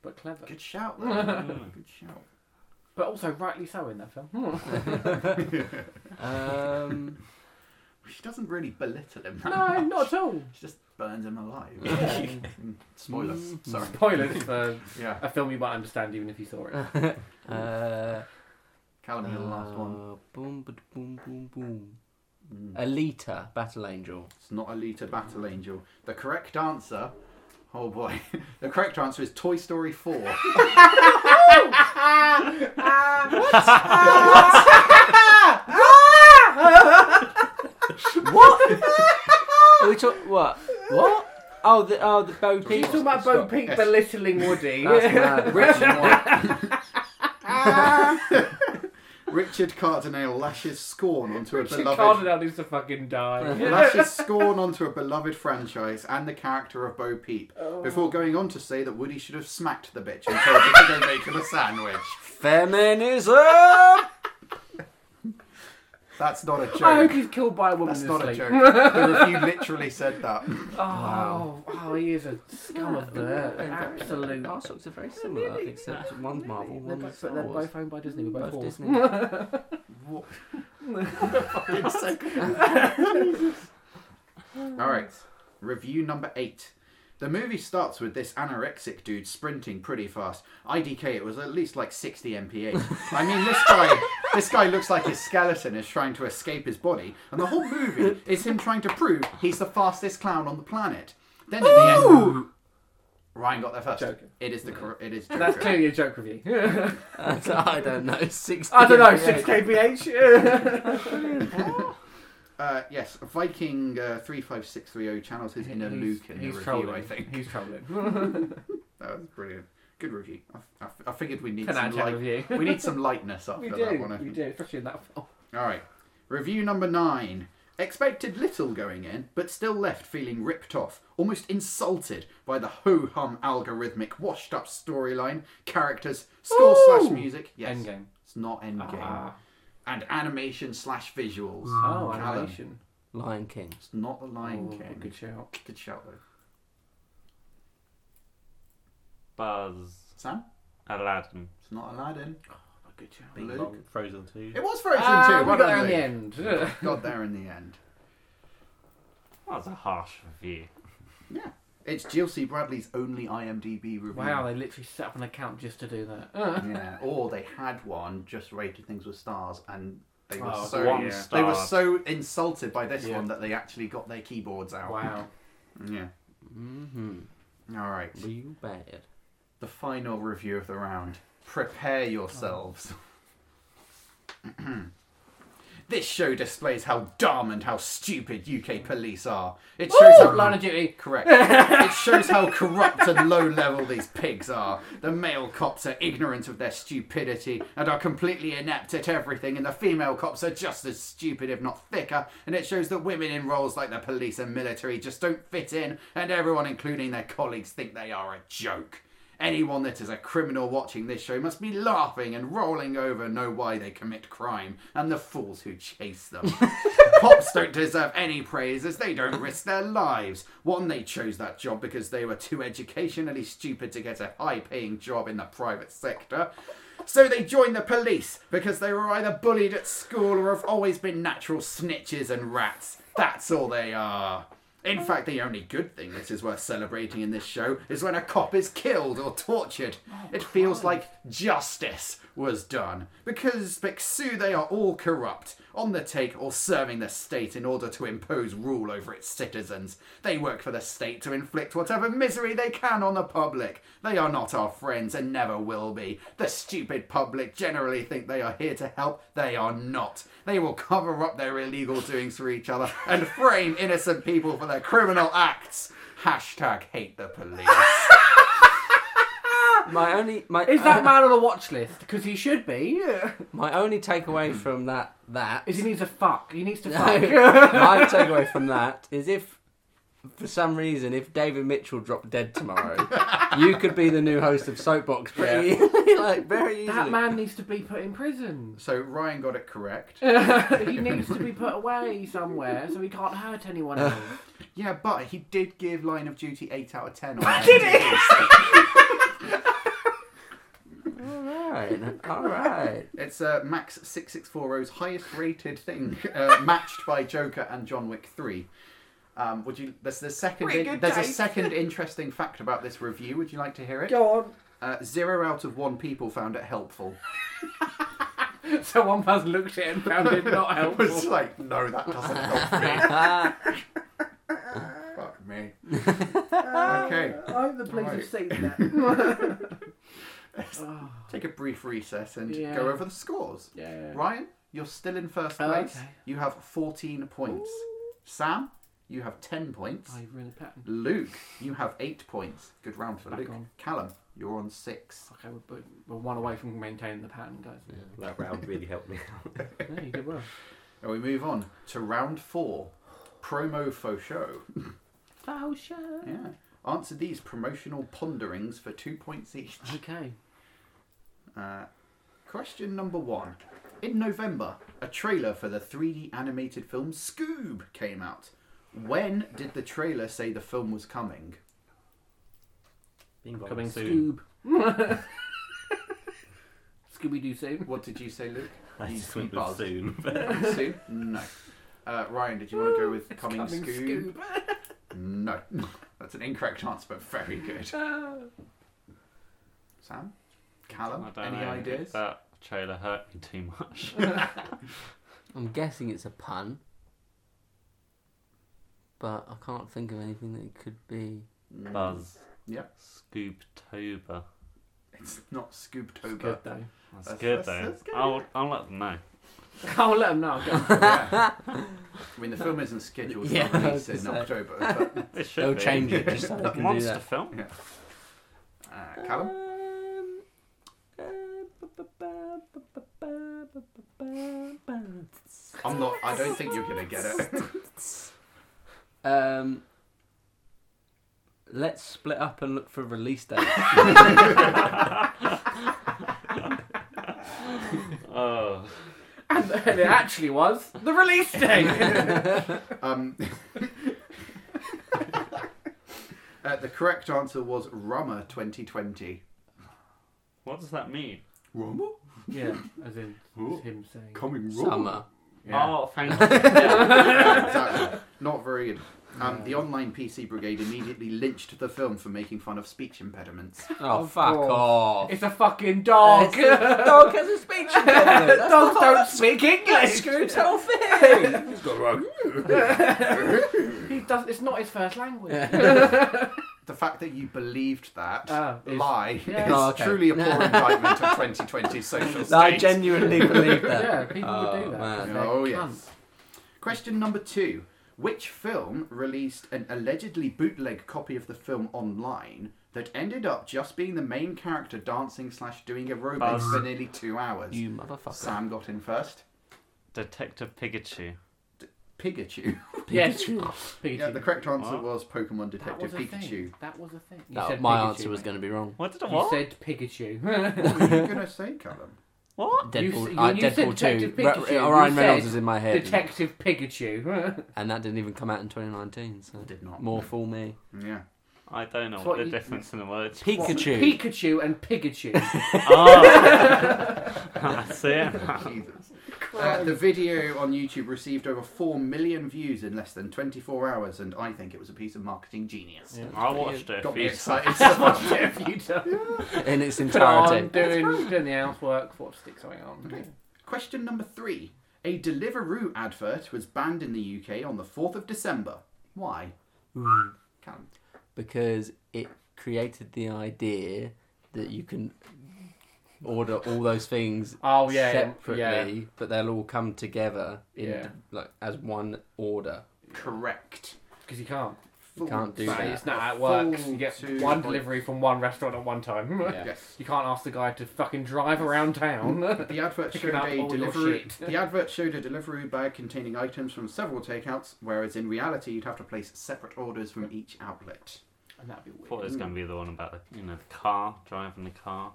but clever,
Good shout, though. Good shout.
but also rightly so in that film. Hmm,
Um,
She doesn't really belittle him. that
no,
much.
not at all.
She just burns him alive. Mm, Spoilers.
Mm.
Sorry.
Spoilers for
Yeah.
a film you might understand even if you saw it.
uh,
Callum, you're the last one.
uh, Boom, ba- boom, boom, boom.
Mm.
uh,
Alita, Battle Angel.
It's not Alita Battle Angel. The correct answer. Oh boy. The correct answer is Toy Story 4.
What? Are we talk- what? What? Oh, the oh the Bo
He's
Peep.
talking about Bo
Stop.
Peep
Yes.
belittling Woody.
That's mad.
Richard, White- Richard Cardinale lashes scorn onto a
Richard
beloved.
Cardinal needs to fucking die.
Lashes scorn onto a beloved franchise and the character of Bo Peep,
Oh.
before going on to say that Woody should have smacked the bitch and told her to go make him a sandwich.
Feminism.
That's not a joke.
I hope he's killed by a woman
That's
in
not a
his
joke.
sleep.
the review literally said that.
Oh, wow, he is a scum of the earth. Absolute.
Our socks are very similar, except one's Marvel,
They're
one's
both,
Star
but they're
Wars.
both owned by Disney. We're both,
Both
both
What?
Disney.
Fucking sick. All right. Review number eight. The movie starts with this anorexic dude sprinting pretty fast. IDK, it was at least like 60 mph. I mean, this guy, this guy looks like his skeleton is trying to escape his body, and the whole movie is him trying to prove he's the fastest clown on the planet. Then in the end, Ryan got there first.
Joking.
It is the cor- it is.
That's
Joker.
clearly a joke review.
I don't know. Six.
I don't know, 6 kph.
Uh, yes, Viking uh, three five six three zero channels his inner Luke in the review.
trolling.
I think
He's trolling.
that was brilliant. Good review. I, I, I figured we need
Can I
some
check
light.
review?
We need some lightness after
We
that one. I
do, we
think.
do, especially in that oh, film.
All right. Review number nine. Expected little going in, but still left feeling ripped off, almost insulted by the ho hum algorithmic, washed up storyline, characters, score slash music. Yes,
Endgame.
it's not endgame.
Ah.
And animation slash visuals.
Oh,
Callum,
animation.
Lion King.
It's not the Lion
Oh,
King.
Good shout.
Good shout though.
Buzz.
Sam,
Aladdin.
it's not Aladdin.
Oh, Good shout.
Bing
Luke.
bong. Frozen 2.
It was Frozen
Ah,
too.
we
Well
got there
done,
in the
Luke.
end.
Got there in the end.
That was a harsh review.
Yeah. It's GLC Bradley's only IMDb review.
wow, they literally set up an account just to do
Oh.
that.
Yeah. Or they had one, just rated things with stars, and they were
Oh,
so
one
they were
star.
so insulted by this
Yeah.
one that they actually got their keyboards out.
wow.
Yeah.
Mm-hmm.
All right.
Were you bad?
The final review of the
Oh.
round. Prepare yourselves. This show displays how dumb and how stupid UK police are. It shows how
Line of Duty.
Correct. it shows how corrupt and low level these pigs are. The male cops are ignorant of their stupidity and are completely inept at everything, and the female cops are just as stupid, if not thicker. And it shows that women in roles like the police and military just don't fit in, and everyone, including their colleagues, think they are a joke. Anyone that is a criminal watching this show must be laughing and rolling over, and know why they commit crime and the fools who chase them. Cops don't deserve any praise as they don't risk their lives. One, they chose that job because they were too educationally stupid to get a high paying job in the private sector. So they joined the police because they were either bullied at school or have always been natural snitches and rats. That's all they are. In fact, the only good thing that is worth celebrating in this show is when a cop is killed or tortured. it feels like justice was done. Because Bexu, they are all corrupt, on the take or serving the state in order to impose rule over its citizens. They work for the state to inflict whatever misery they can on the public. They are not our friends and never will be. The stupid public generally think they are here to help. They are not. They will cover up their illegal doings for each other and frame innocent people for their criminal acts. Hashtag hate the police.
My only my
Is that man on the watch list? Because he should be.
my only takeaway from that that
Is he needs a fuck? He needs to
No,
fuck.
my takeaway from that is if, for some reason, if David Mitchell dropped dead tomorrow, you could be the new host of Soapbox pretty like very easily.
That man needs to be put in prison.
so Ryan got it correct.
he needs to be put away somewhere so he can't hurt anyone else.
Yeah, but he did give Line of Duty 8 out of 10. On
Did
All right, all right.
It's uh, Max 6640's highest rated thing, uh, matched by Joker and John Wick 3. Um, would you? There's the second.
Pretty good
there's a
taste.
second interesting fact about this review. Would you like to hear it?
Go
Uh, zero out of one people found it helpful.
on. So one person looked at it and found it not
I was
helpful.
like, no, that doesn't help me. Fuck me. okay.
I hope the police
Right.
have seen that. oh,
Take a brief recess and
Yeah.
go over the scores.
yeah.
Ryan, you're still in first
Oh,
place.
okay.
You have 14 points. Sam, you have 10 points.
Oh, you've ruined the pattern.
Luke, you have eight points. Good round for
Back
Luke.
on.
Callum, you're on six.
Okay, we're, we're- we're one away from maintaining the pattern, guys.
That round really helped me out.
Yeah, you did well.
And we move on to round four. Promo faux show.
Oh, sure.
Yeah. Answer these promotional ponderings for two points each.
Okay.
Uh, question number one. In November, a trailer for the 3D animated film Scoob came out. When did the trailer say the film was coming?
Being
Coming
soon.
Scoob. Scooby Doo soon.
What did you say, Luke?
I
You-
just
you
went with
buzzed.
soon.
Soon? No. Uh, Ryan, did you want to go with coming, Scoob? No. That's an incorrect answer, but very good.
Scoob.
Sam? Callum?
I don't
Any
know. Uh,
ideas?
That trailer hurt me too much.
I'm guessing it's a pun, but I can't think of anything that it could be.
Mm,
Buzz.
Yep.
Scooptober.
It's not
Good
Scoobtober.
though.
That's,
That's- that's-
good though. Oh.
that's good.
I'll I'll let them know.
I'll let him know. Go.
Yeah. I mean, the film isn't scheduled
Yeah,
for
I
release
was
in
gonna say.
October. But,
It should
They'll
be.
change it just so they can do
Monster
that.
film.
uh, Callum?
Um, uh,
I'm not. I don't think you're gonna get it.
Um, let's split up and look for release date.
Oh,
And it actually was the release date.
Um, uh, the correct answer was Rummer 2020.
what does that mean?
Rummer
yeah, as in
Ooh.
him saying.
coming
Summer.
Yeah.
Oh, thank you.
exactly. Not very good. Um, the online PC brigade immediately lynched the film for making fun of speech impediments.
Oh,
Of
fuck
course.
off.
It's a fucking dog.
dog has a speech impediment. That's
Dogs
not-
don't speak
that
English.
screws the whole thing.
He does. It's not his first language.
the fact that you believed that
Oh, it's-
lie
yeah.
is
Uh, Oh, okay.
truly a poor indictment of 2020 social state.
No, I genuinely believe that.
Yeah, people would
Oh,
do that.
man.
They're
Oh,
cunts.
yes. Question number two. Which film released an allegedly bootleg copy of the film online that ended up just being the main character dancing slash doing aerobics for nearly two hours?
Uh, You motherfucker.
Sam got in first.
Detective Pikachu.
Pikachu.
Yes.
Yeah,
Pikachu.
the correct answer
What?
was Pokemon
that was
Detective
a
Pikachu.
thing. That was a thing. You
No,
said
my
Pikachu,
answer was
mate.
going to be wrong.
What did I
You
what?
said Pikachu.
What are you going to say, Callum?
What?
You
Deadpool,
s-
uh,
when you said
Deadpool
Detective
2.
Pikachu,
Re-
you
Ryan Reynolds
said
was in my head.
Detective Pikachu.
and that didn't even come out in 2019, so
Did not.
more fool me.
Yeah.
I don't know
It's
what,
what
the
you-
difference in the words.
Pikachu.
Pikachu and Pikachu.
oh, I see. it.
Jesus. Uh, the video on YouTube received over 4 million views in less than 24 hours, and I think it was a piece of marketing genius.
I watched it. a
Got me
few
excited
times.
so much.
if you don't
in its
put it on,
entirety.
doing, doing the housework, what sticks something on.
Question number three. A Deliveroo advert was banned in the UK on the 4th of December. Why?
Mm.
Callum.
Because it created the idea that you can order all those things
Oh yeah,
separately,
yeah.
but they'll all come together in
Yeah.
like as one order.
Correct.
Because you can't.
Full
can't do
It's
fact.
not-
that.
It's not how it works.
Full
You get
two
one
point-
delivery from one restaurant at one time.
Yeah.
Yes.
You can't ask the guy to fucking drive around town.
The advert
Picking
showed
up
a
all your
delivery.
shit.
The advert showed a delivery bag containing items from several takeouts, whereas in reality you'd have to place separate orders from each outlet.
and that'd be
I
weird.
thought it was going to be the one about the, you know the car driving the car.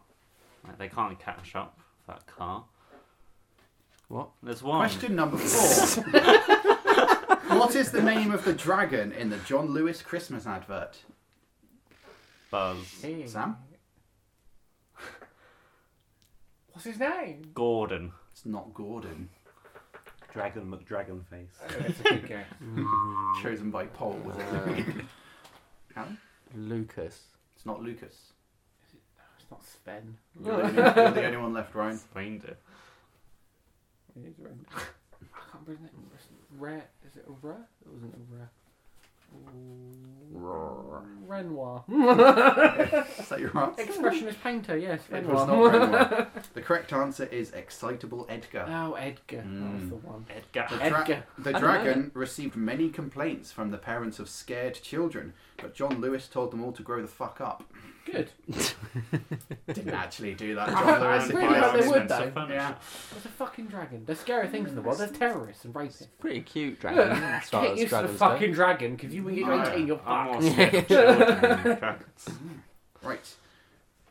Like, they can't catch up with that car.
What?
There's one.
Question number four. what is the name of the dragon in the John Lewis Christmas advert?
Buzz
Hey.
Sam?
What's his name?
Gordon.
It's not Gordon.
Dragon McDragon face.
That's a good guess.
Chosen by poll. Was it?
Uh.
Callum?
Uh, Lucas.
It's not Lucas.
It's not Sven.
You're the, only, you're the only one left, Ryan.
Reindeer.
It is red. I can't remember his name. It's Re- Is it a re? It wasn't a re.
Roar.
Renoir.
Is that your answer?
Expressionist painter, yes.
It was
Renoir.
not Renoir. The correct answer is Excitable Edgar.
Oh, Edgar. That
Mm.
was the one.
Edgar.
The, dra-
Edgar.
the
I don't
dragon received many complaints from the parents of scared children, but John Lewis told them all to grow the fuck up.
Good.
Didn't actually do that.
I
John Lewis.
really hope
advised
they would,
him.
though.
Yeah.
There's a fucking dragon. There's scary things in the world. There's terrorists and rapists.
Pretty cute dragon. as far
Get
as
used to the
dragons go.
fucking dragon, because you when you're
Oh,
18, you're
I'm more
fucked.
scared of children than dragons.
Right.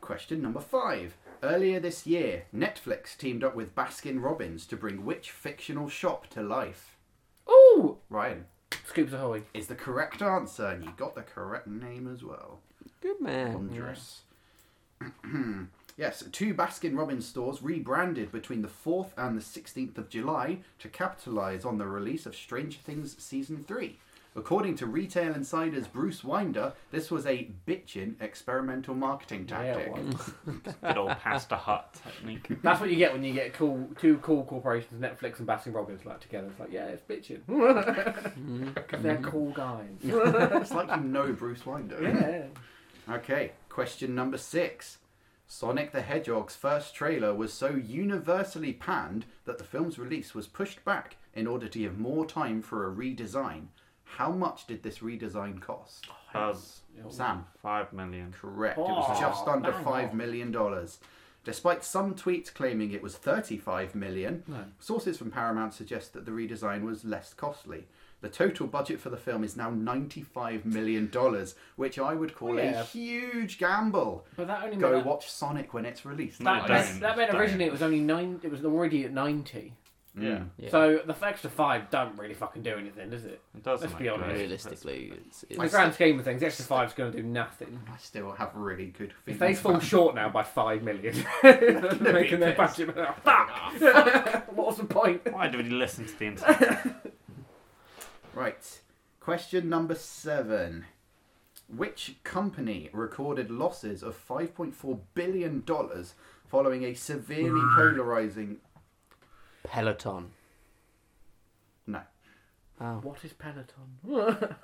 Question number five. Earlier this year, Netflix teamed up with Baskin Robbins to bring which fictional shop to life?
Ooh!
Ryan
Scoops Ahoy.
is the correct answer, and you got the correct name as well.
Good man.
Wondrous. yes, two Baskin Robbins stores rebranded between the 4th and the 16th of July to capitalise on the release of Stranger Things Season 3. According to retail insiders Bruce Winder, this was a bitchin' experimental marketing
Yeah, it
tactic.
was.
Good old pasta hut technique.
That's what you get when you get cool, two cool corporations, Netflix and Baskin Robbins, like together. It's like, yeah, it's bitching. Because they're cool guys.
it's like you know Bruce Winder.
yeah.
Okay, question number six. Sonic the Hedgehog's first trailer was so universally panned that the film's release was pushed back in order to give more time for a redesign. How much did this redesign cost?
Buzz.
Sam,
Five million.
correct. it was
Oh,
just under
bang
five
on.
million dollars. Despite some tweets claiming it was 35 million,
No.
sources from Paramount suggest that the redesign was less costly. The total budget for the film is now 95 million dollars, which I would call
Oh, Yeah.
a huge gamble.
But that only
Go
made
watch Sonic when it's released.
No,
That,
guys.
that,
don't.
that meant
Don't.
originally it was only nine. It was already at ninety.
Yeah.
Mm.
Yeah.
So the extra five don't really fucking do anything, does it?
It doesn't
Let's
look
be honest.
great.
realistically, it's,
In the
it's
grand scheme of things, the extra five's going to do nothing.
I still have really good
If
feelings.
they fall
about-
short now by five million, they're making their
pissed.
budget. but, oh, fuck! What's the point?
Why do we listen to the internet?
Right. Question number seven. Which company recorded losses of $5.4 billion following a severely
Mm.
polarizing.
Peloton.
No.
Oh,
What is Peloton?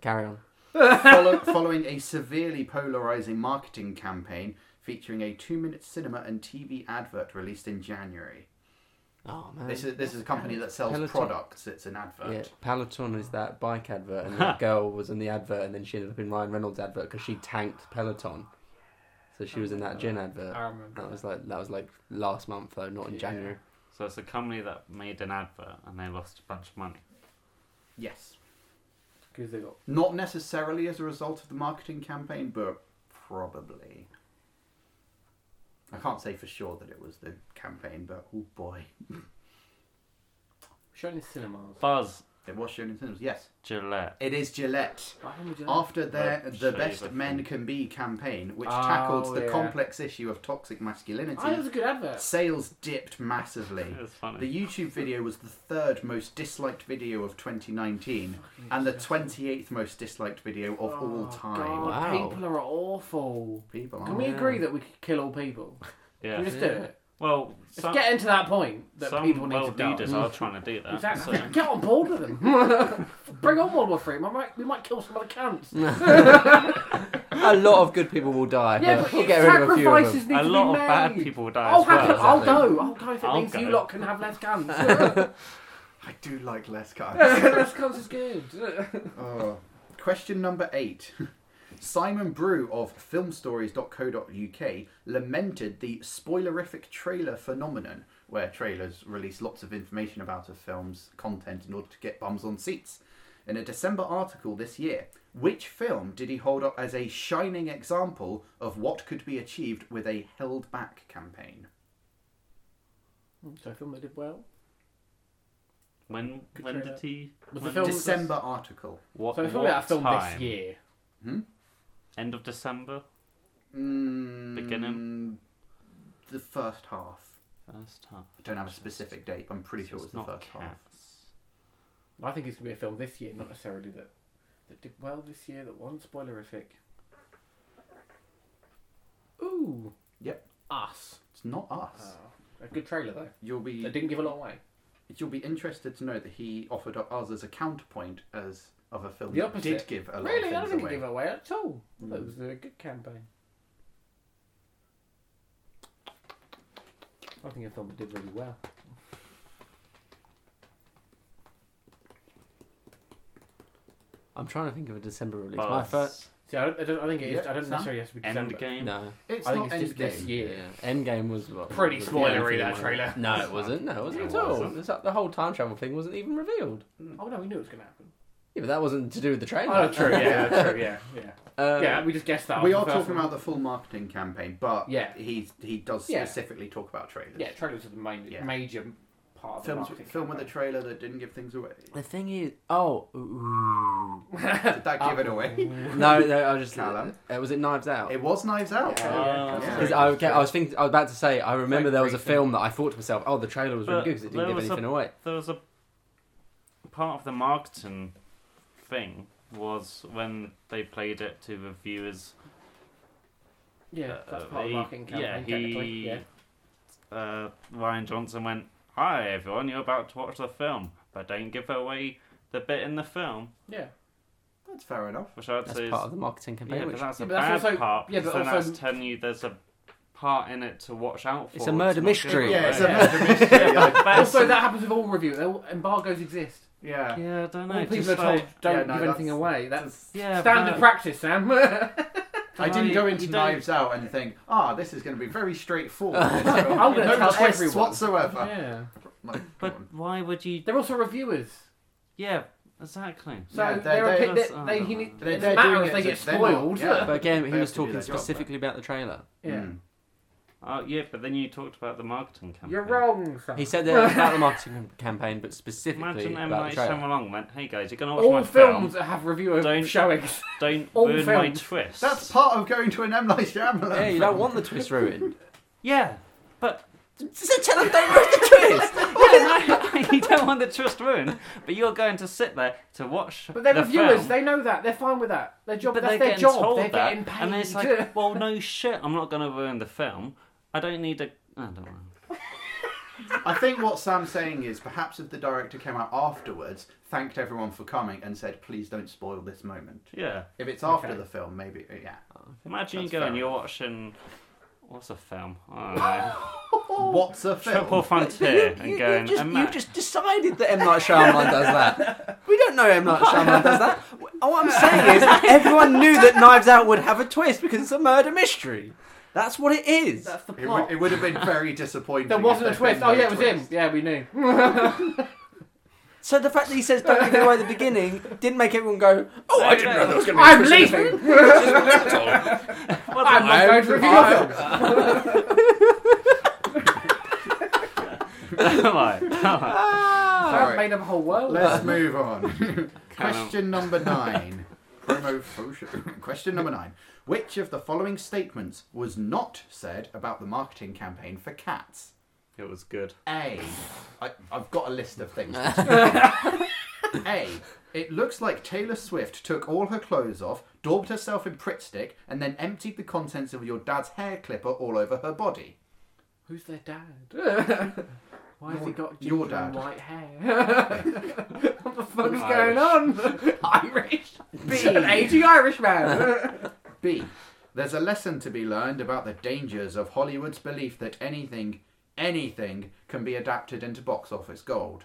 carry on.
follow, following a severely polarizing marketing campaign featuring a two-minute cinema and TV advert released in January.
Oh man.
This is this is a company that sells
Peloton.
products. It's an advert.
yeah, Peloton is that bike advert, and that girl was in the advert, and then she ended up in Ryan Reynolds' advert because she tanked Peloton, so she was in that gin advert.
I remember.
That was like that was like last month though, not in
Yeah.
January.
So it's a company that made an advert and they lost a bunch of money.
Yes.
Because they got
Not necessarily as a result of the marketing campaign, but probably. I can't say for sure that it was the campaign, but oh boy,
shown in cinemas.
Buzz
it was shown in cinemas. Yes,
Gillette.
it is Gillette.
Why haven't you done
After their
Right,
The
shave
Best
it.
Men Can Be campaign, which
Oh,
tackled the
yeah.
complex issue of toxic
that? Oh, that was
masculinity,
a good advert.
sales dipped massively.
It's funny.
The YouTube video was the third most disliked video of 2019 and the 28th most disliked video of all time.
Oh,
Oh,
God,
Wow.
People are awful.
People
Can
are.
we
yeah.
agree that we could kill all people? Can we
Yeah.
just do it?
Well,
It's
some,
getting to that point that
some
people need to
world
die.
leaders are trying to do that.
Exactly.
so-
Get on board with them. Bring on World War Three. We might, we might kill some other cunts.
a lot of good people will die.
yeah,
but
but
we'll
if
get rid of a few of
sacrifices
them.
need
a
to
lot
be
of
made.
bad people die
I'll
as well.
hack it. I'll
exactly.
go. I'll go if it
I'll
means you
go.
lot can have less cunts.
I do like less guys.
less cunts is good.
oh. Question number eight. Simon Brew of filmstories.co.uk lamented the spoilerific trailer phenomenon, where trailers release lots of information about a film's content in order to get bums on seats. In a December article this year, which film did he hold up as a shining example of what could be achieved with a held back campaign?
so I film they did well.
When
Good
when
trailer.
did he?
Was the
when-
film-
December article.
What,
So I film
what
that film
time?
this year.
End of December.
Mm,
Beginning?
The first half.
First half.
I don't have a specific date, but I'm pretty sure it was
it's
the
not
first half.
cats.
I think it's gonna be a film this year, not necessarily that that did well this year. That wasn't spoilerific. Ooh.
Yep.
Us. Ah,
It's not
Oh.
us.
a good trailer though.
You'll
They
be
didn't give a lot away.
you'll be interested to know that he offered up us as a counterpoint as of a film
The
that did
opposite.
give a lot
Really, I
of
don't
things away. Mm.
think it gave it away at all. I thought it was a good campaign. I think a film that did really well.
I'm trying to think of a December release. My
Buzz.
first.
See, I don't, I don't I think it is.
Yeah,
I don't
Sam?
necessarily have to be December.
Endgame.
No.
It's
I
not
think it's just this
Endgame.
year.
Yeah. Endgame was what,
Pretty
was the
spoilery,
only
that
one.
trailer.
No, it wasn't. No, it wasn't
It
at all.
wasn't.
It's like the whole time travel thing wasn't even revealed.
Oh no, we knew it was going to happen.
Yeah, but that wasn't to do with the trailer.
Oh, true. Yeah, true. Yeah, yeah.
Uh,
yeah, we just guessed that.
Um, We
off
are
the first
talking
one.
about the full marketing campaign, but
Yeah.
he he does
Yeah.
specifically talk about trailers.
Yeah, trailers are the main,
Yeah.
major part of
Films,
the marketing
film with a
campaign.
trailer that didn't give things away.
The thing is, oh, ooh.
Did that give it away?
no, no, I was just
Callum?
Uh, was it Knives Out?
It was Knives Out.
Yeah.
Oh, Yeah.
Because I, okay, I was thinking, I was about to say, I remember
Like
there was a
racing.
film that I thought to myself, oh, the trailer was really
But
good because it
there
didn't give
was a-
anything away.
There was a part of the marketing thing was when they played it to the viewers
Yeah, that's
Uh,
part of the
he-
marketing campaign.
yeah,
technically.
he-
yeah.
uh, Ryan Johnson went, "Hi everyone, you're about to watch the film, but don't give away the bit in the film,"
yeah.
That's fair enough.
which I'd
That's
say
part
is
of the marketing campaign.
yeah, but
which,
that's
Yeah,
a
but that's
bad
also-
part.
yeah,
because
but
then
also-
that's telling you there's a part in it to watch out for.
It's a murder
not
mystery.
good.
Yeah, it's a
Yeah.
murder mystery. like-
Also, that happens with all review. They all- Embargoes exist.
yeah.
yeah, I don't know.
all people
just
are told
like-
don't
Yeah, no,
give anything
that's-
away. That's
yeah,
standard
but-
practice, Sam. I'm
I didn't
I-
go
you
into
don't-
Knives Out and think, ah, this is going to be very straightforward.
going to
no
tell
twists
everyone.
whatsoever.
Yeah.
Like, come
But
on.
why would you?
They're also reviewers,
Yeah, exactly.
so
Yeah,
they're,
they're-
a
they're-
pick- they they, he, need-
They're-
it
they're
doesn't matter
doing
if they
it
get
as- they're not-
spoiled.
yeah.
but again, he
They
was
have to do
talking
their job, right?
specifically about the trailer.
Yeah.
Mm.
Oh yeah, but then you talked about the marketing campaign.
You're wrong, Sam.
He said that about the marketing campaign, but specifically
Imagine M
about
Night
the trailer.
Shyamalan went, "Hey guys, you're gonna watch my
all films
film.
that have reviewer
Don't-
showings.
Don't
all
ruin my
films.
twist."
That's part of going to an M. Night Shyamalan.
Yeah, you don't want the twist ruined.
yeah, but
So tell him don't ruin the twist.
Oh,
Yeah, no, you don't want the trust ruined, but you're going to sit there to watch.
But they're
the
reviewers.
film,
They know that. They're fine with that. Their job.
but
that's
they're
their
getting
job.
told
they're
that,
getting paid.
and it's like, well, no shit, I'm not going to ruin the film. I don't need a. I don't know.
I think what Sam's saying is perhaps if the director came out afterwards, thanked everyone for coming, and said, please don't spoil this moment.
Yeah.
If it's after
Okay.
the film, maybe, yeah.
Imagine you
That's
go
fair
and you're watching. What's a film? I don't know.
Oh.
What's a film?
Triple Frontier and going.
just,
"Ima-
you just decided that M. Night Shyamalan does that. We don't know M. Night Shyamalan does that. Oh, What I'm saying is, everyone knew that Knives Out would have a twist because it's a murder mystery. That's what it is.
That's the
It
plot.
would, it would have been very disappointing.
there
if
wasn't a
there'd been
twist. Oh
no
yeah, it was him.
twist.
Yeah, we knew.
So the fact that he says don't give it away at the beginning didn't make everyone go, "Oh, I didn't know there was going to be." a
I'm
twist at the
leaving.
beginning." It's just mental.
I'm not going to review your
I'm-
films.
Like, like,
I've
Alright,
made up a whole world.
Let's move on. Question number nine. Promo photo- Question number nine. Which of the following statements was not said about the marketing campaign for cats?
It was good.
A. I, I've got a list of things. a. It looks like Taylor Swift took all her clothes off, daubed herself in Pritt Stick, and then emptied the contents of your dad's hair clipper all over her body.
Who's their dad? Why has he got ginger
your
and
dad.
white hair? what the fuck's
Irish.
going on? Irish.
B.
An aging Irish man.
B. There's a lesson to be learned about the dangers of Hollywood's belief that anything, anything, can be adapted into box office gold.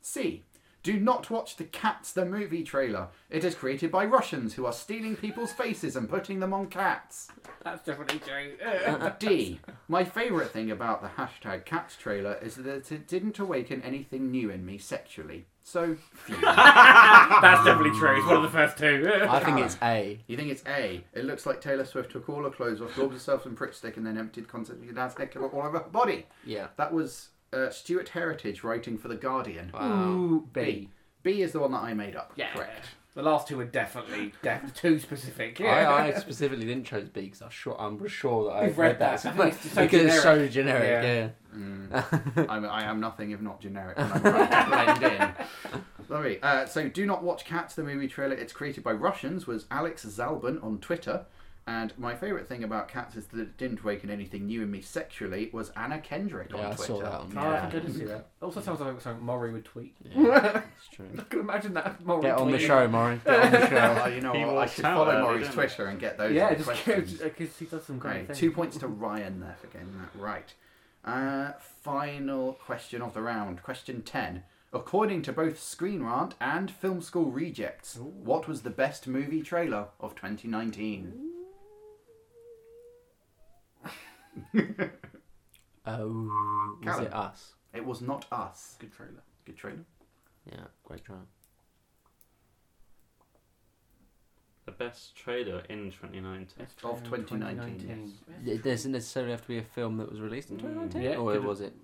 C. Do not watch the Cats the movie trailer. It is created by Russians who are stealing people's faces and putting them on cats.
That's definitely true.
D. My favourite thing about the hashtag Cats trailer is that it didn't awaken anything new in me sexually. So, phew.
That's definitely true. It's one of the first two.
I think it's A.
You think it's A. It looks like Taylor Swift took all her clothes off, daubed herself in prick stick, and then emptied content of dad's neck all over her body.
Yeah.
That was uh, Stuart Heritage writing for The Guardian.
Ooh, B.
B. B is the one that I made up.
Yeah.
Correct.
The last two are definitely def- too specific. Yeah.
I, I specifically didn't chose B because I'm sure I'm sure that I
You've read
read, that,
that. I think it's so
because it's so generic.
Yeah.
Yeah.
Mm. I'm, I am nothing if not generic. And I'm trying to blend in. Sorry. Uh, so, Do Not Watch Cats, the movie trailer. It's created by Russians, was Alex Zalbin on Twitter. And my favourite thing about Cats is that it didn't awaken anything new in me sexually was Anna Kendrick
Yeah,
on
I
Twitter.
saw that on
Oh,
Yeah.
I didn't see that. Also sounds like something Maury would tweet.
That's true.
I can imagine that. Maury
Get on the
tweeting.
show, Maury. Get on the show.
Oh, you know
He
what? I
walked
should
out
follow
early,
Maury's
didn't he?
Twitter and get those.
Yeah,
little
just
questions.
because he does some great
Right,
things.
two points to Ryan there for getting that right. Uh, final question of the round, question ten. According to both Screen Rant and Film School Rejects, what was the best movie trailer of 2019?
Oh, was
Callum.
it us?
It was not us.
Good trailer.
Good trailer.
Yeah, great try.
The best trailer in 2019.
Best trailer
Of
in
2019,
It doesn't necessarily have to be a film that was released in 2019,
Yeah,
or
could-
was it?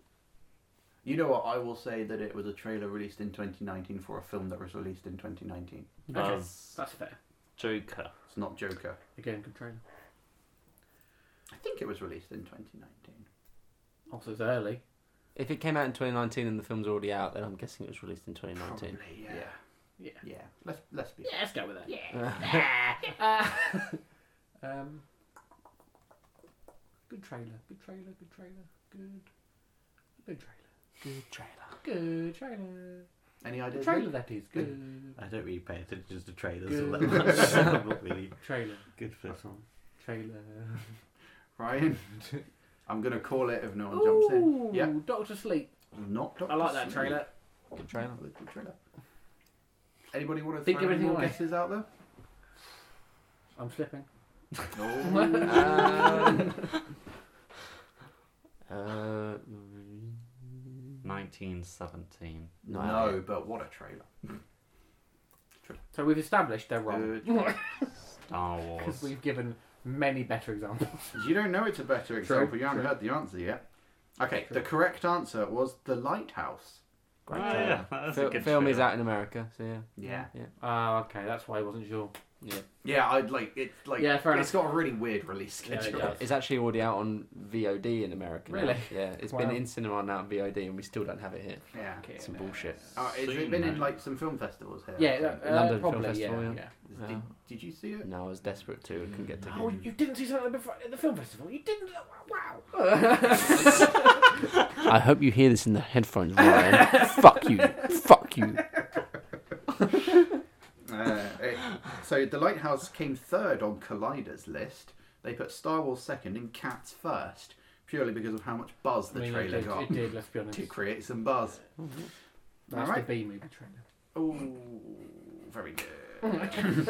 You know what? I will say that it was a trailer released in 2019 for a film that was released in 2019.
Okay.
Buzz
That's fair.
Joker.
It's not Joker.
Again, good trailer.
I think it was released in 2019.
Also, it's early.
If it came out in 2019 and the film's already out, then I'm guessing it was released in 2019.
Probably,
Yeah. Yeah.
yeah. Yeah. Let's let's be.
Yeah, let's go with that. um, good trailer. Good trailer. Good trailer. Good. Good trailer.
Good trailer.
Good trailer.
Any
The
ideas?
trailer that is good.
I don't really pay attention to trailers all that
Good.
much. I'm not really
Trailer.
good for this one.
Trailer.
Ryan, I'm gonna call it if no one jumps
Ooh,
in. Yeah,
Doctor Sleep.
not Doctor
I like that
Sleep.
trailer.
Good trailer.
Really good trailer. Anybody want to
Think
throw
of
any
anything
more
away.
guesses out there?
I'm slipping.
No.
Um, uh,
1917.
No.
no, but what a trailer.
So we've established they're wrong
Good trailer.
Star
because
Wars.
we've given many better examples.
you don't know it's a better example. you haven't
true.
heard the answer yet. Okay,
True.
the correct answer was the lighthouse.
Oh, yeah, that's a
Fil-
good
film is
trailer.
out in America, so yeah.
Yeah.
Oh, okay, Ah, that's why I wasn't sure.
Yeah, I'd like it's like
Yeah, fair
it's got a really weird release
Yeah, it
schedule.
does.
It's actually already out on VOD in America. now.
Really?
Yeah, it's
Wow.
been in cinema and out on VOD, and we still don't have it here.
yeah.
Okay,
Some
no.
bullshit.
Oh, has
Soon,
it been in
mate.
like some film festivals here?
Yeah,
I
that-
think?
uh,
London Film
probably,
Festival,
yeah,
yeah.
yeah.
Did, did you see it?
No, I was desperate to and couldn't get tickets.
Oh, you didn't see something before at the film festival. You didn't. uh, Wow.
I hope you hear this in the headphones, Ryan. Fuck you. Fuck you.
Uh, it- so the Lighthouse came third on Collider's list. They put Star Wars second and Cats first, purely because of how much buzz the
I mean,
trailer
it did,
got
It did. Let's be honest.
to create some buzz.
That's
Alright.
the B movie trailer.
Oh, very good.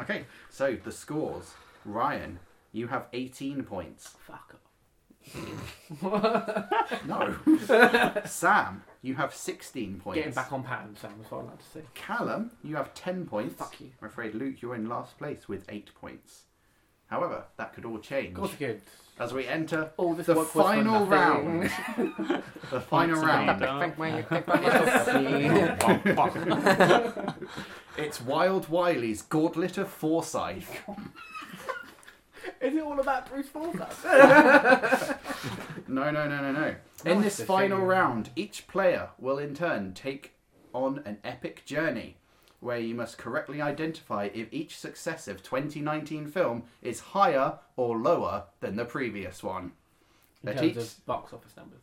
okay, so the scores. Ryan, you have 18 points.
Fuck off.
No. Sam, you have 16 points.
Getting back on pattern, Sam. That's what I like to see.
Callum, you have 10 points.
Fuck you.
I'm afraid, Luke, you're in last place with 8 points. However, that could all change.
Of course, good.
As we enter
All this
the
work was for
final
nothing.
round. the final
Points
round.
made up.
It's Wild Wiley's Gauntlet of Forsyth.
Is it all about Bruce Forsyth?
No, no, no, no, no.
No,
in
it's
this
the
final
thing.
round, each player will in turn take on an epic journey where you must correctly identify if each successive 2019 film is higher or lower than the previous one.
In
At
terms
each-
of box office numbers.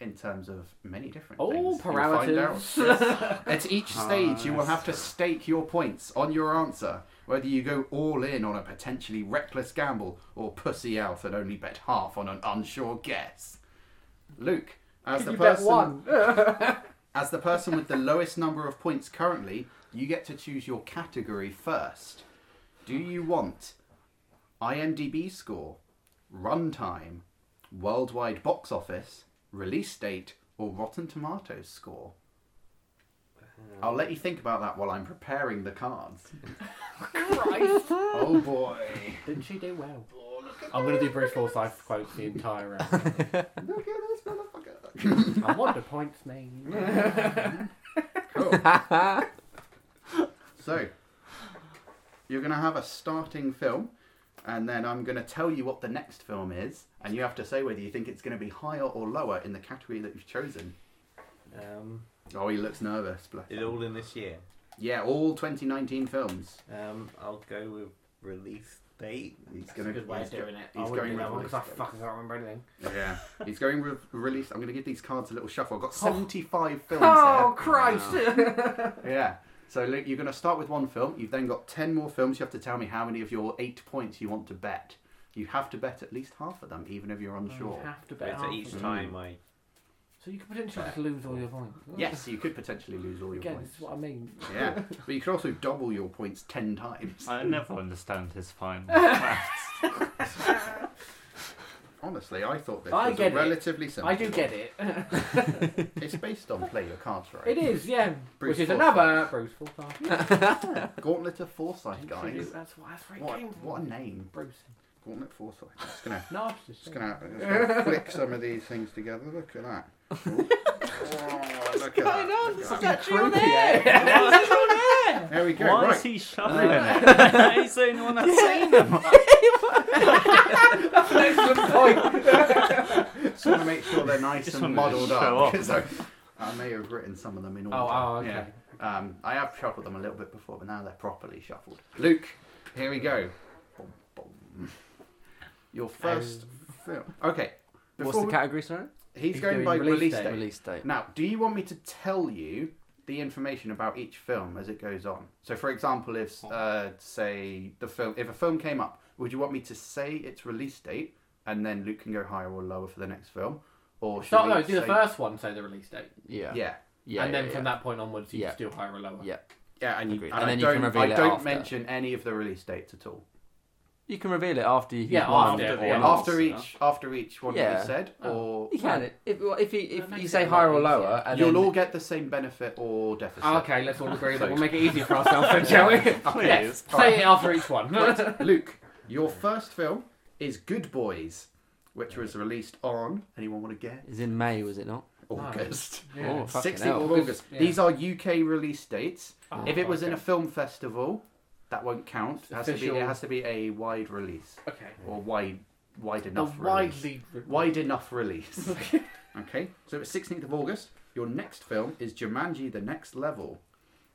in terms of many different
Oh,
things. You'll find
parameters.
out. At each stage, you will have to stake your points on your answer, whether you go all in on a potentially reckless gamble or pussy out and only bet half on an unsure guess. Luke, as the
you bet
person
one.
as the person with the lowest number of points currently, you get to choose your category first. Do you want IMDb score, runtime, worldwide box office, release date, or Rotten Tomatoes score? I'll let you think about that while I'm preparing the cards. oh boy.
Didn't she do well? I'm going to do Bruce Forsyth quotes the entire round.
Look at this motherfucker.
I want the points name.
Cool. so, you're going to have a starting film, and then I'm going to tell you what the next film is, and you have to say whether you think it's going to be higher or lower in the category that you've chosen.
Um,
Oh, he looks nervous. Bless
it
him.
all in this year.
Yeah, all 2019 films.
Um, I'll go with release date.
He's
That's
going
a good way
he's
of doing it. I
he's
wouldn't
going
do that one
with
because I
release
fucking can't remember anything.
go- Yeah, he's going with release. I'm going to give these cards a little shuffle. I've got 75 films.
Oh,
here.
Christ!
Yeah. So Luke, you're going to start with one film. You've then got ten more films. You have to tell me how many of your eight points you want to bet. You have to bet at least half of them, even if you're
You
unsure.
have to bet
Better
half
each
of it.
time I.
So you could potentially just lose all your points.
Yes, you could potentially lose all your
Again,
points.
this is Mm-hmm. what I mean.
Yeah, but you could also double your points ten times.
I never understand his final maths.
Honestly, I thought this
I
was
get
a
it.
relatively simple.
I do get it.
It's based on play your cards right.
It is, yeah.
Bruce
Which is
Forsyth.
another Bruce Forsyth.
Gauntlet of Foresight, guys.
That's what that's where it
What,
came
what
from.
a name,
Bruce.
Gauntlet Foresight. It's gonna,
Narcissist.
just gonna, just gonna flick some of these things together. Look at that. Ooh. Oh, look at that. Look at that. There we go.
Why
right. Uh,
is he shoving it? He's the only one that's seen him.
Just want to make sure they're nice
Just
and
wanted to
muddled
show
up.
off.
'cause I, I may have written some of them in order.
Oh, oh, okay.
Yeah. Um, I have shuffled them a little bit before, but now they're properly shuffled. Luke, here we go. Boom, boom. Your first film. Um, Okay.
What's
before
the
we-
category, sorry?
He's,
He's
going
doing
by
release
release
date.
date.
Release date.
Now, do you want me to tell you the information about each film as it goes on? So, for example, if uh, say the film, if a film came up, would you want me to say its release date, and then Luke can go higher or lower for the next film, or should
Start,
we
no, do the
say-
first one, say the release date.
Yeah.
Yeah,
Yeah.
and then
yeah,
from
yeah.
that point onwards, you
Yeah.
can still higher or lower.
Yeah.
yeah, and you
Agreed.
and,
And
I
then you
don't,
can
I
reveal it
don't
after.
mention any of the release dates at all.
You can reveal it after you've
Yeah,
won
after,
or
yeah.
not.
after each, after each one that
Yeah.
we said,
Oh.
or
You can. If, if, you,
That
if
makes
you
it
say
a lot
higher or
easier.
lower, and
you'll
then-
all get the same benefit or deficit.
Ah, Okay, let's all agree that we'll make it easy for ourselves then, shall we? Yes, say it after each one.
Luke, your first film is Good Boys, which was released on. Anyone want to guess?
It's in May, was it not?
August.
Oh, fucking
16th
hell.
of August.
Yeah.
These are UK release dates.
Oh,
if it was in a
okay.
film festival, That won't count. It has, to be,
Official-
it has to be a wide release
Okay.
or wide wide
A
enough release.
widely
Wide enough release. okay, so it's 16th of August. Your next film is Jumanji: The Next Level.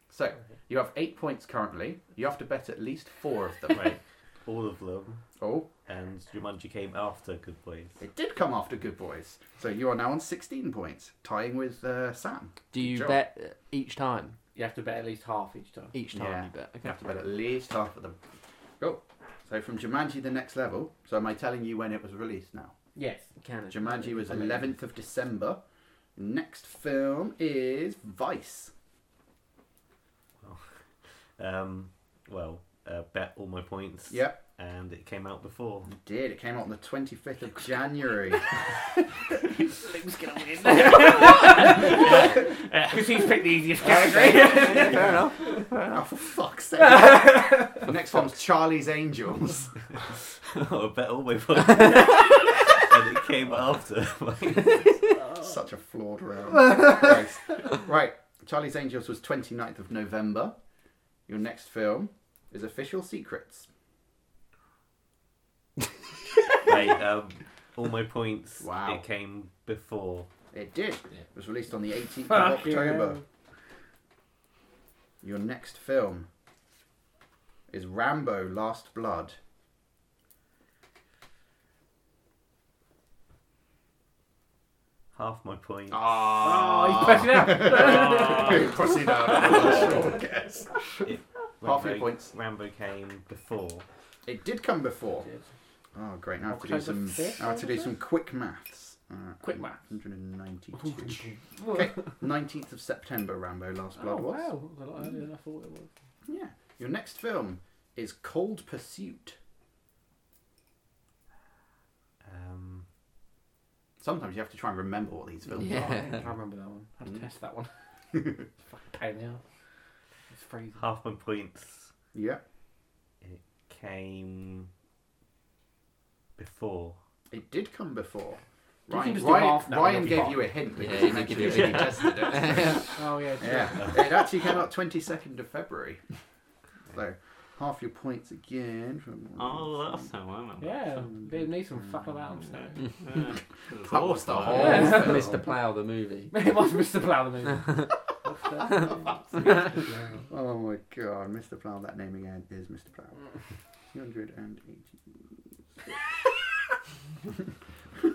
So you have eight points currently. You have to bet at least four of them.
Right. All of them.
Oh,
And Jumanji came after Good Boys.
it did come after Good Boys. So you are now on 16 points, tying with uh, Sam.
Do you
Sure.
bet uh, each time?
You have to bet at least half each time.
Each time
Yeah.
you bet. Okay.
You have to bet at least half of them. Cool. So from Jumanji: The Next Level. So am I telling you when it was released now?
Yes.
Can it?
Jumanji was 11th of December. Next film is Vice.
Um, well, uh, bet all my points.
Yep,
And it came out before.
you did. It came out on the 25th of January.
Luke's gonna win. Because he's picked the easiest category.
Fair enough.
oh, for fuck's sake. the next one's Charlie's Angels.
I Oh, bet all my points. and it came after.
Such a flawed round. right. right, Charlie's Angels was 29th of November. Your next film is Official Secrets.
Right, um, all my points.
Wow.
It came before.
It did. It was released on the 18th of
Fuck
October.
yeah.
Your next film is Rambo Last Blood.
Half my points.
Oh, he's pressing out.
Pussy down. Guess.
It-
Half
Rambo-
your points.
Rambo came before.
It did come before. Oh, great! Now I have to do
October
some.
fifth,
I have to do some quick maths. Uh,
Quick maths.
192. okay, 19th of September. Rambo: Last Blood
Oh,
was.
wow. That was a lot earlier than I thought it was.
Yeah. Your next film is Cold Pursuit.
Um,
Sometimes you have to try and remember what these films
Oh,
Yeah.
I Hmm. think I remember that one. I had to test that one. It's fucking pain in the arse. It's freezing.
half my points
are. Yeah.
came before.
It did come before.
You can
Ryan,
just do
Ryan,
half now,
Ryan
you'll be
gave
fine.
you a hint
Yeah,
because
he
he
did give
actually
you a
tested it.
Oh, yeah. true.
Yeah, it actually came out 22nd of February. So, half your points again. From
Oh, that's how I remember.
Yeah. Liam Neeson fuck about himself.
Yeah. It's
That was the
awful.
whole
Yeah.
film.
Mr. Oh, Plough, the movie.
it was Mr. Plough the movie. What's that?
Oh my god, Mr. Plough, that name again is Mr. Plough. 280.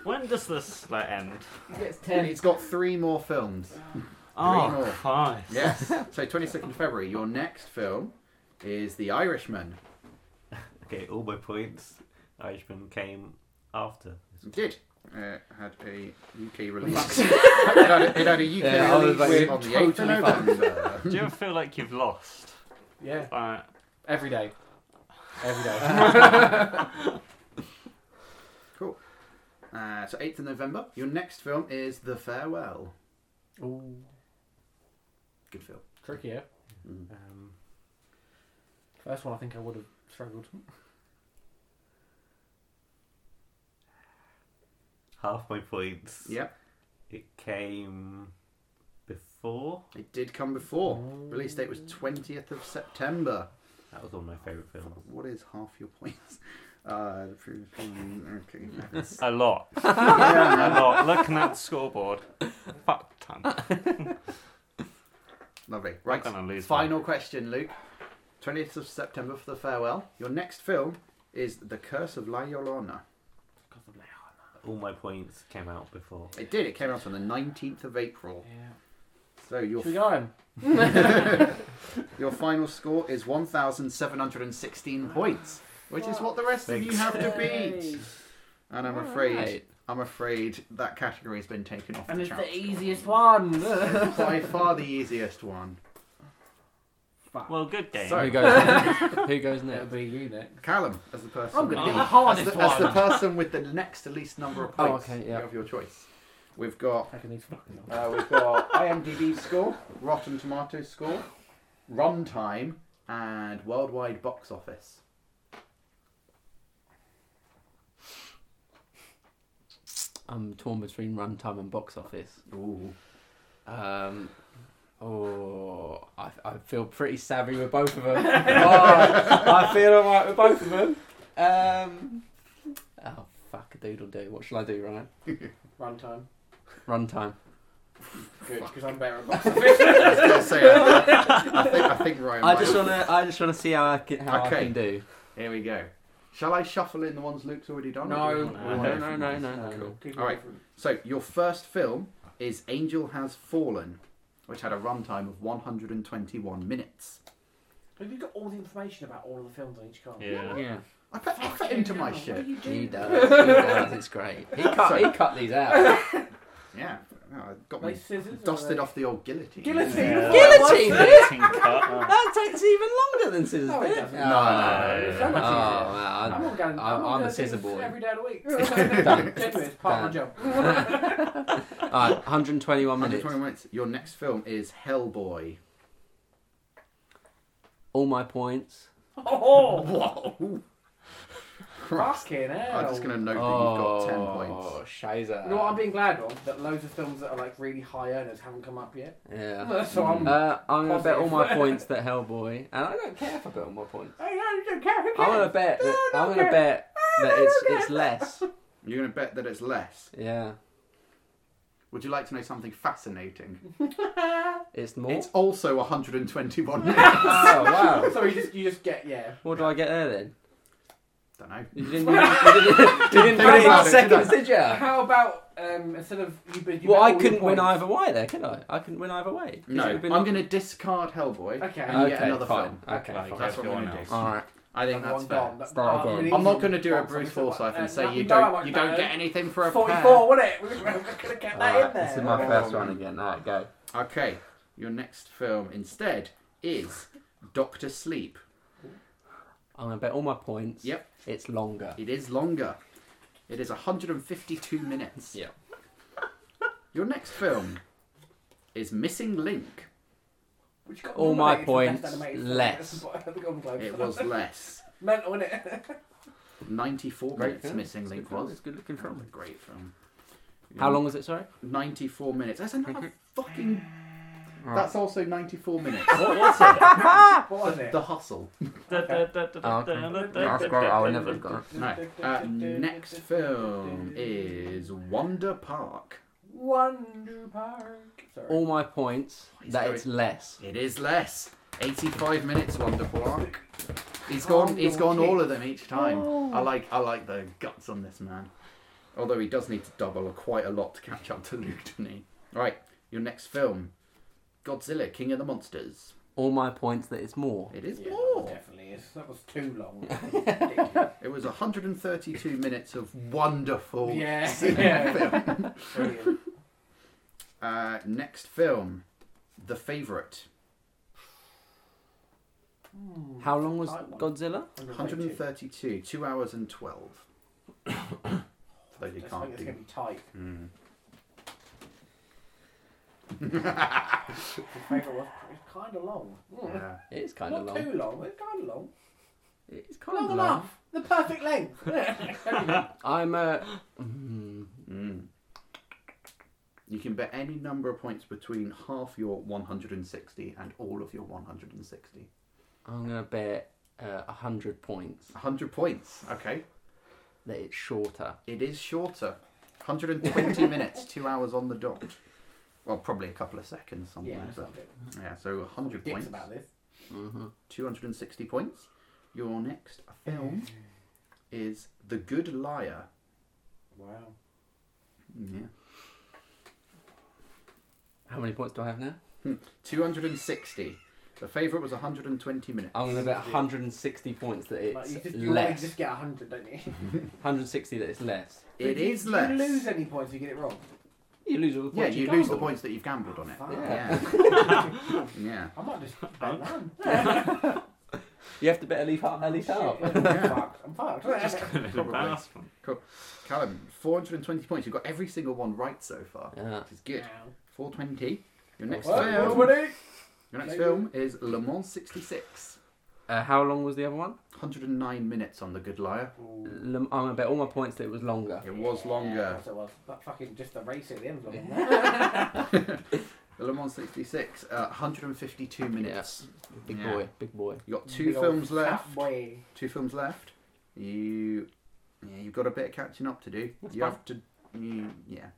When does this like, end?
It's
And
10.
it's got three more films.
Oh,
more.
Christ.
Yes. So, 22nd of February, your next film is The Irishman.
Okay, all my points. Irishman came after.
It did. Uh, had a UK release. it, had a, it had a UK
Yeah, I was
release
like,
on the
totally
8th of November.
Do you ever feel like you've lost?
Yeah.
Like,
Every day. Every day.
cool. Uh, so, 8th of November, your next film is The Farewell.
Ooh.
Good film.
Trickier.
Um,
First one I think I would have struggled.
half my points.
Yep.
It came before.
It did come before. Release date was 20th of September.
That was one of my favourite films.
What is half your points? Uh, the previous film, okay.
a lot. a lot. Looking at the scoreboard. Fuck ton.
Lovely. Right.
gonna lose
Final question, Luke. 20th of September for the farewell. Your next film is The Curse of La Llorona.
All my points came out before.
It did. It came out on the 19th of April.
Yeah.
So your
Should we go home?
your final score is 1,716 points, which is what the rest of you
Thanks.
have to
Yay.
beat. And I'm afraid,
Alright.
I'm afraid that category has been taken off
And
the
it's
chart.
the easiest one.
By far the easiest one.
Fuck.
Well, good game.
So-
Who goes next? Who goes
It'll
next?
be you next.
Callum, as the person,
I'm gonna
with-
be the
as,
hardest
the, as the
one.
person with the next least number of
Oh,
points,
okay,
you
yeah.
have your choice. We've got
Taking these fucking off.
Uh, we've got IMDb score, Rotten Tomatoes score, runtime, and worldwide box office.
I'm torn between runtime and box office.
Ooh.
Um, oh, I, I I feel pretty savvy with both of them. Oh, I feel alright with both of them. Um, oh, fuck a doodle do. What shall I do, Ryan?
Run time.
Run time.
Good,
Fuck.
because I'm better at
I was gonna say, I, I think, I think Ryan.
I
might-
just wanna, I just wanna see how I can, how I
Okay.
can do.
Here we go. Shall I shuffle in the ones Luke's already done?
No,
or do you want-
no,
or
no,
different
no, no,
ones?
no, no,
Cool.
no.
All right. So your first film is Angel Has Fallen, which had a runtime of 121 minutes.
Have you got all the information about all of the films on each card?
Yeah.
Yeah,
I put effort into my shit.
he does. He does. It's great. He cut,
So-
he cut these out.
Yeah, no, I got
Like
me
scissors? or
dusted
like-
off the old guillotine.
Guillotine?
Yeah.
Guillotine,
Guillotine cut.
That takes even longer than scissors.
No, it
did
doesn't.
No, no,
no,
It's so
Oh,
much easier.
man,
I'm not going.
I'm-
not
I'm a
going
scissor
to do this
boy.
Every day of the week.
Done.
Genuinely, it's part of my job.
Alright, 121 minutes.
120 minutes. Your next film is Hellboy.
All my points.
Oh,
Whoa! Christ.
fucking hell!
I'm just going to note that you've got 10 points.
Oh, Shazer.
You know what I'm being glad of? That loads of films that are like really high earners haven't come up yet.
Yeah.
So I'm.
Mm.
Uh, I'm gonna bet all my
Positive.
points that Hellboy, and I don't care if I bet all my points.
Hey, no, you don't care. Who
I'm
cares?
gonna bet. That,
No,
I'm
no,
gonna
okay.
bet that
no,
it's
okay.
it's less.
You're going to bet that it's less.
Yeah,
Would you like to know something fascinating?
it's more.
It's also 121 minutes.
Oh wow!
So you just you just get yeah.
What do I get there then?
Don't know.
You didn't, you didn't, you didn't, you didn't
Think
put it
about
in
it,
seconds, did you?
How about um, instead of you? bet- you
Well,
bet
I
all
couldn't
your
win
points.
either way there, could I? I couldn't win either way. 'Cause
No,
it would've been-
I'm going to discard Hellboy
Okay.
and
Okay,
yet another
fine.
film.
Okay,
Like,
That's what
everyone
we're gonna
else.
do.
all right.
I think
Another
Oh, that's
one
fair.
gone. That-
Start
uh,
again.
really
I'm not
easy
going to do a
box
Bruce
office of, like,
Forsyth
uh,
and say
no,
you
no, I
don't
won't
you
know.
don't get anything for a pair.
Forty-four, wasn't it? We could have kept that in there.
this is my first one again. All right, go.
Okay, your next film instead is Doctor Sleep.
I'm gonna bet all my points.
Yep.
It's longer.
It is longer. It is 152 minutes.
Yeah.
Your next film is Missing Link.
Which got
All my
nominated for Best
points,
Animated Film
less.
at the Golden Globes.
It was less.
mental, innit? it?
94
Great
minutes
film.
Missing Link was.
good looking
That was a great film.
How long was it? Sorry.
94 minutes. That's another fucking. That's also 94 minutes.
What was it?
What was it?
the Hustle. Oh,
That's great. I would never have got it.
No. Uh, next film is Wonder Park.
Wonder Park. Sorry.
Oh,
All my points
He's
that
going-
it's less.
It is less. 85 minutes, Wonder Park. He's
Oh,
gone. He's gone all of them each time. I like. I like the guts on this man. Although he does need to double quite a lot to catch up to Luke, doesn't he? Right. Your next film, Godzilla, King of the Monsters.
All my points that it's more.
It is
Yeah, that
more.
definitely is. That was too long. Ridiculous.
It was 132 minutes of wonderful.
yeah.
cinema
yeah.
film.
Brilliant.
Uh, next film, The Favorite.
How long was
Tight one.
Godzilla?
132, two hours and twelve. so you can't
That's like
Hmm.
it's
do.
gonna be tight. His favourite was it's kind of long. Mm.
Yeah.
It is kind
Not
of long.
too long, but it's kind of long.
It's kind
Long
of long.
enough. The perfect length.
I'm uh, mm,
Mm. You can bet any number of points between half your 160 and all of your 160.
I'm gonna bet uh, hundred points
100 points. Okay.
that it's shorter.
It is shorter. 120 minutes, two hours on the dot. Well, probably a couple of seconds somewhere.
yeah, that's
but,
not good.
yeah so 100
Dicks
points.
about this.
Mm-hmm.
260 points. Your next
Mm.
film is The Good Liar.
Wow. Mm.
Yeah.
How many points do I have now?
260. The favourite was 120 minutes.
I'm gonna bet 160 points that
Like, you
it's
just, you always
less.
just get 100, don't you?
160 that it's less.
It
Do you-
is
do
less.
you lose any points if you get it wrong?
You lose all the
Yeah,
points.
you lose the points that you've gambled on it.
Fuck.
Yeah. Yeah.
I might just bet none.
You have to bet at least half. At least half.
Shit, I'm fucked. I'm fucked.
Callum, 420 points. You've got every single one right so far,
Yeah.
which is good. 420. Your next
Well,
film.
everybody,
Your next film is Le Mans 66.
Uh, how long was the other one?
109 minutes on The Good Liar.
L- I'm gonna bet all my points that it was longer.
It was longer.
Yeah, so it was. But fucking just the race at the end. Long.
The Le Mans 66, uh, 152 minutes.
Big
Yeah.
boy, big boy.
You
Mm,
got two films left.
Way.
Two films left. You, yeah, you've got a bit of catching up to do. you have to, you, yeah,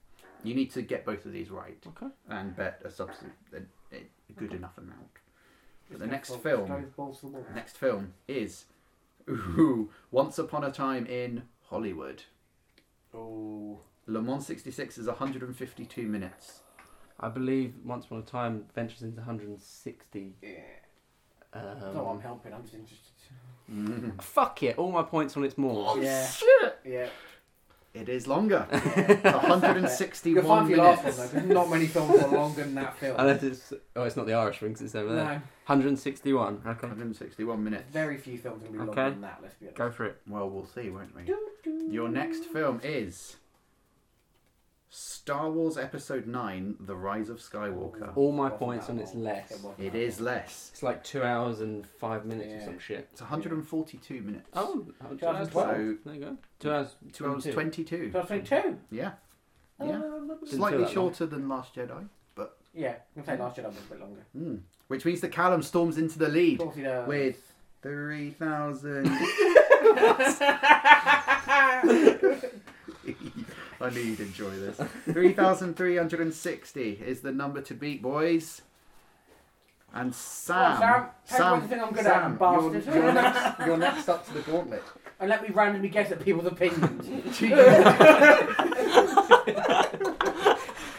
you need to get both of these right
Okay.
and bet a substance a, a good enough amount. But the next film, next film is, ooh, Once Upon a Time in Hollywood.
Oh,
Le Mans 66 is 152 minutes.
I believe Once Upon a Time ventures into 160.
yeah.
Um,
No, I'm helping. I'm just interested.
Mm.
Fuck it, all my points on its more.
yeah. Yeah.
It is longer. It's 161
You'll find for your last one
minutes.
though, 'cause not many films are longer than that film.
Unless it's oh, it's not the Irishman because it's over there.
no,
161. Okay,
161 minutes.
very few films are going to be longer
Okay.
than that. Let's be honest.
go for it.
Well, we'll see, won't we? Your next film is Star Wars Episode 9 The Rise of Skywalker.
All my
Wasn't
points
that
and it's
long.
less.
wasn't
It
that
is
long.
less.
It's like two hours and five minutes or
Yeah.
some shit.
It's 142 minutes.
Oh, two hours
2012.
twelve.
So,
There you go. Two hours.
2 hours
22.
22.
So I say two. Uh,
Yeah.
Yeah.
Yeah.
feel
Slightly
that long.
shorter than Last Jedi.
yeah. I'm say last year I was a bit longer.
Mm. Which means the Callum storms into the lead
Of course he does.
with 3,000. I knew you'd enjoy this. 3,360 is the number to beat, boys. And Sam.
Sam, take away the thing I'm good at,
Sam,
you
you're,
bastard.
you're next, you're next up to the gauntlet.
And let me randomly guess at people's opinions.
Do you, do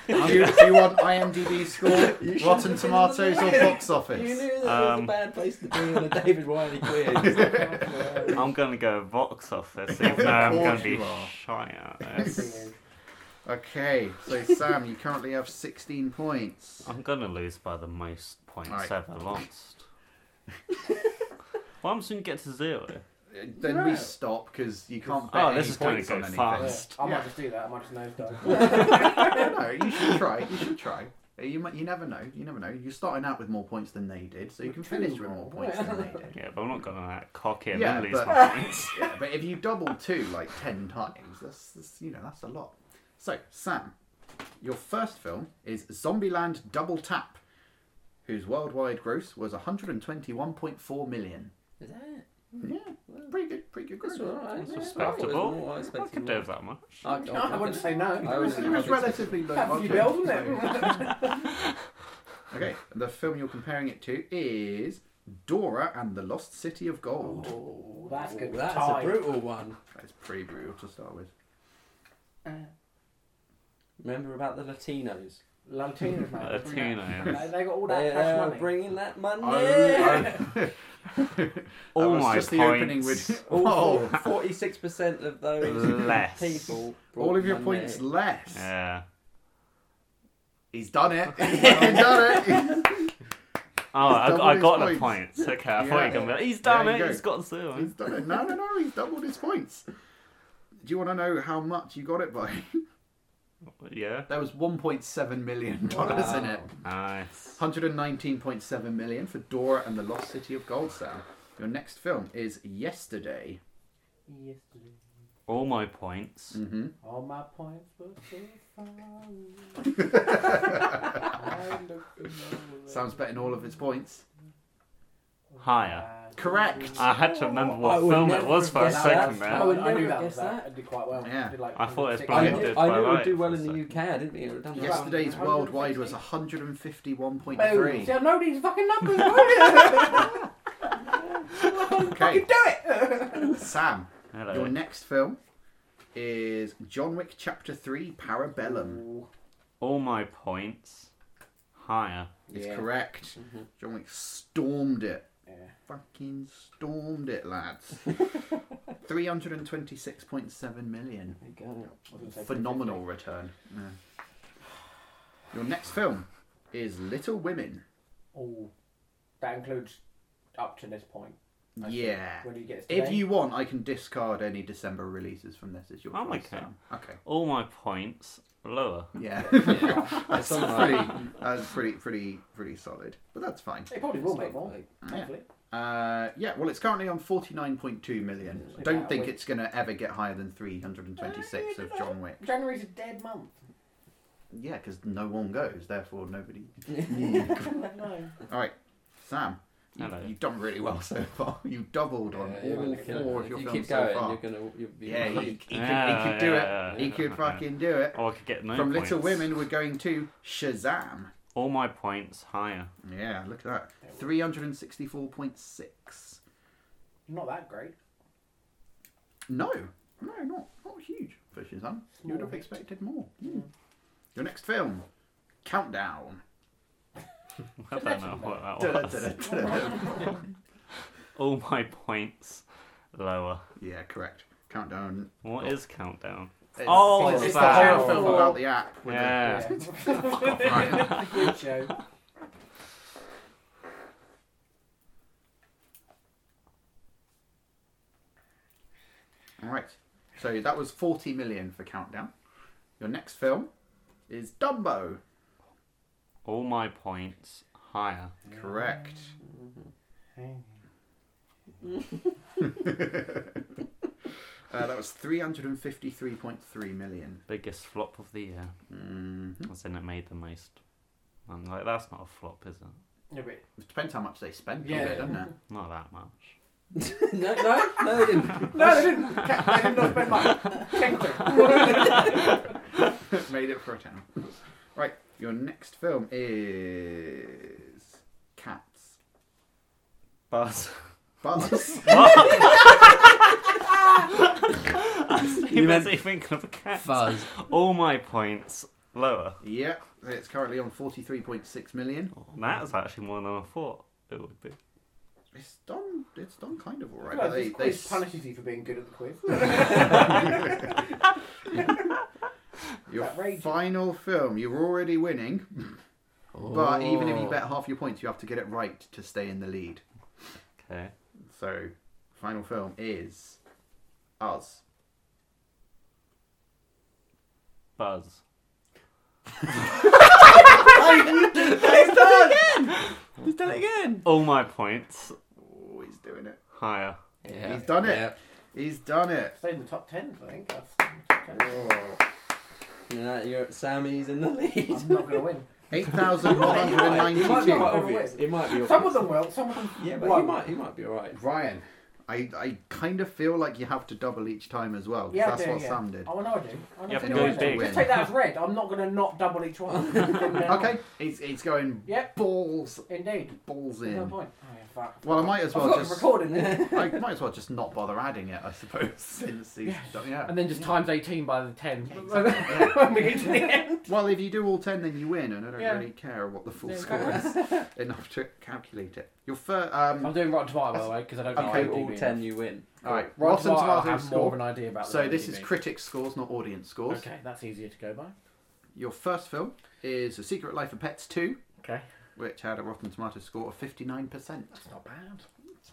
you- do you want IMDb score, Rotten Tomatoes, or box office?
knew
was a Um,
bad place to be on a David Wiley quiz. oh,
I'm gonna go box office, even though I'm
Of
gonna
course
be
you are.
shy at this.
Okay, so Sam, you currently have 16 points.
I'm gonna lose by the most points
Right.
ever lost. Why must you get to zero?
Then we stop because you can't bet
Oh,
any
this is gonna
points
go
on anything.
fast.
I might
Yeah.
just do that. I might just nose dive.
no, no, you should try. You should try. Uh, You might, you never know. You never know. You're starting out with more points than they did, so you can finish with more points than they did.
Yeah, but I'm not gonna act cocky and
Yeah,
then lose
but-
my points.
Yeah, but if you double two like ten times, that's, that's you know that's a lot. So Sam, your first film is Zombieland Double Tap, whose worldwide gross was 121.4 million.
Is that it?
Yeah, pretty good, pretty good gross.
That's all right. yeah.
respectable.
I thought it was more, I
I
expected
could
more.
do that much.
I-
No, I wouldn't say
I
It
no.
was, it was
Okay.
relatively low
Have you
budget.
built on
so-
it?
okay, the film you're comparing it to is Dora and the Lost City of Gold.
Oh, that's good.
That's
tie.
a brutal one.
That's pretty brutal to start with.
Remember about the Latinos?
Latinos, mate.
Uh, Latinos.
They- They got all that
They uh,
cash
are
money.
bringing that money.
Oh,
All
was
my
just the opening
points.
with-
All
Oh.
forty-six percent of those
Less.
people.
All
brought
of your
money.
points less.
Yeah.
He's done it. He's fucking done it.
Oh,
doubled
I, I
his
got the
points.
points. Okay, I thought you were gonna be like, he's done
There
it,
you go.
he's got zero.
He's done it. No, no, no. He's doubled his points. Do you want to know how much you got it by?
Yeah.
There was 1.7 million dollars in it.
Nice.
119.7 million for Dora and the Lost City of Gold Sound. Your next film is Yesterday.
Yesterday.
All my points.
Mm-hmm.
All my points were so far away. I looked in all
Sam's betting all of his points.
Higher.
eyes.
Correct.
I had to remember
I
what
would
film it
never
was for a
guess
second
that.
there.
I,
would
would
never
knew
have
that was
guessed
that.
that.
I did quite well.
Yeah.
Did like
I thought it was
160.
I
Brian
knew,
did
I
by
knew it would
right
do
for
well
a
in the UK. I didn't think it would have done well.
Yesterday's
150.
worldwide was
Boom. See,
151.3.
I know these fucking numbers. right?
Okay,
Do it.
Sam, your
Hello.
next film is John Wick Chapter 3
Mm,
Parabellum.
All my points. Higher.
It's
Yeah. Mm-hmm.
correct. John Wick stormed it.
Yeah.
Fucking stormed it, lads. 326.7 million.
There you go.
I was gonna say
Phenomenal return. Yeah. Your next film is Little Women.
50. Oh, that includes up to this point. I see.
Yeah.
When do you get
If you want, I can discard any December releases from this. It's your
I'm
choice.
okay.
Sam. Okay.
All my points. Lower.
Yeah.
That's
that's
all
pretty. That's pretty, pretty, pretty solid. But that's fine.
It probably will make more.
Yeah.
Hopefully.
Uh, yeah. Well, it's currently on forty-nine point two million.
Yeah.
Don't think it's gonna ever get higher than three hundred and twenty-six of John Wick.
January's a dead month.
yeah, because no one goes, therefore nobody.
no.
All right, Sam. You,
Hello.
you've done really well so far. You've doubled on
you're
all
gonna kill it.
four of
If
your
you
films
keep going,
so far.
You're gonna, you'll be
Yeah, he, he,
like,
could, he
Ah, Yeah,
could do
yeah,
it.
yeah,
he could
yeah.
fucking do it.
Or I could get no
From
points.
Little Women, we're going to Shazam.
All my points higher.
Yeah, look at that. 364.6.
Not that great.
No, no, not, not huge for Shazam. You would have
Small.
expected more. Hmm. Your next film, Countdown.
I don't know what that was.
Da-da-da-da-da.
All my points lower.
yeah, correct. Countdown.
What is countdown?
is-
Oh,
it's,
it's
the
that.
whole film about the app. with the-
Yeah.
Yeah. Good show.
All right. So that was 40 million for Countdown. Your next film is Dumbo.
All my points higher.
Correct. Uh, that was 353.3 million.
Biggest flop of the year.
Mm.
As in, it made the most. I'm like, that's not a flop, is it?
Yeah, but-
It depends how much they spend on
Yeah.
it, doesn't it?
Not that much.
no, no, no, they didn't.
No, they didn't. They did not spend money. Ten quid.
Made it for a town. Right, your next film is Cats.
Buzz.
Buzz.
you meant thinking of a cat.
Fuzz.
All my points lower.
yeah, it's currently on 43.6 million.
That is actually more than I thought it would be.
It's done. It's done kind of alright.
No,
but they
this
they
quiz
s-
punishes you for being good at the quiz.
your
Outrageous.
final film. You're already winning, but even if you bet half your points, you have to get it right to stay in the lead.
Okay.
So, final film is Us.
Buzz.
Oh, He's done it again.
All my points
Oh, he's doing it.
higher.
Yeah,
He's done it.
Yeah.
He's done it.
Stayed in the top ten, I think. I've stayed in the top 10.
Oh.
You know, you're, Sammy's in the lead.
I'm not going to win.
It might be quite
8,192.
obvious. It might be
Some
obvious.
of them will. Some of them
Yeah, but
won't.
he might, he might be alright.
Ryan, I, I kind of feel like you have to double each time as well. 'cause
Yeah, I
that's
do,
what
yeah.
Sam did.
Oh, I know I do. I know
You have
I
to
do.
go
I know.
big.
Just take that as red. I'm not going to not double each one. okay.
Okay, he's, he's going
Yep.
balls
Indeed.
balls
There's no
in.
point. Oh, yeah, fuck.
Well, I might as
I've
well
got to
just
record in there.
I might as well just not bother adding it, I suppose. Since he's done, yeah.
And then just times 18 by the 10.
exactly.
when we get to the end.
Well, if you do all ten, then you win, and I don't
Yeah.
really care what the full
Yeah,
score is enough to calculate it. Your first, um,
I'm doing Rotten Tomato, by the way, because I don't know
Okay,
Okay,
IMDb
all
enough.
ten you win.
all right,
Rotten
Rotten
Tomato
Tomatoes
has more of
score.
an idea about
So
the
this is
IMDb.
critic scores, not audience scores.
Okay, that's easier to go by.
Your first film is A Secret Life of Pets Two.
Okay.
which had a Rotten Tomato score of 59%.
That's not bad.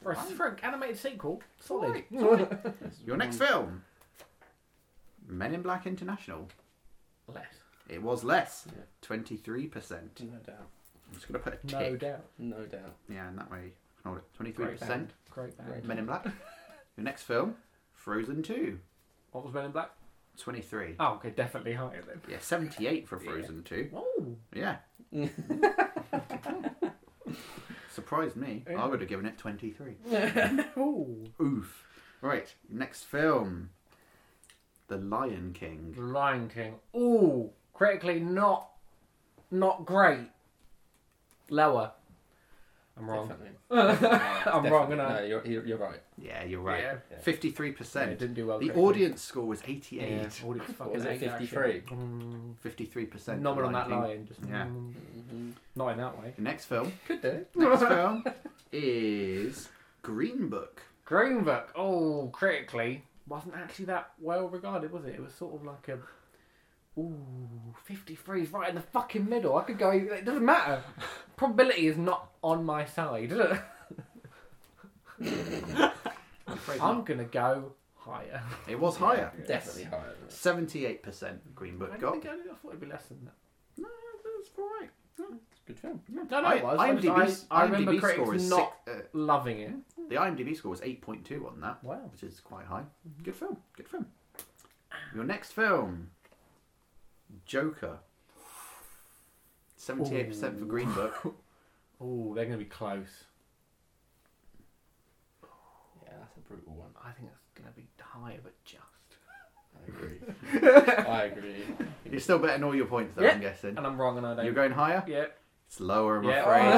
For, a,
fine.
for an animated sequel, solid.
Alright, Your next film, Men in Black International.
Less.
It was less,
Yeah.
23%. I'm
No doubt.
just going to put a tick.
No doubt.
No doubt.
Yeah, and that way, I can hold it.
Great
23%,
band. Great band.
Great.
Men in Black. Your next film, Frozen 2,
What was Men in Black?
23.
Oh, okay, definitely higher then.
Yeah, 78 for Frozen 2.
Oh,
Yeah. Surprised me. I would have given it 23.
cool.
Oof. Right, next film, The Lion King.
The Lion King. Ooh, critically not, not great. Lower. I'm wrong.
Definitely.
I'm wrong, and
No,
I.
you're, you're, you're right.
Yeah, you're right.
Yeah.
Fifty-three
Yeah, it
percent.
didn't do well
The
critically.
audience score was
Yeah,
eighty-eight.
audience fucking
was it,
hate that shit.
53?
Mm,
Fifty-three percent.
Nominal on that lion. Just
Yeah.
mm, not in that way.
The next film.
Could do.
Next film is Green Book.
Green Book, oh, critically, wasn't actually that well regarded, was it? It was sort of like a. Ooh, 53 is right in the fucking middle. I could go. either- It doesn't matter. Probability is not on my side. I'm gonna go higher.
It was higher.
Definitely higher. Than
Seventy-eight percent. Green
I,
Book
didn't
got.
think, I didn't- I thought it'd be less than that.
No, that's all right.
Good film.
No, no, it was. I, just- I, I remember
IMDb
critics
score is
not
six, uh,
loving it.
the IMDb score was eight point two on that,
Wow.
which is quite high.
Mm-hmm.
Good film. Good film. Your next film, Joker. Seventy-eight percent for
Ooh.
Green Book.
Oh, they're going to be close.
Yeah, that's a brutal one.
I think that's going to be higher, but just.
I agree. I agree.
You're still betting all your points, though.
Yeah.
I'm guessing.
And I'm wrong, and I don't.
You're going higher.
Yeah.
It's lower, I'm
Yeah.
afraid.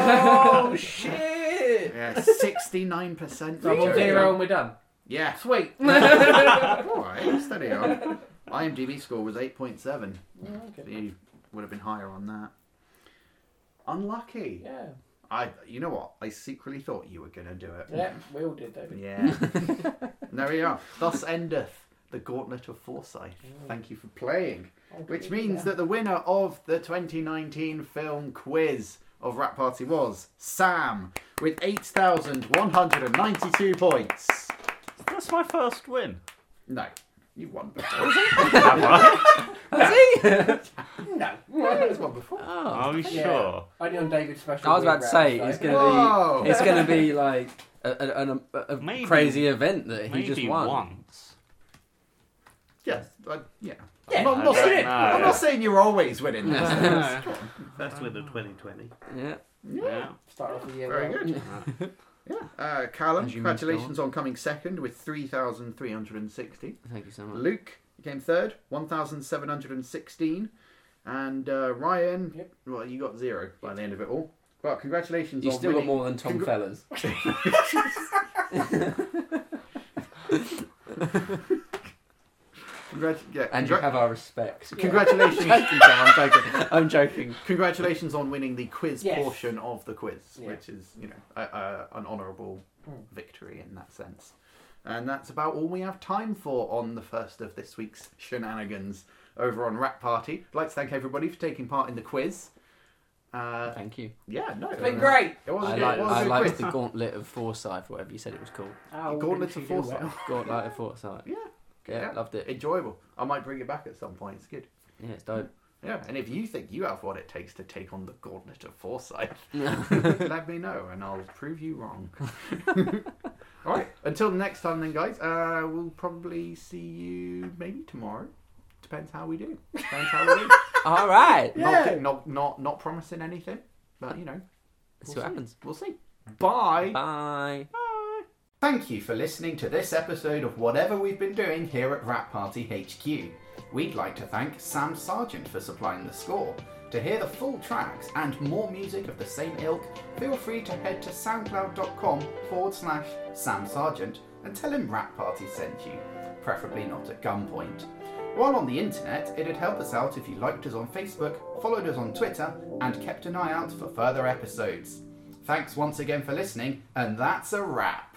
Oh shit!
Yeah, sixty-nine percent.
Double zero, and we're done.
Yeah.
Sweet.
All right, steady on. IMDb score was eight point seven. So
okay.
you would have been higher on that. Unlucky.
Yeah.
I. You know what? I secretly thought you were gonna do it.
Yeah, we all did, David.
Yeah. there we are. Thus endeth the Gauntlet of Foresight.
Mm.
Thank you for playing. Which means that the winner of the 2019 film quiz of Rat Party was Sam with 8,192 points.
That's my first win.
No, you won
no.
There's one before.
Oh.
Are we
Yeah.
sure?
Only on David's special.
I was about
Big
to say
round,
it's
so-
gonna
Whoa.
be it's gonna be like a, a, a, a- a
Maybe-
crazy event that he
Maybe
just won.
once.
Yes, I, yeah.
Yeah,
I'm, not, I'm
I
not
don't
saying,
know.
I'm not saying you're always winning this.
First win of 2020.
Yeah.
Yeah.
Start off the year.
Very
well.
good. Yeah. Uh, Callum,
As you must
congratulations on coming second with 3,360.
Thank you so much.
Luke you came third, 1,716. And uh, Ryan,
Yep.
well, you got zero by the end of it all. Well, congratulations
You
on
still got
winning.
more than Tom
Congr-
Fellas.
Congrat- yeah,
And you
congra-
have our respect.
congratulations,
Joking, Tom, I'm joking. I'm joking.
congratulations on winning the quiz
Yes.
portion of the quiz,
Yeah.
which is, you know, a, a, an honourable
Hmm.
Mm.
victory in that sense. And that's about all we have time for on the first of this week's shenanigans over on Rat Party. I'd like to thank everybody for taking part in the quiz. Uh,
Thank you.
yeah, no,
It's been great.
It was a
I
good,
like
it was a
I
good
liked
quiz.
the gauntlet of Forsyth, whatever you said it was called.
Oh,
Gauntlet
didn't
of
you do
Foresight.
well?
Gauntlet of Forsyth.
Yeah.
Yeah,
Yeah.
loved it.
Enjoyable. I might bring it back at some point. It's good.
Yeah, it's dope.
Yeah. And if you think you have what it takes to take on the gauntlet of foresight,
Bye
let me know and I'll prove you wrong. All right. Until next time, then, guys. Uh, we'll probably see you maybe tomorrow. Depends how we do. Depends how we do.
All right.
Not, not, not, not promising anything, but you know,
Let's see what happens.
we'll see. Bye.
Bye.
Thank you for listening to this episode of whatever we've been doing here at Rat Party HQ. We'd like to thank Sam Sargent for supplying the score. To hear the full tracks and more music of the same ilk, feel free to head to soundcloud.com forward slash Sam Sargent and tell him Rat Party sent you, preferably not at gunpoint. While on the internet, it'd help us out if you liked us on Facebook, followed us on Twitter, and kept an eye out for further episodes. Thanks once again for listening, and that's a wrap.